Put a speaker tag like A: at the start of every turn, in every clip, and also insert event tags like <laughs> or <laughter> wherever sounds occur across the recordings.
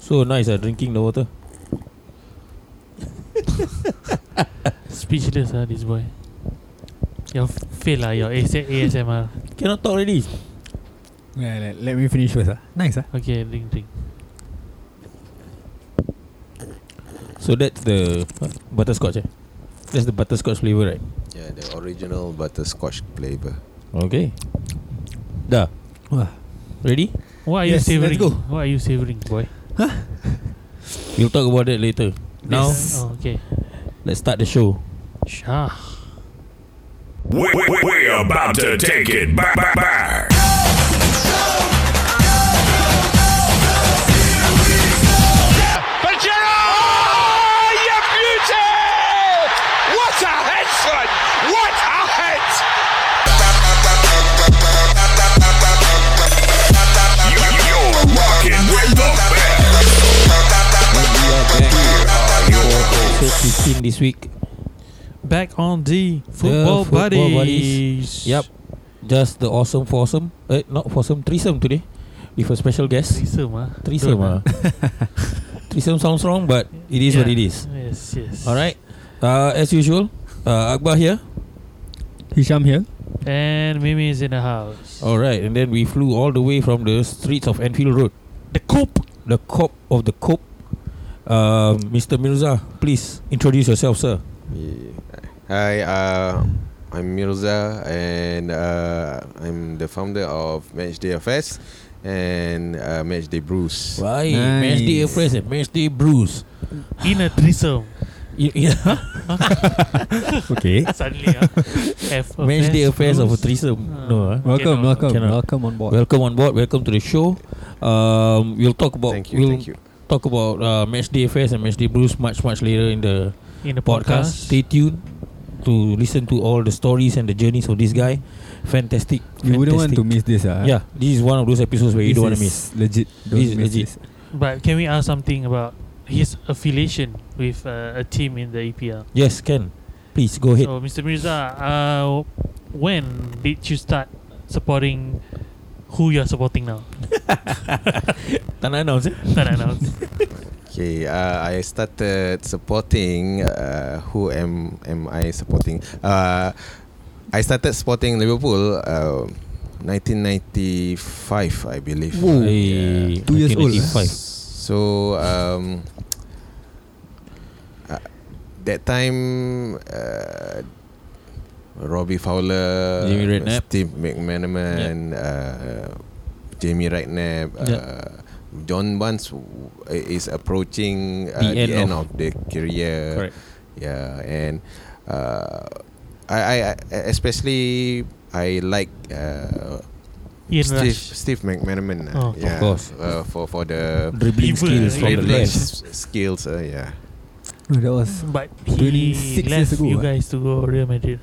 A: So nice, uh, drinking the water.
B: Speechless ah this boy. Your f- fail lah your AS- ASMR.
A: Cannot talk already.
C: Yeah, let, let me finish first. Ah. Nice ah.
B: Okay, drink drink.
A: So that's the what? butterscotch. Eh? That's the butterscotch flavor, right?
D: Yeah, the original butterscotch flavor.
A: Okay. Dah.
C: Wah.
A: Ready?
B: What are
C: Yes,
B: you savoring?
C: let's go.
B: What are you savoring, boy?
A: We'll talk about that later. Now,
C: Yes.
B: Oh, okay.
A: let's start the show.
B: Shah.
E: We, we, we're about to take it back. back, back.
F: Pajero! Oh, you beauty! What a head, son! What a head!
E: You, you're rocking with the best.
A: Episode 15 this week.
B: Back on the
A: football
B: football, buddies.
A: buddies. Yep. Just the awesome foursome. Eh, not foursome, threesome today. With a special guest.
B: Threesome ah.
A: Threesome.
C: <laughs>
B: Don't,
A: Uh. threesome sounds wrong, but it is what
B: Yeah.
A: it is.
B: Yes, yes.
A: Alright. Uh, as usual, uh, Akbar here.
C: Hisham here.
B: And Mimi is in the house.
A: Alright, and then we flew all the way from the streets of Enfield Road.
B: The coop.
A: The cop of the cop. Uh, Mr. Mirza, please introduce yourself, sir.
D: Yeah. Hi, uh, I'm Mirza and uh, I'm the founder of Matchday FS and uh, Matchday Bruce.
A: Right.
C: Nice.
A: Match day Fresh and match day Bruce.
B: In a
A: <laughs>
B: threesome.
A: Y- Yeah.
C: Okay.
B: Suddenly ah. F
A: match day affairs of a
B: Bruce.
A: threesome. No, ah.
C: welcome,
B: Cannot,
C: welcome,
A: cannot.
C: welcome on board.
A: Welcome on board. Welcome to the show. Um, we'll talk about
D: Thank you,
A: we'll
D: thank you.
A: talk about uh, match day affairs and match day Bruce much much later in the
B: In the
A: podcast.
B: podcast.
A: Stay tuned to listen to all the stories and the journeys of this guy. Fantastic.
C: you wouldn't want to
A: fantastic.
C: miss this ah.
A: Yeah, this is one of those episodes where you
C: This
A: don't want
C: is
A: to miss.
C: Legit. Don't
A: This is
C: miss
A: legit.
C: This. <laughs>
B: But can we ask something about his affiliation with uh, a team in the EPL?
A: Yes, Ken. Please go ahead.
B: So, Mr. Mirza, uh, when did you start supporting who you are supporting now?
A: <laughs>
B: <laughs>
A: Tanah announce. Eh?
B: Not announced.
D: Okay, uh, I started supporting. Uh, who am am I supporting? Uh, I started supporting Liverpool. Uh, 1995, I believe.
C: Whoa.
A: Hey,
C: Two years old.
A: 1995.
D: So um, uh, that time, uh, Robbie Fowler,
A: Jamie Redknapp.
D: Steve McManaman, uh, Jamie Redknapp, uh, John Barnes w- uh, is approaching uh, the, end, of, the career.
A: Correct.
D: Yeah, and uh, I, I I- especially I like. Uh,
B: Ian
D: Steve,
B: Rush.
D: Steve McManaman.
B: Oh.
D: uh,
B: Of
D: yeah,
A: course.
D: Uh, for for the
A: Dribbling
B: Evil,
A: skills from the
B: evil.
D: dribbling
A: left.
D: s- skills. Uh, yeah,
C: No, that was
B: But
C: 26
B: he
C: years
B: left
C: ago,
B: you
C: ah.
B: guys to go Real Madrid.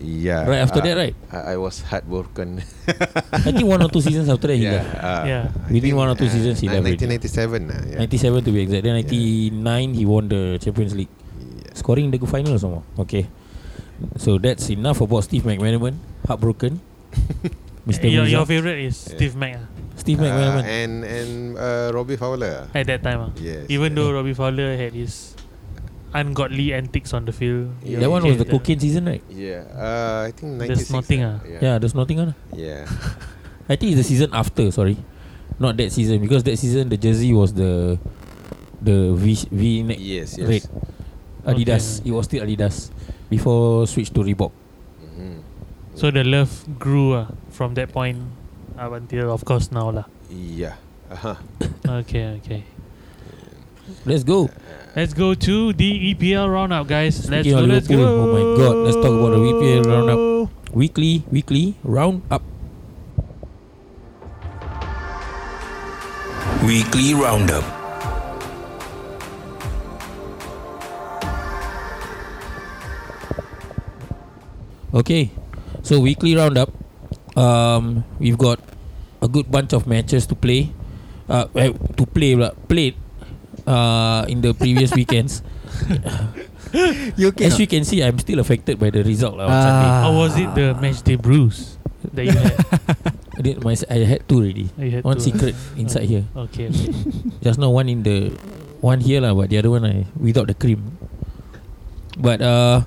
D: yeah.
A: Right after
D: uh,
A: that, right?
D: I, I was
A: <laughs>
D: heartbroken. <laughs>
A: I think one or two seasons after that he left.
D: Uh,
B: Yeah.
D: I
A: Within
D: think,
A: one or two seasons, he
D: uh,
A: left already.
D: 1997. Uh, yeah.
A: 97 to be exact. Then 99 he won the Champions League,
D: Yeah.
A: scoring the final some more. Okay. So that's enough about Steve McManaman, heartbroken. Mr.
B: Your,
A: Mirza.
B: your favorite is
D: Yeah.
B: Steve Mac ah,
A: Steve
D: Uh,
A: McManaman.
D: and and uh, Robbie Fowler.
B: at that time. ah.
D: Yes,
B: Even
D: yes.
B: though Robbie Fowler had his ungodly antics on the field.
D: Yeah.
A: that one was the
B: Yeah.
A: cocaine season, right?
D: Yeah. Uh, I think 96.
B: There's nothing,
D: uh,
B: ah.
A: Yeah,
D: Yeah.
A: there's nothing on.
D: Yeah.
A: I think it's the season after. Sorry, not that season because that season the jersey was the the V V neck
D: yes. Yes.
A: red Adidas. It
B: Okay.
A: was still Adidas before switch to Reebok.
D: Mhm.
B: So the love grew ah, from that point up until, of course, now. lah.
D: Yeah. Uh-huh.
B: okay, okay.
A: Let's go.
B: Let's go to the EPL roundup, guys. Let's
A: Speaking
B: go.
A: of
B: Let's go.
A: Liverpool, oh my God, let's talk about the EPL roundup. Weekly, weekly round up.
E: Weekly Roundup.
A: Okay, so weekly roundup. Um, we've got a good bunch of matches to play. Uh, eh, to play, pula. played uh, in the previous weekends.
C: you
A: As you can see, I'm still affected by the result lah on
C: Ah.
B: Or was it the match day bruise that you had?
A: Sunday. did my I had two already.
B: Oh, you had
A: One
B: two, ah.
A: secret inside here.
B: Okay.
A: <laughs>
B: okay.
A: Just now one in the one here lah, but the other one I without the cream. But uh,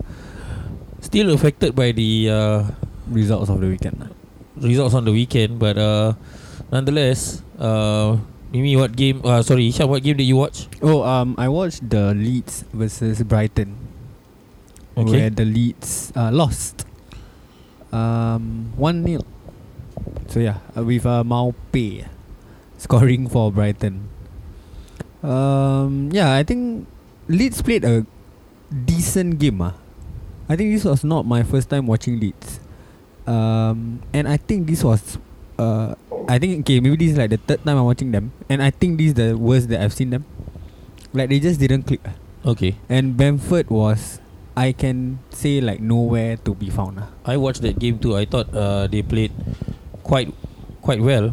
A: still affected by the uh,
C: Results of the weekend. ah.
A: results on the weekend. But uh, nonetheless, uh, Mimi, what game? Uh, sorry, Hisham, what game did you watch?
C: Oh, um, I watched the Leeds versus Brighton.
A: Okay.
C: Where the Leeds uh, lost. Um, 1 0. So, yeah, uh, with uh, Maupe scoring for Brighton. Um, yeah, I think Leeds played a decent game. Ah. I think this was not my first time watching Leeds. Um, and I think this was. Uh, I think okay, maybe this is like the third time I'm watching them, and I think this is the worst that I've seen them. Like they just didn't click,
A: Okay,
C: and Bamford was, I can say like nowhere to be found. ah.
A: I watched that game too. I thought uh, they played quite quite well.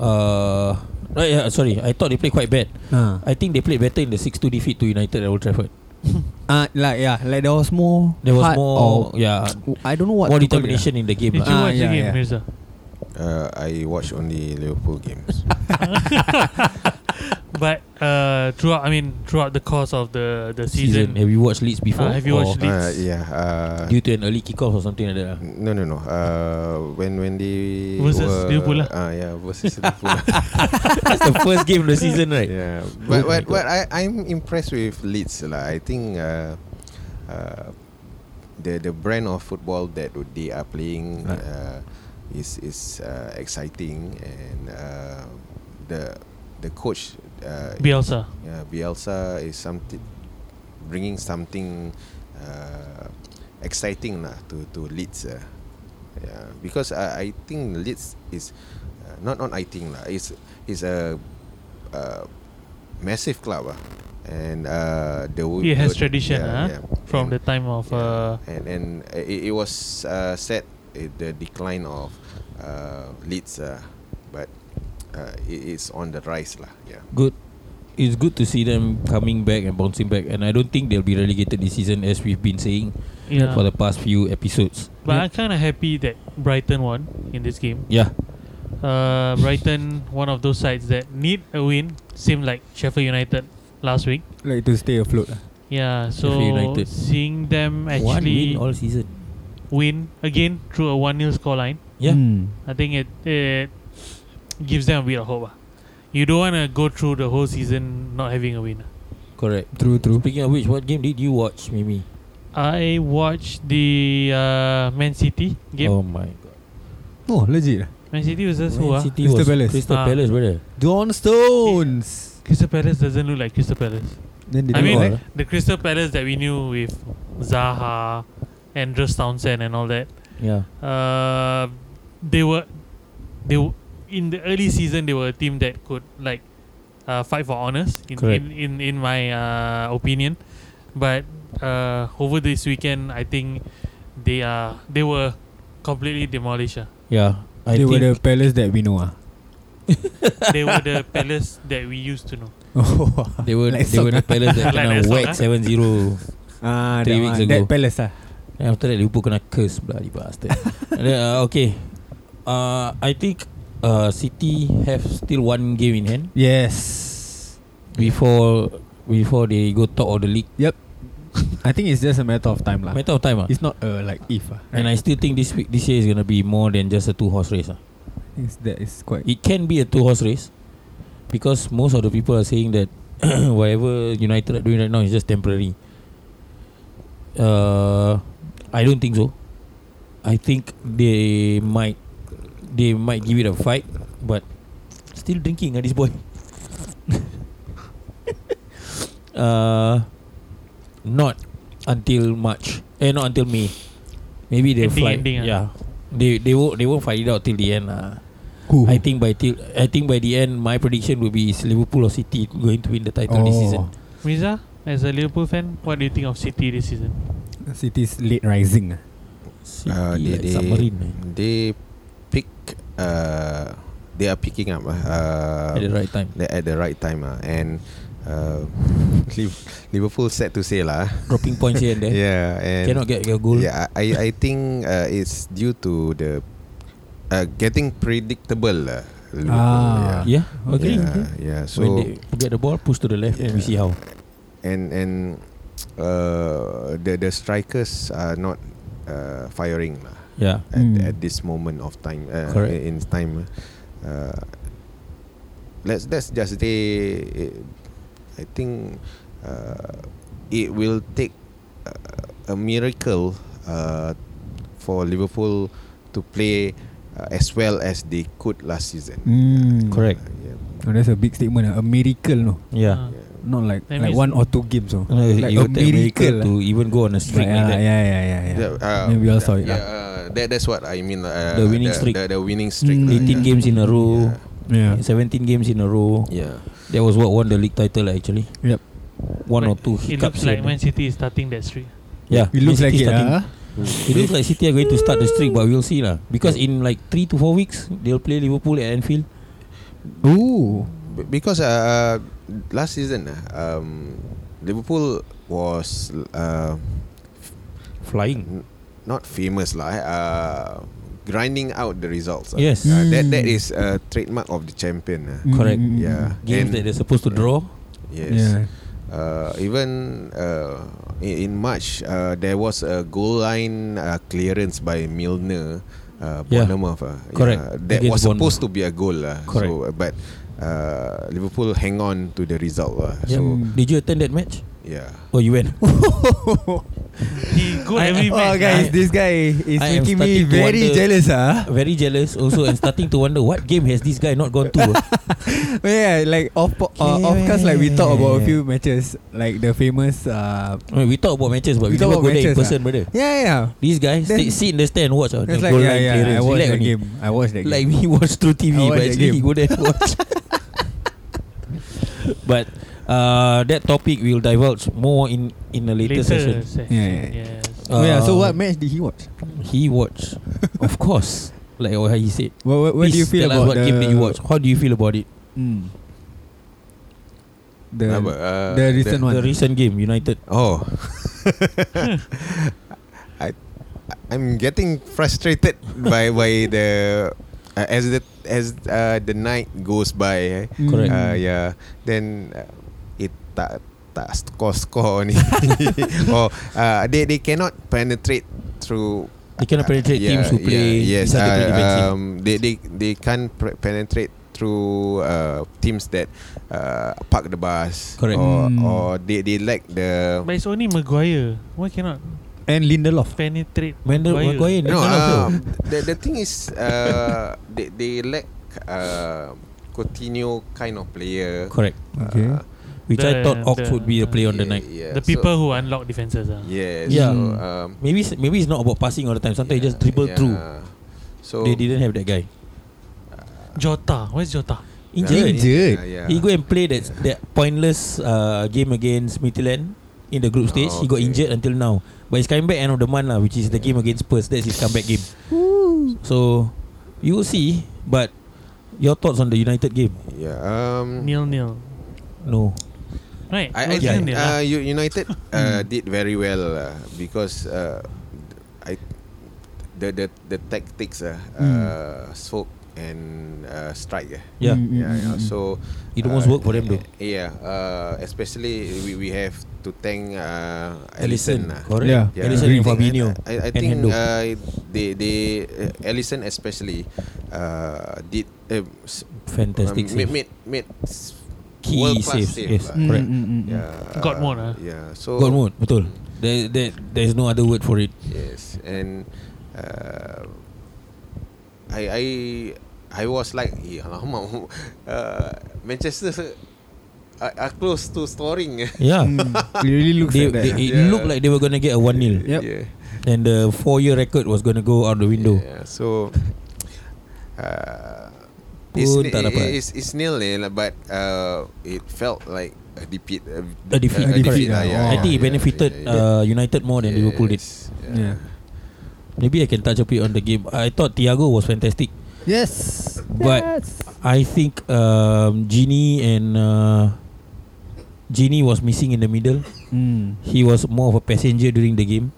A: Uh, right, yeah, sorry, I thought they played quite bad.
C: Ah,
A: I think they played better in the 6-2 defeat to United at Old Trafford.
C: ah, like yeah, like there was more.
A: There was
C: heart
A: more, yeah,
C: Or, I don't know what.
A: more
C: to call it,
A: determination in the game.
B: Did you
A: lah.
C: Ah,
B: watch the
C: yeah,
B: game,
C: yeah.
B: Mirza?
D: Uh, I watch only Liverpool
B: <laughs>
D: games.
B: But uh, throughout, I mean, throughout the course of the the season,
A: Have you watched Leeds before?
B: Uh, have you
A: Or
B: watched
D: uh,
B: Leeds?
D: yeah. Uh,
A: due to an early kickoff or something like that? lah? <laughs>
D: no, no, no. Uh, when when they
B: Versus
D: were,
B: Liverpool lah.
D: Uh, yeah, versus Liverpool.
A: <laughs> That's the first game of the season, right?
D: Yeah, but
A: Oh my
D: but, but I I'm impressed with Leeds lah. I think uh, uh, the the brand of football that they are playing
C: Right.
D: uh, is is uh, exciting and uh, the the coach uh,
B: Bielsa.
D: yeah, Bielsa is something bringing something uh, exciting lah to to Leeds. Uh. Yeah, because I I think Leeds is uh, not on I think lah. It's it's a uh, massive club ah. and uh, the wo-
B: It has
D: the-
B: tradition,
D: yeah,
B: ah,
D: yeah.
B: from
D: And-
B: the time of uh,
D: and and it, it was uh, sad uh, the decline of uh, Leeds, uh, but uh, it is on the rise lah. Yeah.
A: Good. It's good to see them coming back and bouncing back, and I don't think they'll be relegated this season, as we've been saying
B: yeah.
A: for the past few episodes.
B: But I'm kind of happy that Brighton won in this game.
A: yeah,
B: Uh, Brighton, one of those sides that need a win, same like Sheffield United last week.
C: ah, Like to stay afloat. ah.
B: Yeah, so
A: Sheffield United.
B: seeing them
A: one win
B: actually
A: all season.
B: win again through a 1 0 scoreline,
A: Yeah,
C: Mm.
B: I think it, it gives them a bit of hope. ah. You don't want to go through the whole season not having a win. ah.
A: correct.
C: True. True.
A: Speaking of which, what game did you watch, Mimi?
B: I watched the uh, Man City game.
A: Oh my god,
C: Oh, legit. ah.
B: Man City versus who?
A: Man
B: ah?
A: City
C: Crystal
A: was
C: Palace.
A: Crystal
B: Ah.
A: Palace, brother.
C: John Stones.
B: Crystal Palace doesn't look like Crystal Palace.
C: Then they
B: I
C: do
B: mean,
C: all, ah.
B: the Crystal Palace that we knew with Zaha, Andrews Townsend, and all that.
A: Yeah,
B: Uh, they were, they w- in the early season they were a team that could like uh, fight for honors. In
A: Correct.
B: in, in, in my uh, opinion, but uh, over this weekend, I think they are they were completely demolished. ah.
A: yeah. I
C: they
A: think
C: were the palace that we
A: <laughs>
C: know. Ah.
B: they were the Palace that we used to know.
A: Oh. they were
C: Like <laughs>
A: they were the
C: soccer.
A: Palace that
B: Like
A: kena
B: that
A: whack
B: song, eh?
A: seven zero.
C: Ah,
A: Three
C: that
A: weeks
C: one,
A: ago.
C: That palace ah.
A: Then after that Liverpool kena curse bloody bastard. And then, uh, okay. Uh, I think uh, City have still one game in hand
C: Yes.
A: before before they go top of the league.
C: I think it's just a matter of time lah.
A: Matter of time ah.
C: It's not a like if ah.
A: And I still think this week this year is gonna be more than just a two horse race. Ah.
C: It's, that is quite.
A: It can be a two horse race because most of the people are saying that <coughs> whatever United are doing right now is just temporary. Uh, I don't think so. I think they might they might give it a fight, but still drinking at this boy. <laughs> uh, not until March. Eh, not until May. Maybe they
B: Ending,
A: fly.
B: ending ah.
A: yeah, they they won't they won't fight it out till the end lah.
C: Who?
A: I think by till I think by the end, my prediction will be is Liverpool or City going to win the title
C: Oh.
A: this season.
B: Mirza, as a Liverpool fan, what do you think of City this season?
C: City's late rising. ah.
A: City
D: Uh, they,
A: like
D: they,
A: submarine man,
D: they pick uh, they are picking up uh,
A: at the right
C: <laughs>
A: time.
D: the- at the right time uh, and uh, <laughs> Liv- Liverpool sad to say lah
A: Dropping points here and there.
D: yeah and
A: Cannot get your goal.
D: yeah I, I think uh, it's due to the uh, getting predictable lah. Liverpool,
C: Ah,
A: Yeah. Okay.
D: yeah,
A: okay.
D: yeah. So
A: Mm-hmm. when they get the ball, push to the left. We
D: Yeah.
A: see how.
D: and and uh, the the strikers are not uh, firing lah
A: Yeah.
D: at,
C: Mm.
D: at this moment of time uh,
A: Correct.
D: in time. Uh, let's let's just say eh, I think uh, it will take uh, a miracle uh, for Liverpool to play uh, as well as they could last season. Uh,
C: Mm.
A: Correct.
D: Yeah.
C: Oh, that's a big statement. ah. A miracle, no.
B: Uh,
A: Yeah.
D: yeah.
C: Not like
B: That
C: like
B: means-
C: one or two games, no.
A: Uh,
C: Like
A: it
C: a
A: would take
C: miracle lah. eh.
A: to even go on a streak
C: yeah,
A: like that.
C: yeah, yeah, yeah, yeah.
D: Yeah, uh,
C: Then we all saw it
D: yeah,
C: lah.
D: uh, that, that's what I mean. Uh,
A: The winning streak.
D: The, the winning
C: Mm.
D: streak. lah,
A: 18
D: yeah.
A: games in a
C: Oh.
A: row,
C: Yeah.
A: 17 games in a row.
D: Yeah.
A: That was what won the league title actually.
C: Yep.
A: One or
B: But
A: two
B: It
A: hiccups.
B: looks
A: here.
B: like Man City is starting that streak.
A: yeah,
C: It
A: Man
C: looks like
A: City
C: it.
A: starting-
C: Ah.
A: It uh, looks like City are going to start the streak, but we'll see lah. Because in like three to four weeks, they'll play Liverpool at Anfield.
C: Ooh.
D: B- Because uh, last season, uh, um, Liverpool was uh,
A: Flying.
D: n- not famous lah. eh, Uh, grinding out the results. ah.
A: Yes.
D: Uh, that that
C: Mm.
D: is a trademark of the champion. ah.
A: Correct.
C: Mm, mm, mm,
D: Yeah.
A: Games
D: And-
A: that they're supposed to draw.
D: Yes.
C: mm.
A: <laughs>
C: Yeah.
D: Uh, even uh, in, in March, uh, there was a goal line uh, clearance by Milner, uh,
A: Yeah.
D: Bournemouth. Uh,
A: Correct.
D: Yeah, that
A: Against
D: was supposed
A: Bournemouth.
D: to be a goal. Uh,
A: Correct.
D: So, uh, but uh, Liverpool hang on to the result. Uh,
A: Yeah.
D: So,
C: Mm.
A: Did you attend that match?
D: yeah.
A: Oh, you went.
B: He go
A: I- <laughs>
B: every
C: Oh,
B: match. ah.
C: guys,
B: lah.
C: this guy is
A: I am
C: making me
A: starting to
C: very
A: wonder-
C: jealous, ah.
A: <laughs> Very jealous also, and starting to wonder what game has this guy not gone
C: <laughs>
A: to.
C: Well, yeah, like off po- uh,
A: Okay,
C: off cast, like we talk about a
A: wait.
C: few matches, like the famous. Uh,
A: I mean, we talk about matches, but we,
C: We talk
A: never go
C: about
A: there in
C: matches,
A: person, brother.
C: yeah, yeah.
A: These guys
C: Then-
A: sit, sit in the stand and watch. ah,
C: That's
A: the
C: like
A: goal
C: yeah,
A: line
C: yeah.
A: clearance.
C: I watched
A: Relax
C: that
A: only.
C: game. I watched that
A: Like
C: game.
A: we watch through TV,
C: I watch
A: but
C: that
A: actually
C: game.
A: he go there and watch. but uh, that topic we'll divulge more in in a later, session.
C: Yeah, yeah.
B: Yes.
C: Oh yeah. So
A: Uh,
C: what match did he watch?
A: He watched, of course. Like what he said.
C: What, what, what do you
A: Please
C: feel
A: tell us
C: about
A: what
C: the
A: game that you watch? How do you feel about it?
C: Mm. The
D: Apa, uh,
C: the recent one.
A: The recent game, United.
D: Oh. <laughs> I I'm getting frustrated by by the uh, as the as uh, the night goes by. Eh.
C: Mm.
A: Correct.
D: Uh, yeah. Then uh, it tak tak score score <laughs> ni. oh, uh, they they cannot penetrate through.
A: They cannot penetrate teams who play-
D: Uh, Yes,
A: decide to play defensive.
D: um, they they they can't pre- penetrate through uh, teams that uh, park the bus.
A: Correct. Hmm.
D: Or,
C: Mm.
D: or they they lack the.
B: But it's only Maguire. Why cannot
C: And Lindelof.
B: penetrate
A: Mandel
B: Maguire?
A: Maguire.
D: No,
A: Lindelof
D: uh,
A: tu.
D: the the thing is, uh, they they lack uh, Coutinho kind of player.
A: Correct.
C: Okay. Hmm,
D: Uh,
A: Which I
B: The-
A: thought Ox
B: the-
A: would be the play on the
D: yeah,
A: night.
D: Yeah,
B: The
D: so-
B: people who unlock defenses. ah.
D: Yeah.
A: Yeah.
D: So, um,
A: Maybe it's- maybe it's not about passing all the time. Sometimes you just dribble
D: yeah. Oh.
A: through.
D: So
A: They didn't have that guy.
B: Jota. Where's Jota?
A: Injured.
C: Injured.
D: Yeah, yeah.
A: He go and play that that pointless uh, game against Midtjylland in the group stage. He got
D: Okay.
A: injured until now, but he's coming back end of the month lah, which is the game against Spurs. That's his comeback game. So you will see. But your thoughts on the United game?
D: Yeah.
A: Hmm.
D: Um,
B: Nil nil.
A: No.
B: Right.
D: I, I
B: It was
A: yeah,
D: think
B: nil-nil
D: uh,
B: lah.
D: U-
A: <laughs>
D: United uh, did very well uh, because uh, I the the the tactics uh, uh, spoke and uh, strike. Uh.
A: Hmm. Yeah. Hmm,
C: Mm, mm,
D: Yeah, yeah.
C: mm, mm.
D: So
A: It almost worked for them though.
D: Yeah, uh, especially we, we have to thank uh,
A: Alisson,
D: Alisson. lah.
A: correct.
C: Yeah.
A: Alisson and
D: I think-
A: Fabinho
D: I, I, I
A: and
D: think
A: Hendo.
D: uh, they they uh, Alisson especially uh, did uh, s-
A: Fantastic
D: uh, made,
A: save.
D: made made s-
A: Key saves,
D: world-class save uh,
A: yes.
D: lah.
A: Mm. Correct.
C: mm, mm.
D: Yeah.
B: God mode, ah.
D: Yeah. So
A: God mode, betul. There, there, there is no other word for it.
D: Yes, and uh, I I I was like, eh, alamak, <laughs> uh, Manchester are, are close to scoring. <laughs>
A: Yeah.
C: Mm. It really looks
A: Ah. They,
C: like that.
A: they, it
D: Yeah.
A: looked like they were gonna get a one 0
C: Yep.
D: Yeah.
A: and the four-year record was gonna go out the window.
D: Yeah, so uh,
A: Pun
D: it's,
A: tak dapat.
D: it's, it's nil eh, lah, but uh, it felt like a defeat. A,
A: A defeat,
C: A defeat,
A: correct.
C: lah, yeah.
A: I think it benefited Uh, United more than Liverpool did.
D: Yes,
C: yeah.
A: Maybe I can touch a bit on the game. I thought Thiago was fantastic.
C: Yes.
A: But-
C: yes.
A: I think um, Genie and uh, Genie was missing in the middle.
C: Mm.
A: He was more of a passenger during the game.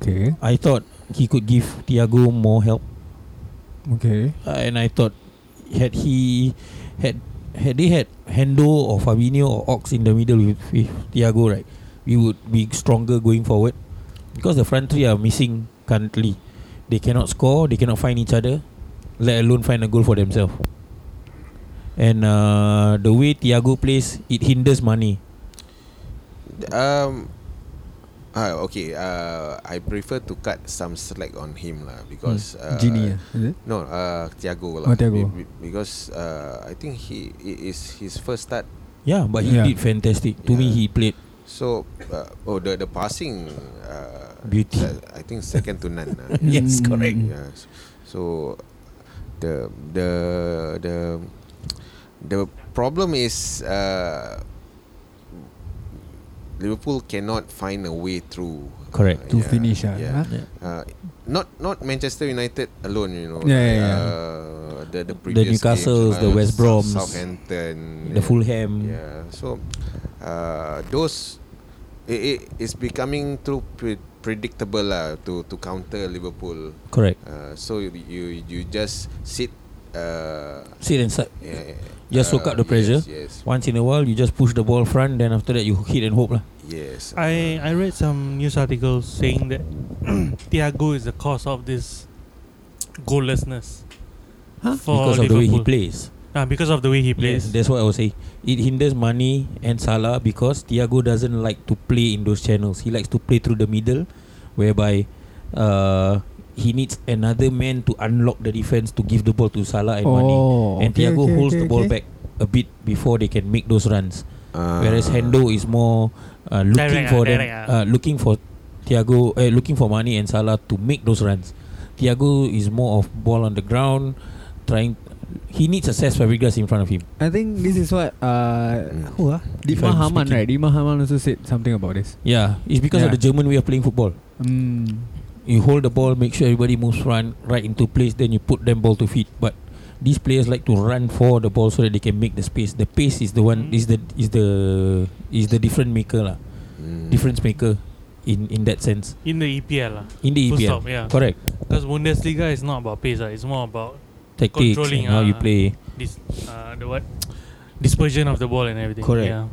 C: Okay.
A: I thought he could give Thiago more help.
C: Okay.
A: uh, and I thought had he had had they had Hendo or Fabinho or Ox in the middle with, with Thiago right we would be stronger going forward because the front three are missing currently they cannot score they cannot find each other let alone find a goal for themselves and uh, the way Thiago plays it hinders money
D: Um, ah, okay. Uh, I prefer to cut some slack on him lah because uh,
C: Genie, eh, is it?
D: No, uh, Thiago lah.
C: Oh, Thiago.
D: Be- be- because uh, I think he it is his first start.
A: yeah but he
C: Yeah.
A: did fantastic to me
D: Yeah.
A: he played
D: So, uh, oh the the passing. Uh,
A: Beauty.
D: uh, I think second to none.
C: <laughs>
D: lah.
A: Yes, correct.
C: Mm.
D: Yeah. s- So the the the the problem is uh, Liverpool cannot find a way through.
A: Correct.
D: Uh,
C: To finish, ah, huh?
D: yeah.
A: yeah.
D: Uh, not not Manchester United alone, you know.
C: Yeah, yeah, yeah.
D: Uh, the the previous
A: Newcastles,
D: games,
A: the West
D: Sou-
A: Broms,
D: Southampton,
A: the
D: yeah.
A: Fulham
D: Yeah, so uh, those it, it is becoming too pre- predictable lah to to counter Liverpool.
A: correct
D: Uh, so you you, you just sit. Uh,
A: sit inside
D: yeah,
A: Just soak up the pressure.
D: Yes,
A: Once in a while, you just push the ball front. Then after that, you hit and hope lah.
D: yes. yes.
B: I, I read some news articles saying that <clears throat> Thiago is the cause of this goallessness.
C: Huh?
B: For
A: because of the way he
B: Liverpool.
A: plays.
B: Ah, because of the way he
A: Yes,
B: plays.
A: that's what I was saying. It hinders Mane and Salah because Thiago doesn't like to play in those channels. He likes to play through the middle, whereby uh, he needs another man to unlock the defense to give the ball to Salah and Mane.
C: Oh,
A: And
C: okay,
A: Thiago
C: okay,
A: holds
C: okay,
A: the ball
C: okay.
A: back a bit before they can make those runs.
D: Uh,
A: Whereas Hendo is more uh, looking
B: Direct ah,
A: for them,
B: direct ah.
A: uh, looking for Thiago, uh, looking for Mane and Salah to make those runs. Thiago is more of ball on the ground, trying. He needs a Cesc Fabregas in front of him.
C: I think this is what uh,
D: Mm.
C: who ah?
A: If
C: Dima
A: I'm
C: Haman,
A: speaking-
C: right? Dima Haman also said something about this.
A: Yeah, it's because of
C: Yeah.
A: the German way of playing football.
C: Mm.
A: You hold the ball, make sure everybody moves run right into place, then you put them ball to feet. But these players like to run for the ball so that they can make the space. The pace is the one
B: Mm.
A: is the is the is the different maker lah,
D: mm,
A: difference maker in in that sense
B: In the EPL. ah.
A: in the
B: Full
A: EPL.
B: stop, yeah.
A: Correct.
B: Because Bundesliga is not about pace. ah. It's more about
A: Tactics
B: Controlling,
A: and how you
B: ah.
A: play.
B: this uh, the what dispersion of the ball and everything.
A: Correct.
B: Yeah.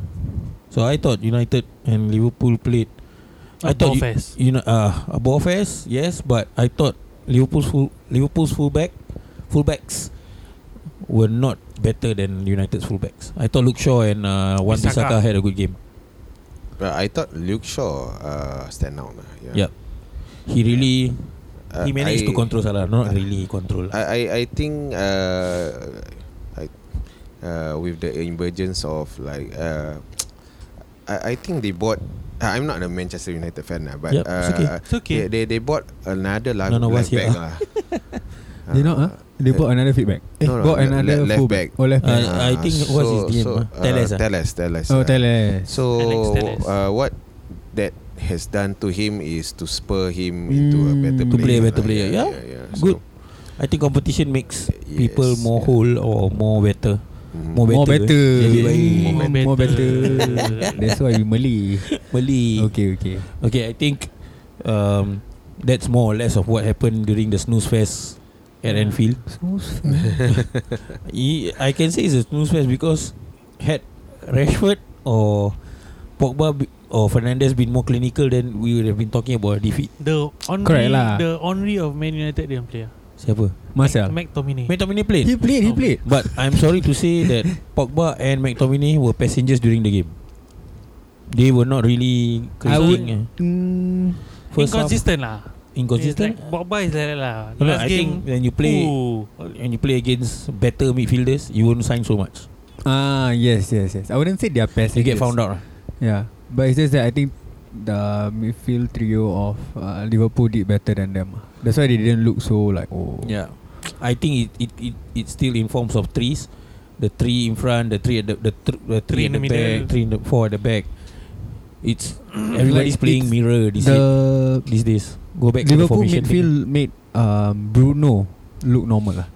A: So I thought United and Liverpool played. I
B: I
A: thought
B: thought
A: you- You know, uh, a ball fest, yes, but I thought Liverpool's full Liverpool's fullback, fullbacks were not better than United's fullbacks. I thought Luke Shaw and uh, Wan
B: Bissaka.
A: Bissaka had a good game.
D: but I thought Luke Shaw uh, stand out. lah,
A: Yeah, he really he
D: Uh,
A: managed to
D: I-
A: control Salah. Not
D: uh,
A: really control.
D: I I, I think uh, I, uh, with the emergence of like uh, I, I think they bought. I- I'm not a Manchester United fan lah, but
A: Yup,
D: uh,
A: it's okay.
B: It's okay.
D: They, they they bought another
A: No,
D: left,
A: no, what's
D: left back
A: here,
D: lah.
A: <laughs>
C: They not ah? They bought another feedback. Eh,
D: Uh, No, no,
C: bought
D: le-
C: another
D: le- left
C: full
D: back.
C: Oh, left
A: Uh,
C: back.
A: I think what's his name, ah? Telles, ah?
D: Telles, Telles,
C: oh,
D: ah.
C: tell us.
D: So
B: Alex Telles.
D: uh, what that has done to him is to spur him into a better
A: Hmm.
C: Mm.
A: To play a
D: player.
A: better
D: lah.
A: player, yeah.
D: yeah.
A: Good. I think competition makes
D: Yes,
A: people more
D: yeah.
A: whole or more better.
D: mm.
A: More
C: More
A: better,
C: better.
A: eh? Lebih baik.
B: More
C: Mm, More better.
B: better.
C: That's why you Malay.
A: Malay.
C: Okay, okay.
A: Okay, I think um, that's more or less of what happened during the snooze fest at Anfield. Ye- I can say it's a snooze fest because had Rashford or Pogba be- or Fernandez been more clinical, then we would have been talking about a defeat.
B: the only
C: Correct lah.
B: the only of Man United didn't play. ah.
A: Siapa? Dạ.
C: Marcel.
B: McTominay.
A: McTominay played.
C: He played, he
B: Oh.
C: played.
A: But I'm sorry to say that Pogba and McTominay were passengers during the game. They were not really
C: I would-
A: clinical.
C: Mm,
A: First half,
B: Inconsistent lah.
A: inconsistent.
B: It's Like, Pogba is like that lah.
A: No, no,
B: Last
A: I
B: game,
A: think when you play
B: ooh,
A: when you play against better midfielders, you won't sign so much.
C: ah, yes, yes, yes. I wouldn't say they're passengers.
A: You get found out. lah.
C: Yeah, but it's just that I think the midfield trio of uh, Liverpool did better than them. ah. That's why they didn't look so like oh
A: Yeah, I think it it, it it's still in forms of threes, the three in front, the three at the the, thr the three,
B: Three
A: at
B: in
A: the,
B: the
A: back,
B: middle.
A: three in the four at the back. It's everybody's
C: <clears throat> Like,
A: playing
C: it's
A: mirror these days.
C: the
A: these days. Go back to the
C: Liverpool
A: formation thing.
C: midfield made um, Bruno look normal lah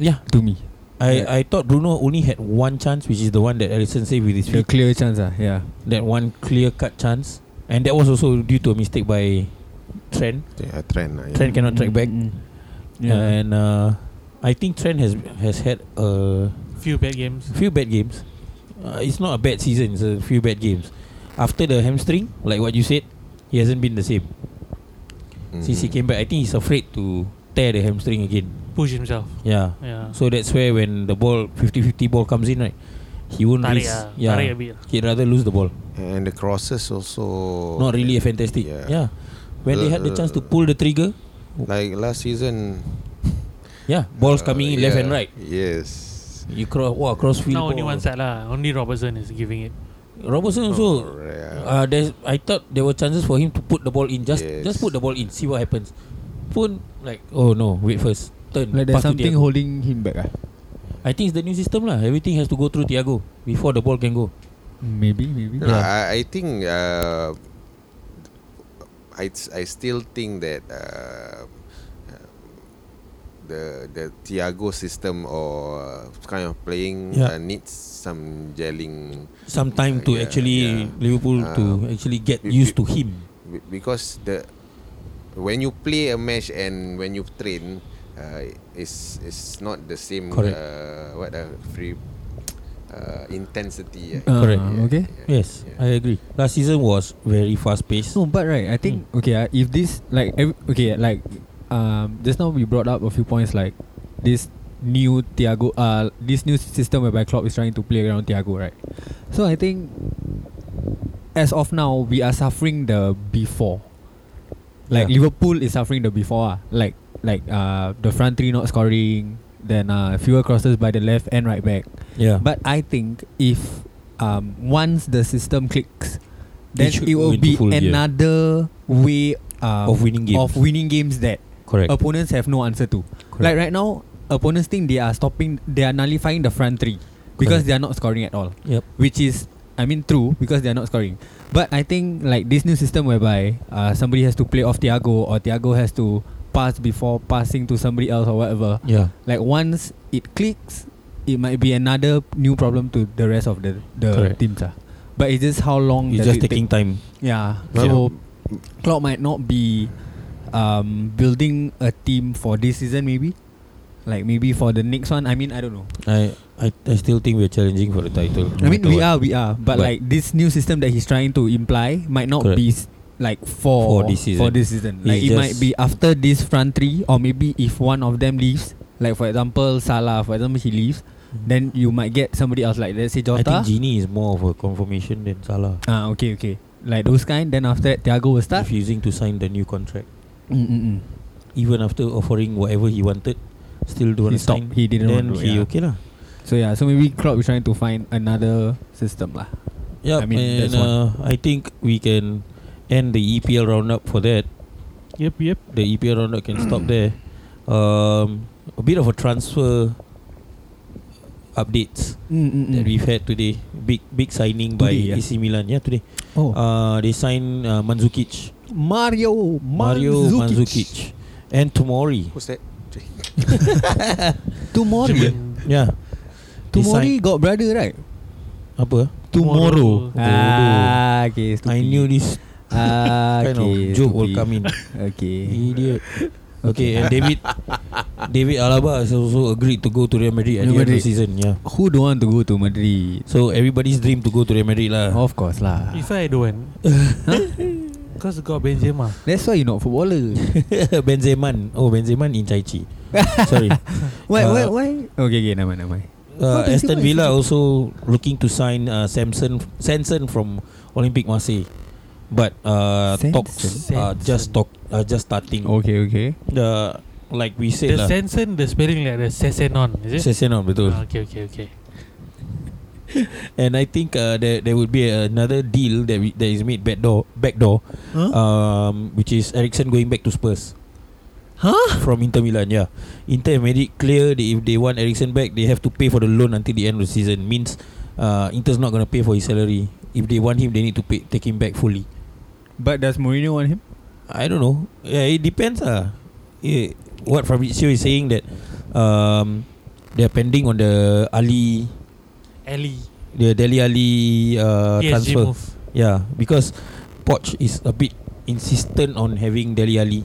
A: Yeah,
C: to me.
A: I I thought Bruno only had one chance, which is the one that Alisson saved with his
C: The
A: feet.
C: clear chance ah, yeah.
A: That one clear cut chance, and that was also due to a mistake by Trent.
D: Yeah, trend. lah, yeah.
A: Trent cannot track back.
C: Mm, mm. Yeah.
A: And uh, I think Trent has has had a
B: Few bad games.
A: few bad games. Uh, it's not a bad season. It's a few bad games. After the hamstring, like what you said, he hasn't been the same since he
D: Mhm.
A: came back. I think he's afraid to tear the hamstring again.
B: Push himself.
A: Yeah.
B: Yeah.
A: So that's where when the ball 50-50 ball comes in, right? He won't
B: tarik
A: risk.
B: ah,
A: yeah.
B: tarik a bit.
A: He'd rather lose the ball.
D: And the crosses also
A: not really a fantastic. Yeah.
D: Oh, Yeah.
A: When they had the chance to pull the trigger,
D: Like last season,
A: yeah, balls
D: uh,
A: coming in left
D: yeah,
A: and right.
D: Yes.
A: You cross, wow, cross field.
B: Now only
A: ball.
B: one side lah. Only Robertson is giving it.
A: Robertson also
D: Oh, Correct.
A: Uh, there's, I thought there were chances for him to put the ball in. Just
D: Yes.
A: just put the ball in, see what happens. Pun like, oh no, wait first. Turn.
C: Like
A: pass
C: there's
A: to
C: something
A: Thiago.
C: holding him back. Ah,
A: I think it's the new system lah. Everything has to go through Thiago before the ball can go.
C: Maybe, maybe.
D: No, no, I, I think uh, I, I still think that uh, the the Thiago system or kind of playing
A: Yeah.
D: uh, needs some gelling
A: Some time to
D: Yeah,
A: actually
D: yeah.
A: Liverpool to
D: Um,
A: actually get
D: we-
A: used to
D: we-
A: him.
D: Be- because the when you play a match and when you train uh, it's it's not the same
A: Correct.
D: uh, what uh, free uh, intensity
C: Ah,
D: uh,
A: Correct.
C: Okay.
A: Yes,
D: yeah.
A: I agree. Last season was very fast paced.
C: No, but right, I think okay. Uh, if this like ev- okay, like um, just now we brought up a few points like this new Thiago, uh, this new system whereby Klopp is trying to play around Thiago, right? So I think as of now we are suffering the before, like
A: Yeah.
C: Liverpool is suffering the before, ah, like like uh the front three not scoring, then uh fewer crosses by the left and right back.
A: Yeah,
C: But I think if um, once the system clicks, then
A: should
C: it, will
A: go into
C: be
A: full gear.
C: another way um,
A: Of winning games.
C: of winning games that
A: correct.
C: opponents have no answer to.
A: correct.
C: uh, Like right now, opponents think they are stopping, they are nullifying the front three because
A: Correct.
C: they are not scoring at all.
A: Yep.
C: Which is, I mean, true because they are not scoring. But I think like this new system whereby uh, somebody has to play off Thiago or Thiago has to pass before passing to somebody else or whatever
A: yeah,
C: like once it clicks, it might be another new problem to the rest of the the
A: Correct.
C: teams. Ah. But it's just how long
A: it's
C: does
A: just
C: it
A: taking
C: take.
A: time.
C: Yeah.
A: Yeah.
C: So Klopp might not be um, building a team for this season maybe. Like maybe for the next one. I mean I don't know.
A: I, I I still think we're challenging for the title. no
C: I mean
A: matter
C: we
A: what.
C: are we are. But,
A: But-
C: like this new system that he's trying to imply might not
A: Correct.
C: be s- like for
A: For this season.
C: For this season. Like
A: He's
C: it might
A: just-
C: be after this front three or maybe if one of them leaves. Like for example Salah, for example he leaves. then you might get somebody else like let's say
A: Hmm. I
C: Jota.
A: think Genie is more of a confirmation than Salah.
C: ah, okay, okay. Like those kind. Then after that, Thiago will start. Mm,
A: refusing to sign the new contract.
C: Mm-mm-mm.
A: Even after offering whatever he wanted, still don't want
C: He
A: to
C: stopped.
A: sign.
C: He didn't
A: then
C: want to,
A: he
C: yeah.
A: okay lah.
C: So yeah, so maybe Klopp is trying to find another system lah.
A: Yeah,
C: I mean,
A: and
C: that's one.
A: uh, I think we can end the EPL roundup for that.
B: Yep, yep.
A: The EPL roundup can
C: <clears throat>
A: stop there. Um, a bit of a transfer updates that we've had today. Big big signing by
C: Mm. Today, yeah.
A: AC Milan. Yeah, today.
C: Oh,
A: Uh, they signed uh, Mandzukic,
C: Mario
A: Mario Mandzukic, and Tomori.
D: who's that
C: Tomori.
B: German.
A: Yeah. They
C: Tomori
A: sign-
C: got brother right?
A: Apa?
B: Tomorrow.
C: Ah, okay. Stupid.
A: I knew this
C: <laughs> Ah,
A: kind of
C: okay.
A: joke will
C: stupid.
A: come in.
C: <laughs> Okay.
A: Idiot. Okay, and David David Alaba has also agreed to go to Real Madrid at
C: Real
A: the end of the
C: Madrid.
A: season. Yeah.
C: Who don't want to go to Madrid?
A: So everybody's dream to go to Real Madrid lah.
C: Of course lah.
B: If I don't want. Cause got Benzema.
C: That's why you not footballer.
A: <laughs> Benzema. Oh, Benzema in Chai Chi.
C: <laughs>
A: Sorry.
C: why? why?
A: Uh,
C: Why? Okay, okay. Never mind. Never mind.
A: Uh,
C: Benzema
A: Aston
C: is
A: Villa also looking to sign uh, Samson Sanson from Olympic Marseille. But uh,
C: Sanson?
A: talks are just talk are just starting.
C: Okay, okay.
A: The like we said
B: The
A: lah.
B: Sanson, the spelling like the Sassenon, is it?
A: Session on betul.
B: Ah, okay, okay, okay.
A: And I think uh, there there would be another deal that we, that is made back door back door, um, which is Ericsson going back to Spurs. Huh? From Inter Milan, yeah. Inter have made it clear that if they want Ericsson back, they have to pay for the loan until the end of the season. Means, uh, Inter's not going to pay for his salary. If they want him, they need to pay, take him back fully.
C: But does Mourinho want him?
A: I don't know. Yeah, it depends. Ah, Eh, what Fabrizio is saying that um, they're pending on the Ali,
B: Ali.
A: the Delhi Ali uh,
B: PSG
A: transfer.
B: move.
A: Yeah, because Poch is a bit insistent on having Deli Ali.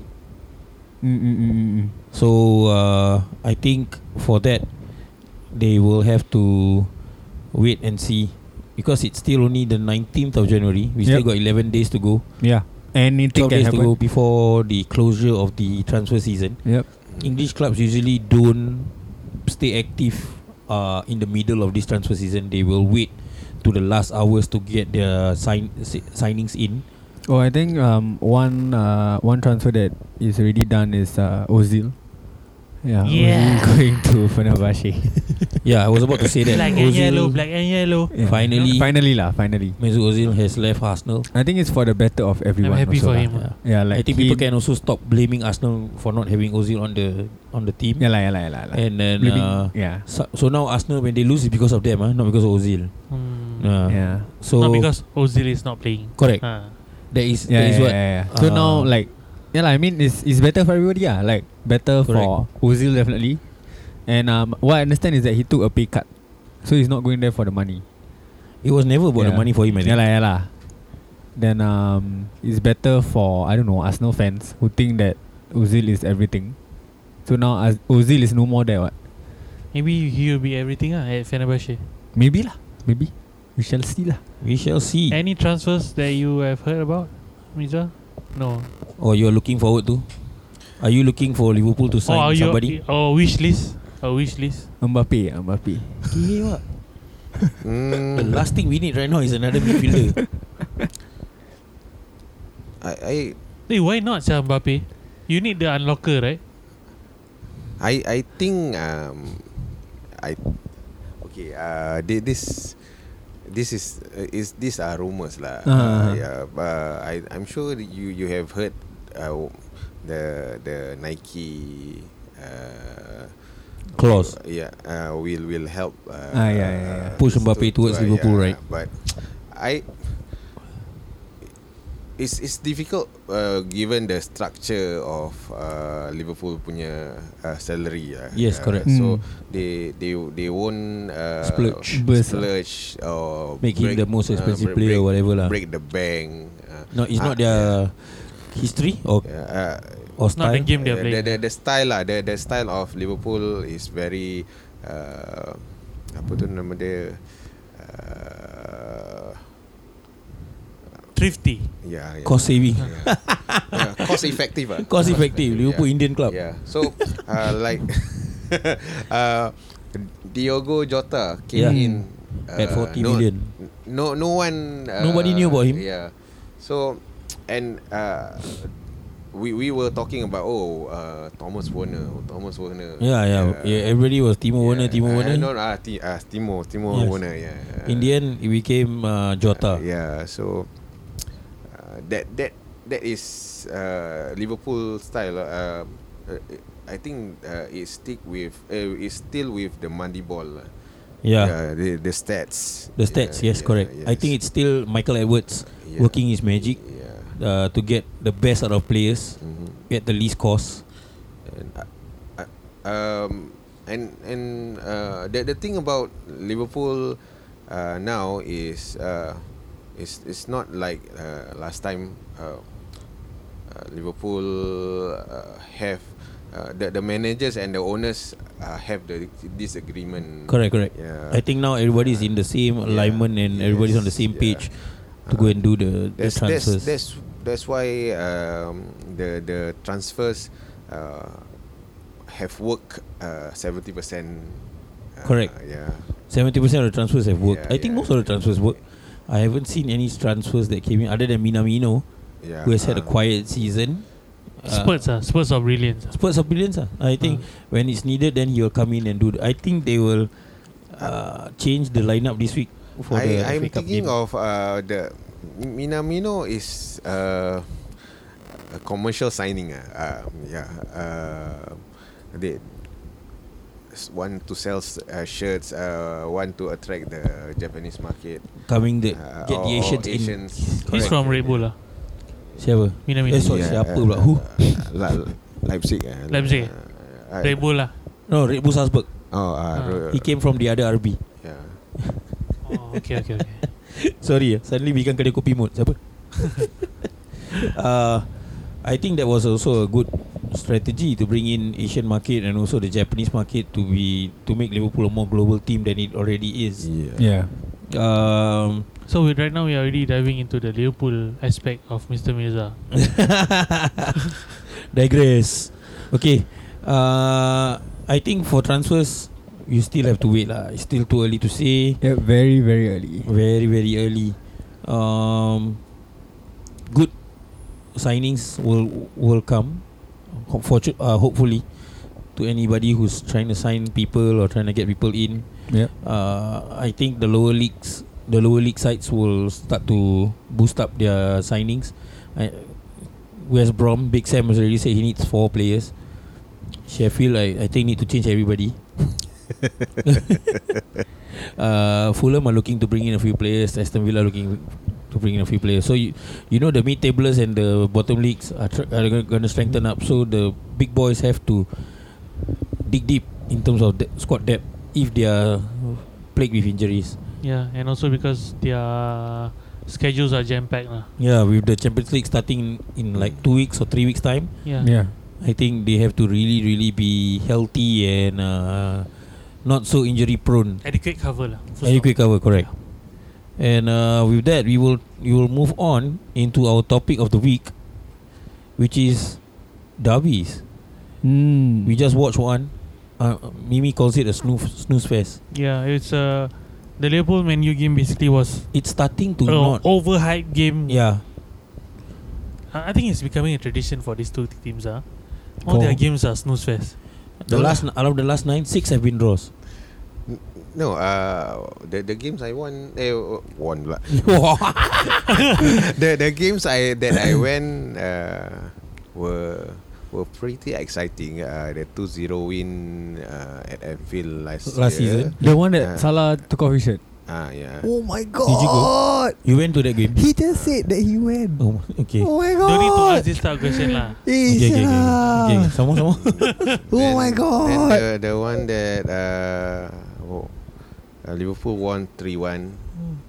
C: Mm, mm, mm, mm, mm.
A: So uh, I think for that they will have to wait and see because it's still only the 19th of January. We still
C: Yep.
A: got 11 days to go.
C: Yeah. Anything
A: 12
C: can
A: days to go
C: happen.
A: before the closure of the transfer season.
C: Yep.
A: English clubs usually don't stay active uh, in the middle of this transfer season. They will wait to the last hours to get their sign si- signings in.
C: Oh, I think um one uh one transfer that is already done is uh Ozil. Yeah.
B: Yeah.
C: Ozil going to <laughs> Fenerbahce.
A: yeah, I was about to say that.
B: Black and
A: Ozil,
B: yellow, black and yellow.
C: Yeah.
A: Finally.
C: Finally lah. Finally.
A: Mesut Ozil has left Arsenal.
C: I think it's for the better of everyone.
B: happy for
C: also lah.
B: him.
A: Yeah.
C: Yeah, like
A: I think
C: he-
A: people can also stop blaming Arsenal for not having Ozil on the on the team.
C: Yeah lah, yeah lah, yeah lah. yeah lah.
A: And then
C: Blaming-
A: uh,
C: yeah.
A: so, so now Arsenal when they lose it's because of them, ah, not because of Ozil.
B: Hmm.
A: Yeah.
C: yeah.
A: So
B: Not because Ozil is not playing.
A: correct.
B: Ah.
A: That is
C: Yeah,
A: that is
C: yeah,
A: what
C: yeah, yeah. So
A: uh,
C: now like yeah lah, I mean it's it's better for everybody ah. Like better for Ozil definitely. And um what I understand is that he took a pay cut. So he's not going there for the money.
A: it was never about the
C: Yeah.
A: money for him. I
C: Yeah
A: think.
C: lah, yeah lah. Then um, it's better for I don't know Arsenal fans who think that Ozil is everything. So now Az- Ozil is no more there. What?
B: Maybe he'll be everything ah, at Fenerbahce.
C: Maybe lah. Maybe. We shall see lah.
A: We shall see.
B: Any transfers that you have heard about, Mirza? No.
A: or Oh, you're looking forward to? Are you looking for Liverpool to
B: oh,
A: sign
B: are you,
A: somebody?
B: oh, wish list. Oh, wish list.
C: Mbappe, ah, Mbappe.
A: Gila. the
D: Mm,
A: last thing we need right now is another
B: <laughs>
A: midfielder.
D: I, I
B: Hey, why not, Sia Mbappe? You need the unlocker, right?
D: I I think um I okay uh thi- this this is uh, is these are rumors lah.
C: Ah.
D: yeah, but I I'm sure that you you have heard uh, the the Nike uh
A: Clause.
D: yeah uh, will will help uh,
C: Ah, yeah, yeah, yeah.
A: Push Mbappe towards Liverpool, right?
D: but I it's it's difficult uh, given the structure of uh, Liverpool punya uh, salary uh,
A: Yes,
D: uh,
A: correct.
D: so
C: Mm.
D: they they they won't uh,
A: Splurge.
C: Burst, uh.
D: splurge or
A: Make him the most expensive
D: break-
A: player or
D: break,
A: whatever lah.
D: break the bank uh,
A: No, it's
D: Ah,
A: not their history or
D: yeah, uh,
A: or
B: It's not
A: style.
B: the game they're
D: the, the,
B: playing.
D: the, the style lah the, the style of Liverpool is very uh, apa tu nama dia uh,
B: Thrifty.
D: yeah, yeah.
A: Cost saving.
D: yeah, cost effective ah.
A: <laughs> Cost effective. Liverpool Indian club.
D: yeah so uh, like <laughs> uh, Diogo Jota came
A: Yeah. Hmm.
D: in uh,
A: At 40
D: no,
A: million.
D: no no one uh,
A: Nobody knew about him.
D: yeah so and uh, we we were talking about oh uh, Thomas Werner Thomas Werner
A: Yeah, yeah, yeah. Everybody was Timo Werner, Timo
D: uh,
A: Werner.
D: No, no, ah, Ti- ah, Timo, Timo
A: Yes.
D: Werner. Yeah. yeah.
A: In the end, it became uh, Jota.
D: Yeah. So uh, that that that is uh, Liverpool style. Uh, uh, I think uh, it stick with uh, it's still with the money ball. lah.
A: Yeah.
D: the, the stats.
A: The stats,
D: Yeah,
A: yes,
D: yeah,
A: correct. I
D: yes.
A: think it's still Michael Edwards
D: Yeah.
A: working his magic
D: Yeah.
A: uh, to get the best out of players,
D: Mhm.
A: get the least cost.
D: And, uh, uh, um, and and uh, the the thing about Liverpool uh, now is uh, it's it's not like uh, last time. Uh, uh, Liverpool uh, have uh, the the managers and the owners uh, have the disagreement.
A: Correct, correct.
D: Yeah.
A: I think now everybody's in the same alignment and everybody's on the
D: yes,
A: same
D: yeah. Uh-huh.
A: page to go and do the, the
D: that's, that's
A: transfers.
D: that's that's why um, the the transfers uh, have worked uh, seventy percent. uh,
A: Correct.
D: Yeah.
A: 70% of the transfers have worked.
D: Yeah,
A: I think
D: yeah,
A: most of the
D: yeah.
A: transfers work. I haven't seen any transfers that came in other than Minamino,
D: Yeah.
A: who has had a
D: uh,
A: quiet season. Uh,
B: Spurs, ah, Spurs of brilliance.
A: Spurs of brilliance. ah. I think
D: Uh-huh.
A: when it's needed, then he will come in and do. The, I think they will uh, change the lineup this week for
D: I,
A: the
D: I'm
A: FA Cup game.
D: thinking of uh, the Minamino is uh, a commercial signing. Uh, uh, yeah. Uh, they s- want to sell s- uh, shirts, uh, want to attract the Japanese market.
A: coming the
D: Uh,
A: get the
D: or- or
A: Asians,
D: Asians.
A: in.
B: He's
D: Correct.
B: from Red Bull lah.
A: Siapa?
B: Minamino.
A: Eh, sorry,
D: Yeah,
A: siapa
D: uh,
A: pula?
D: <laughs>
A: Who?
D: La- Lah, Leipzig. Uh,
B: Leipzig.
D: Uh,
B: Red Bull Ah. lah.
A: No, Red Bull Salzburg.
D: Oh, uh, Ro- ya.
A: He came from the other RB.
D: Yeah.
B: Oh, okay, okay, okay.
A: Sorry, ah, suddenly become kedai kopi mode. Siapa? uh, I think that was also a good strategy to bring in Asian market and also the Japanese market to be to make Liverpool a more global team than it already is.
D: Yeah.
C: Yeah.
A: Um, <laughs>
B: So we, right now we are already diving into the Liverpool aspect of Mr. Mirza.
A: Digress. Okay. Uh, I think for transfers, you still have to wait lah. It's still too early to say.
C: yeah. Very very early.
A: Very very early. Um, good signings will will come. Fortu- uh, hopefully, to anybody who's trying to sign people or trying to get people in.
C: Yeah.
A: Uh, I think the lower leagues, the lower league sides will start to boost up their signings. I, West Brom, Big Sam has already said he needs four players. Sheffield, I, I think need to change everybody. uh, Fulham are looking to bring in a few players. Aston Villa looking to bring in a few players. So you, you know the mid tablers and the bottom leagues are, tr- are going to strengthen up. So the big boys have to dig deep in terms of the squad depth if they are plagued with injuries.
B: Yeah, and also because their schedules are lah. jam packed.
A: Yeah, with the Champions League starting in like two weeks or three weeks time,
B: Yeah.
C: Yeah.
A: I think they have to really, really be healthy and uh, not so injury prone.
B: Adequate cover. lah. first
A: Very
B: of all.
A: quick cover, correct. And uh, with that, we will we will move on into our topic of the week, which is derbies.
C: Mm.
A: We just watched one. Uh, Mimi calls it a snooze snooze fest.
B: Yeah, it's uh, the Liverpool menu game basically was
A: It's starting to
B: an
A: not.
B: overhyped game.
A: Yeah,
B: I I think it's becoming a tradition for these two teams. Ah, All
A: For-
B: their games are snooze fest.
A: the
D: No.
A: last out of the last nine, six have been draws.
D: No, uh, the the games I won, eh, won pula. <laughs> the the games I that
A: <coughs>
D: I went uh, were were pretty exciting. Uh, the 2-0 win uh, at Anfield last
A: Last
D: year.
A: season.
C: The one that
D: Yeah.
C: Salah took off his shirt.
D: Ah yeah.
C: Oh my god.
A: you go? you went to that game.
C: He just said that he went.
A: Oh, okay.
C: Oh my god.
B: Don't need to ask this type of question lah.
C: Eh,
A: Okay, okay, okay.
C: sialah.
A: okay. Sama sama.
C: Oh my
D: Then
C: god.
D: the the one that uh, oh, uh Liverpool won 3-1.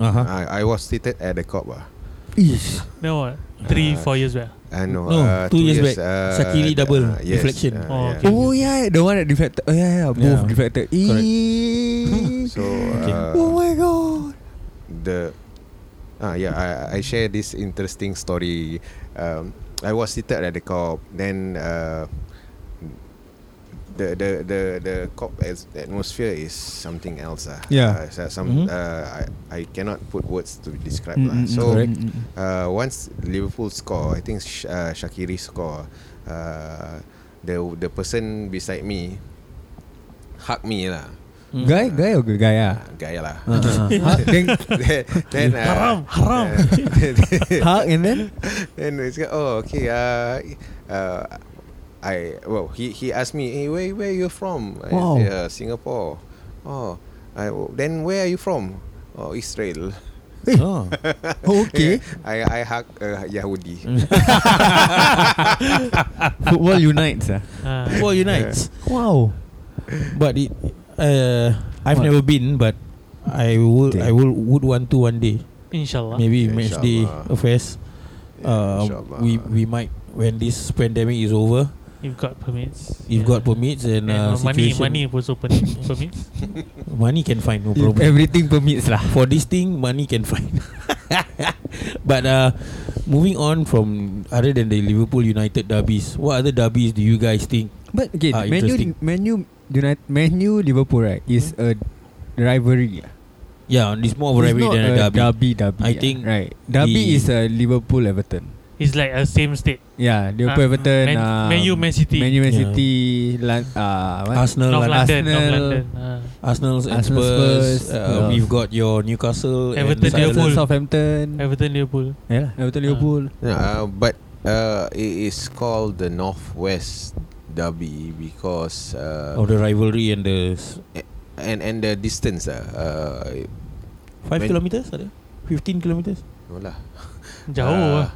A: Uh-huh.
D: I, I was seated at the cop ah.
C: Ish.
B: No, what? Three,
D: Uh,
B: four years back.
D: Uh, no,
A: No,
D: uh,
A: two
D: two
A: years
D: years,
A: back.
D: Uh,
A: Shaqiri
D: the-
A: double,
D: uh, yes,
A: deflection.
D: Uh,
B: Oh,
D: yeah.
B: okay.
C: Oh yeah, the one that deflected. Oh yeah, yeah, both
A: Yeah.
C: deflected.
A: Correct. <laughs>
C: Eesh.
D: So
A: Okay.
D: uh,
C: oh my god.
A: Mm,
D: the ah yeah I, I share this interesting story um, I was seated at the cop then uh, the the the the cop as atmosphere is something else ah
C: Yeah.
D: uh, so-
A: Mhm.
D: some uh, I I cannot put words to describe
C: Mm,
D: lah
C: mm, mm,
D: so
C: correct. Mm, mm,
D: uh, once Liverpool score I think Sh- uh, Shakiri score uh, the the person beside me hug me lah
C: mm. Guy, guy or girl? guy ah.
D: gaya lah
C: Uh,
A: Uh-huh.
C: uh, uh. Hug, then
D: <laughs> then uh,
B: Haram,
D: <laughs>
B: haram.
C: hug and then
D: Then it's like, oh okay. Uh, uh, I well he he asked me, hey where where you from? I
C: Wow.
D: say, uh, Singapore. Oh, I, then where are you from? Oh Israel.
A: <laughs> Oh. <laughs>
C: okay.
D: <laughs>
C: Mm.
D: I I hug uh, Yahudi.
C: Football
A: <laughs>
C: unites ah.
B: Ah.
A: Football unites.
C: Wow.
A: But it, uh, I've
C: What?
A: never been, but I would, I will, would want to one day.
B: Inshallah.
A: Maybe
D: Yeah,
A: match day
D: inshallah.
A: affairs.
D: Yeah,
A: Uh,
D: inshallah.
A: we we might when this pandemic is over,
B: You've got permits.
A: if
B: Yeah.
A: God permits and, uh,
B: And, uh, money,
A: situation-
B: money also permit-
A: <laughs>
B: permits.
A: money can find no
C: If
A: problem.
C: everything permits lah.
A: For this thing, money can find. <laughs> but uh, moving on from other than the Liverpool United derbies, what other derbies do you guys think?
C: But okay,
A: Ah, interesting. Hmm?
C: menu menu United menu Liverpool right is a rivalry. ah.
A: Yeah, it's more of a
C: It's
A: rivalry
C: not
A: than a derby.
C: derby, derby.
A: I
C: ah,
A: think
C: right. Derby
A: the-
C: is a Liverpool Everton.
B: It's like a same state.
C: Yeah, Liverpool
B: Ah,
C: Everton.
B: Man-
C: um,
B: Man U, Man City.
C: Man U, Man
A: Yeah.
C: City. Lan- ah, what?
A: Arsenal,
B: North
A: Lan-
B: London, North
C: Arsenal.
B: London. Ah.
A: Arsenal's and
C: Arsenal,
A: Spurs.
C: Spurs,
A: Uh,
C: yeah.
A: We've got your Newcastle,
B: Everton,
A: and Sunderland.
B: Liverpool.
C: Southampton.
B: Everton, Liverpool.
C: yeah, Everton Liverpool.
D: Yeah, uh, but uh, it is called the Northwest Derby because uh,
A: of Oh,
C: Oh,
A: the rivalry and the s-
D: and and the distance ah. Uh,
A: five
D: When-
A: kilometers, ada? fifteen kilometers.
D: no lah.
B: Jauh.
D: Uh,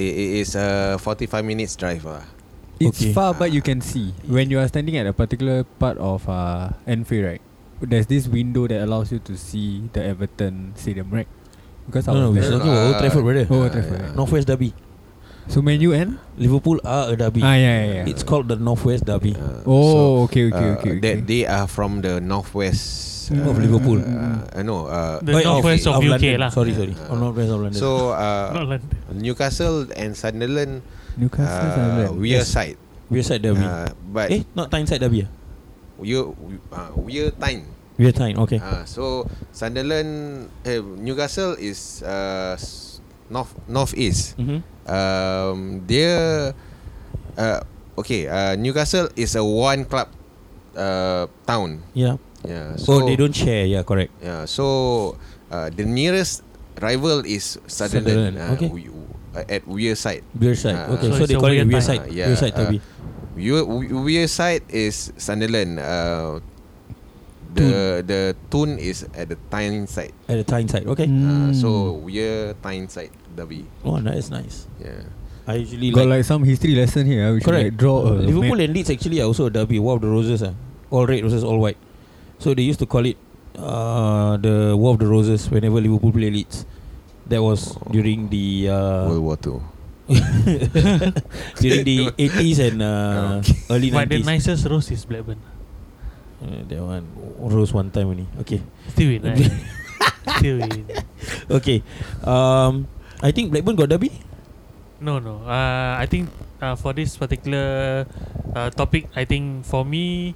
D: it, it is a 45 minutes drive ah.
C: It's
A: Okay.
C: far, but you can see when you are standing at a particular part of uh, Anfield, right? There's this window that allows you to see the Everton Stadium, right? Because I
A: No, no, we're
C: was there.
A: talking about Old Trafford, brother.
C: Old Trafford.
A: Northwest Derby.
C: So Man U and
A: Liverpool are a derby.
C: ah yeah yeah. yeah.
A: It's called the Northwest Derby
D: Uh,
C: oh okay okay
D: uh,
C: okay. okay.
D: That they are from the northwest
C: Mm.
A: of Liverpool.
D: Uh, uh, no, uh,
A: Eh,
B: The northwest of UK
A: London.
B: lah.
A: Sorry, sorry.
D: Yeah.
A: Of northwest of London.
B: Not
D: so uh,
B: London.
D: Newcastle and Sunderland,
C: Newcastle.
D: uh,
C: Sunderland.
A: Yes.
D: Weir side,
A: we're side derby.
D: uh, but
A: eh, not Tyneside derby. ah?
D: Weir uh, Weir time.
A: We're Tyne. Okay.
D: Uh, so Sunderland, eh, Newcastle is uh, s- north northeast.
A: mm-hmm.
D: Um, dia uh, okay. Uh, Newcastle is a one club uh, town.
A: Yeah.
D: Yeah.
A: So
D: So
A: Oh, they don't share. Yeah, correct.
D: Yeah. So uh, the nearest rival is Sunderland.
A: Sunderland,
D: uh,
A: okay.
D: we- uh, at Weir side.
A: We're side.
D: Ah.
A: okay,
B: So
A: so,
B: it's
A: they
B: a
A: call it we're
B: Weir Tyne.
A: side.
D: Ah, yeah,
A: we're side
D: ah.
A: derby.
D: Weir, Weir side is Sunderland. Uh, the the Toon is at the Tyne side.
A: At the Tyne side. Okay.
C: Mm.
D: Uh, so Weir Tyne side derby.
A: Oh, nice, nice.
D: Yeah.
A: I usually
C: got
A: like,
C: like some history lesson here. ah. We should
A: correct.
C: like draw a
A: Liverpool
C: map.
A: and Leeds actually are also a derby. War of the Roses. ah, All red roses, all white. So they used to call it uh, the War of the Roses whenever Liverpool play Leeds. That was during the <laughs> uh,
D: Oh. World War Two.
A: during the 80s and uh, early
B: But the
A: 90s.
B: nicest rose is Blackburn.
A: Uh, that one rose one time only. Okay.
B: Still win,
A: <laughs>
B: right? Still win.
A: Okay. Um, I think Blackburn got derby.
B: No, no. Uh, I think uh, for this particular uh, topic, I think for me,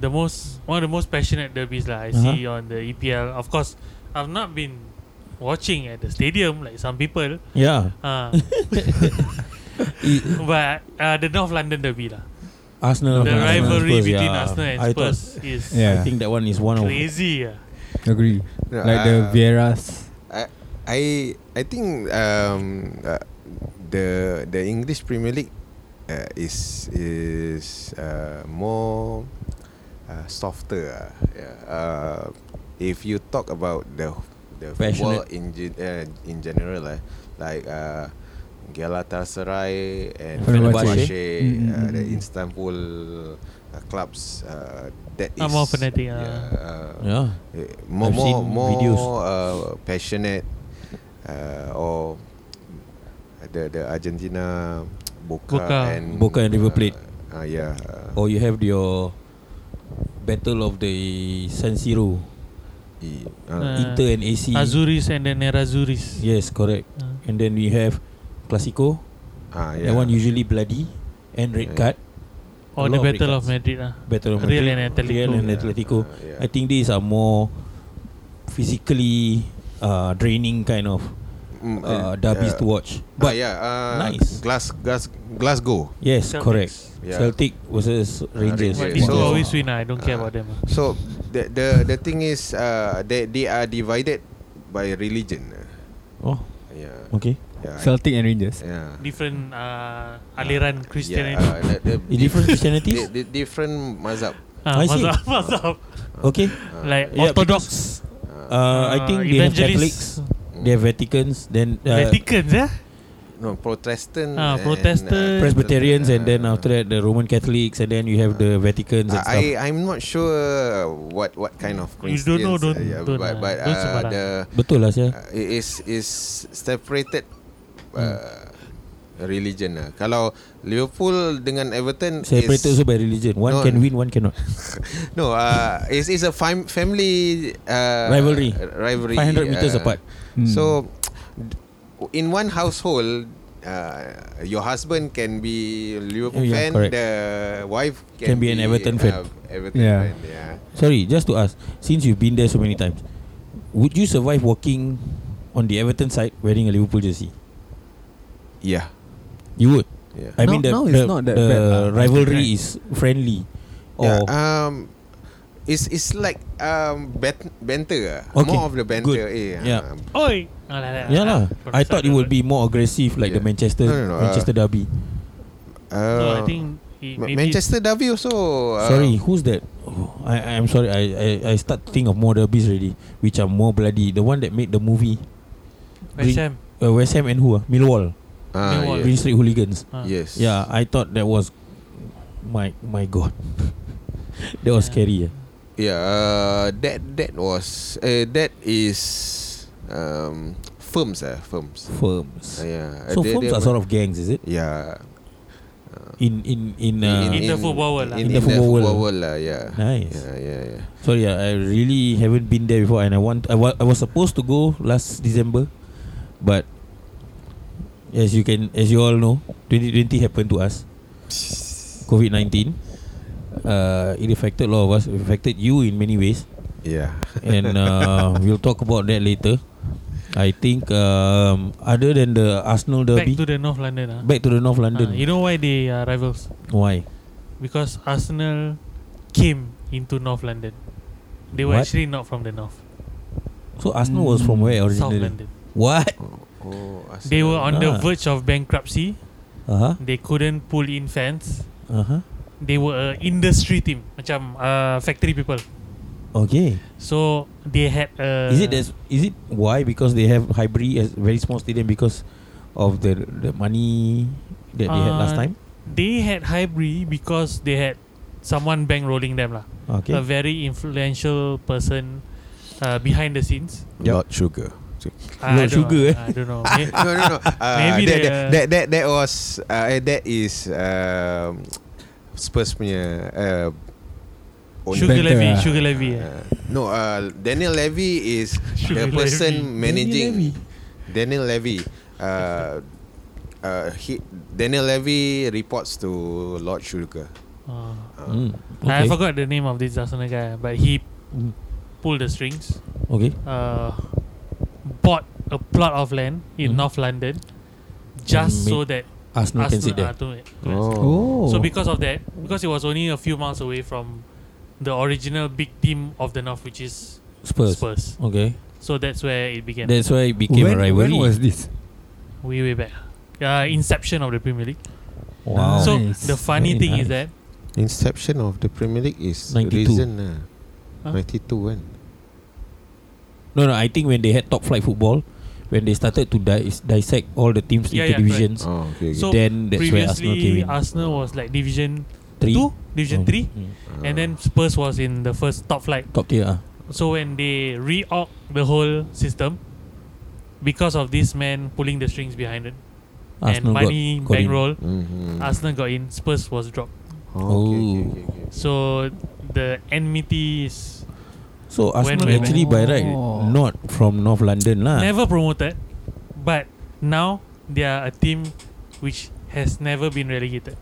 B: the most one of the most passionate derbies lah I
A: Uh-huh.
B: see on the EPL. Of course, I've not been watching at the stadium like some people.
A: <laughs> Yeah.
B: Uh, but uh, the North London derby lah.
A: Arsenal.
B: the
A: Arsenal and
B: rivalry
A: Spurs,
B: between
A: yeah.
B: Arsenal and
A: I thought- <laughs>
B: Spurs is
A: I
C: Yeah,
A: think that one is one of
B: crazy. ah.
C: agree.
D: No,
C: Like the
D: uh,
C: Vieras.
D: I I I think um, uh, the the English Premier League uh, is is uh, more uh, softer. Uh, yeah. uh, if you talk about the the football
A: Passionate.
D: in gen- uh, in general, uh, like uh, Galatasaray and
C: Fenerbahce.
D: Fenerbahce,
C: Mm, mm,
D: uh, the
C: mm, mm.
D: Istanbul uh, clubs, uh, that is
B: Ah, more fanatic, ah.
D: yeah, uh,
A: Yeah.
D: Eh,
A: I've
D: more more
A: seen
D: more
A: videos.
D: Uh, passionate uh, or the the Argentina Boca,
B: Boca.
D: and
A: Boca and River Plate.
D: Uh, uh, yeah. Uh,
A: Or Oh, you have your battle of the San Siro,
D: e-
B: Uh,
D: uh,
A: Inter and AC.
B: Azuris and then Nerazuris.
A: Yes, correct.
B: Uh,
A: And then we have Clasico.
D: ah,
A: That
D: yeah.
A: one usually bloody and red
D: Yeah.
A: card. A lot
B: or the
A: of
B: Battle of
A: records.
B: Madrid. ah.
A: Battle of
B: Real
A: Madrid,
B: and Atletico.
A: Real and
D: Yeah,
A: Atletico.
D: uh, yeah.
A: I think these are more physically uh, draining kind of uh,
D: Mm, and,
A: derbies to
D: uh,
A: watch.
D: But
A: But
D: yeah, uh,
A: nice.
D: Glass, glass, Glasgow.
A: yes,
B: Celtics.
A: correct.
D: Yeah. Ah,
A: Celtic versus Rangers.
B: But
D: Rangers.
B: these two
D: So-
B: always win. ah. I don't
A: Uh,
B: care
D: Ah.
B: about them. ah.
D: So the the the thing is, uh, they they are divided by religion. Uh,
A: Oh,
D: Yeah.
A: okay.
D: Yeah.
C: Celtic and Rangers.
D: yeah.
B: Different uh, aliran
D: Yeah,
B: Christianity.
D: uh, the, the,
A: In different
D: <laughs>
A: Christianities?
D: the, the different mazhab.
B: Ah,
A: I see.
B: mazhab- <laughs> mazhab.
D: Ah.
A: Okay.
B: Like
A: Yeah,
B: Orthodox.
D: Uh,
A: Uh, I think they have Catholics,
B: evangelists,
A: they have Vaticans, then uh,
B: Vaticans, yeah?
D: No, Protestant.
B: Ah,
D: and,
B: Protestant.
A: Presbyterians, and then
D: uh,
A: after that the Roman Catholics, and then you have the Vaticans and stuff.
D: Ah. I I'm not sure what what kind of
B: You don't know,
D: Christians,
B: don't-
D: uh, yeah,
B: don't, uh,
D: but but
B: don't
D: uh,
B: sembarang.
D: the
A: Betul lah, saya.
D: uh, it is is separated
A: Hmm.
D: uh, religion lah. Kalau Liverpool dengan Everton
A: Separated
D: is
A: also by religion. One
D: No.
A: can win, one cannot.
D: no uh, is is a fam- family uh,
A: Rivalry.
D: rivalry
A: 500 meters
D: uh,
A: apart.
C: Hmm.
D: So, in one household, uh, your husband can be Liverpool
A: Yeah,
D: fan,
A: correct.
D: the wife
A: Can
D: can,
A: be an Everton fan.
D: Uh, Everton
C: Yeah.
D: fan, yeah.
A: Sorry, just to ask, since you've been there so many times, would you survive walking on the Everton side wearing a Liverpool jersey?
D: Yeah.
A: You would.
D: Yeah.
A: I
C: Now-
A: mean, the,
C: now
A: the,
C: it's not that
A: the
C: bad Ah, lah.
A: rivalry is friendly. Or
D: yeah. Um, it's it's like um bet- banter. ah.
A: Okay,
D: More of the banter.
A: good.
D: Eh,
A: Yeah.
D: ah.
B: Oi! Ah, like that,
A: yeah lah.
B: ah. From
A: I
B: the
A: thought
B: side
A: it would
B: of the-
A: be more aggressive like
D: Yeah.
A: the Manchester
D: No, no, no, uh,
A: Manchester derby.
D: Uh,
B: No, I think it
D: Ma-
B: maybe
D: Manchester Derby also. Uh,
A: sorry, who's that? Oh, I I'm sorry. I, I I start to think of more derbies already, which are more bloody. The one that made the movie
B: West
A: Green-
B: Ham.
A: uh, West Ham and who? ah? Millwall,
D: Ah,
B: Millwall.
A: Green
D: yes.
A: Street Hooligans.
B: Ah.
D: yes.
A: Yeah, I thought that was my my god. <laughs> that was
B: Yeah.
A: scary. ah. Yeah.
D: Yeah, uh, that that was uh, that is um, firms uh, firms.
A: Firms.
D: Uh, yeah.
A: So firms are sort of gangs, is it?
D: yeah. Uh,
A: In in in. Uh,
B: In the football world lah.
D: In,
A: In
D: in the
A: the football
D: football
A: world.
D: world lah, yeah.
A: Nice.
D: Yeah, yeah, yeah.
A: Sorry, uh, I really haven't been there before, and I want. I, wa- I was supposed to go last December, but as you can, as you all know, 2020 happened to us. COVID 19. Uh, it affected a lot of us. It affected you in many ways,
D: Yeah.
A: and uh, <laughs> we'll talk about that later. I think um, other than the Arsenal
B: Back
A: derby,
B: to the North London. ah.
A: back to the North
B: Ah,
A: London.
B: you know why they are rivals?
A: Why?
B: Because Arsenal came into North London. They were
A: What?
B: actually not from the north,
A: So Arsenal was from where
B: Mm, South
A: originally?
B: London.
A: What?
D: oh,
B: They were on
A: Ah.
B: the verge of bankruptcy.
A: Uh huh.
B: They couldn't pull in fans.
A: Uh huh.
B: They were a industry team, macam uh, factory people.
A: Okay.
B: So they had a
A: Is it as is it why because they have Highbury as very small stadium because of the the money that they had last
B: Uh,
A: time?
B: they had Highbury because they had someone bankrolling them lah.
A: Okay.
B: A very influential person uh, behind the scenes.
A: Yup.
D: Lot sugar.
B: Uh, I
A: Lord
B: don't know,
A: Sugar, eh?
B: I
A: <laughs>
B: don't know. May-
D: <laughs> no,
B: <laughs>
D: no, no. Uh,
B: Maybe they,
D: that, that,
B: uh,
D: that, that, that was uh, eh, that is um, Spurs punya uh,
B: Sugar
C: Banter,
B: Levy,
C: ah.
B: Sugar Levy. eh.
D: Uh, no, uh, Daniel Levy is
B: Sugar
D: the person
B: Levy.
D: managing Daniel Levy. Uh, uh, he, Daniel Levy reports to Lord Sugar.
B: Ah.
A: Mm,
B: I
A: okay.
B: forgot the name of this Arsenal guy, but he
A: Mm.
B: pulled the strings,
A: Okay.
B: uh, bought a plot of land in
A: Mhm.
B: North London, just
A: And
B: so that
A: Arsenal can sit
B: Arsenal
A: there.
B: are to-
C: Oh.
B: So because of that, because it was only a few miles away from the original big team of the North, which is
A: Spurs.
B: uh, Spurs.
A: Okay.
B: So that's where it began.
A: That's why it became
C: when,
A: a rivalry.
C: when was this?
B: way way back. Uh, inception of the Premier League.
A: wow.
B: So
C: Nice.
B: the funny
A: Oh, Very
B: thing
A: nice.
B: is that
D: Inception of the Premier League is
A: 92.
D: recent lah.
B: Huh?
D: 92 kan.
A: no, no. I think when they had top flight football, when they started to di- dissect all the teams
B: Yeah,
A: into
B: yeah, correct.
A: divisions,
D: Oh, okay. okay.
B: So
A: then that's where Arsenal came
B: previously
A: in.
B: Arsenal was like Division
A: three.
B: Two, Division
A: Mm,
B: Three,
A: mm.
D: Ah.
B: and then Spurs was in the first top flight.
A: Top tier. ah.
B: So when they reorg the whole system, because of this man pulling the strings behind it
A: Arsenal
B: and money
A: got, got in.
B: bankroll,
D: Mhm.
B: Arsenal got in. Spurs was dropped.
D: Oh, okay, okay, okay, okay.
B: So the enmity is
A: So
B: When
A: Arsenal
B: we went.
A: actually by right
C: Oh.
A: not from North London lah.
B: never promoted, but now they are a team which has never been relegated.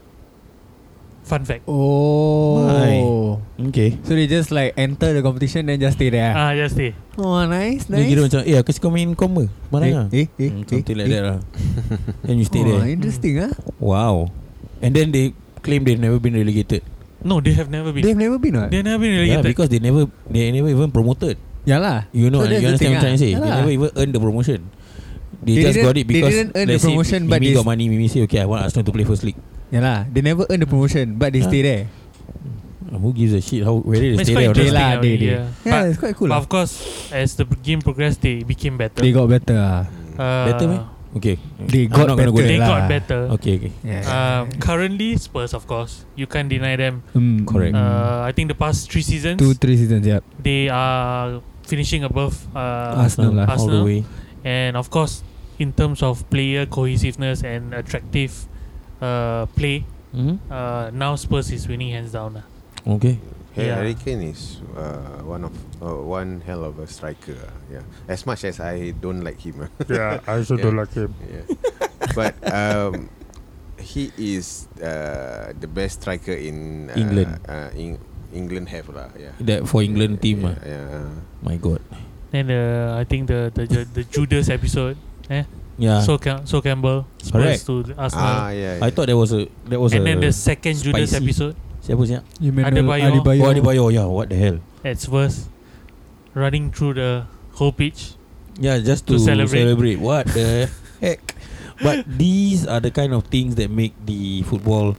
B: Fun fact.
C: Oh.
A: Okay.
C: So they just like enter the competition then just stay there.
B: Ah, just stay.
C: oh, nice,
A: Dia kira macam Eh aku suka main comba Barang lah
C: eh, eh,
A: Hmm, Something
C: eh,
A: like that lah And you stay
C: <laughs> oh,
A: there
C: Interesting ah.
A: Wow And then they Claim they've never been relegated
B: No, they have never been.
C: They've never been what?
B: They've never been
A: Yeah
B: relegated.
A: because they never They never even promoted
C: Yeah lah.
A: You know
C: So that's
A: You
C: the
A: understand what
C: thing
A: I'm trying to say
C: ah.
A: They
C: Yeah
A: never
C: lah.
A: even earn the promotion They,
C: They
A: just
C: didn't-
A: got it
C: they
A: because
C: didn't earn the
A: let's say
C: promotion, but
A: Mimi
C: they
A: got
C: s-
A: money Mimi say okay I want Arsenal to play first league
C: Yeah lah. They never earn the promotion, but they
A: Ah.
C: stay there.
A: Who gives a shit how Whether they
B: It's
A: stay
B: quite
A: there or
B: interesting.
A: not
C: lah,
B: already,
C: they-
B: yeah.
C: Yeah,
B: But-
C: it's quite cool
B: But
A: ah.
C: lah.
B: of course, as the game progressed, they became better.
C: They got better ah.
B: uh,
A: Better meh? Okay
C: They
A: I'm
C: got
A: not gonna go
C: better
B: They
A: there.
C: lah.
B: got better.
A: Okay okay
C: Yeah.
B: Um, currently, Spurs, of course, you can't deny them.
C: Mm,
A: correct.
C: mm.
B: Uh, I think the past three seasons,
C: Two, three seasons, yeah.
B: they are finishing above uh,
A: Arsenal lah All the
B: Arsenal.
A: way
B: and of course, in terms of player cohesiveness and attractive uh, play,
A: Mhm.
B: uh, now Spurs is winning hands down. lah.
A: Okay
D: Hey,
B: Yeah.
D: Harry Kane is uh, one of uh, one hell of a striker. ah. yeah, as much as I don't like him. ah.
E: Yeah, I also
D: don't
E: like him.
D: <laughs> yeah, but um, he is uh, the best striker in uh,
A: England.
D: Uh, in England have lah. Yeah.
A: That for England team ah.
D: Yeah. yeah.
A: My god
B: And uh, I think the the, the,
A: <laughs>
B: the Judas episode,
A: Yeah
B: so Cam- so Campbell
A: Ah.
B: Spurs
A: Correct.
B: to
D: Ah,
B: Arsenal,
D: yeah, yeah.
A: I thought there was a That was a
B: and then the second Judas
A: spicy.
B: episode
A: Siapa siapa
C: Emmanuel
B: Adebayor.
A: Oh Adebayor yeah what the hell
B: at Spurs, running through the whole pitch.
A: Yeah, just to,
B: To celebrate.
A: celebrate. What the <laughs> heck? But these are the kind of things that make the football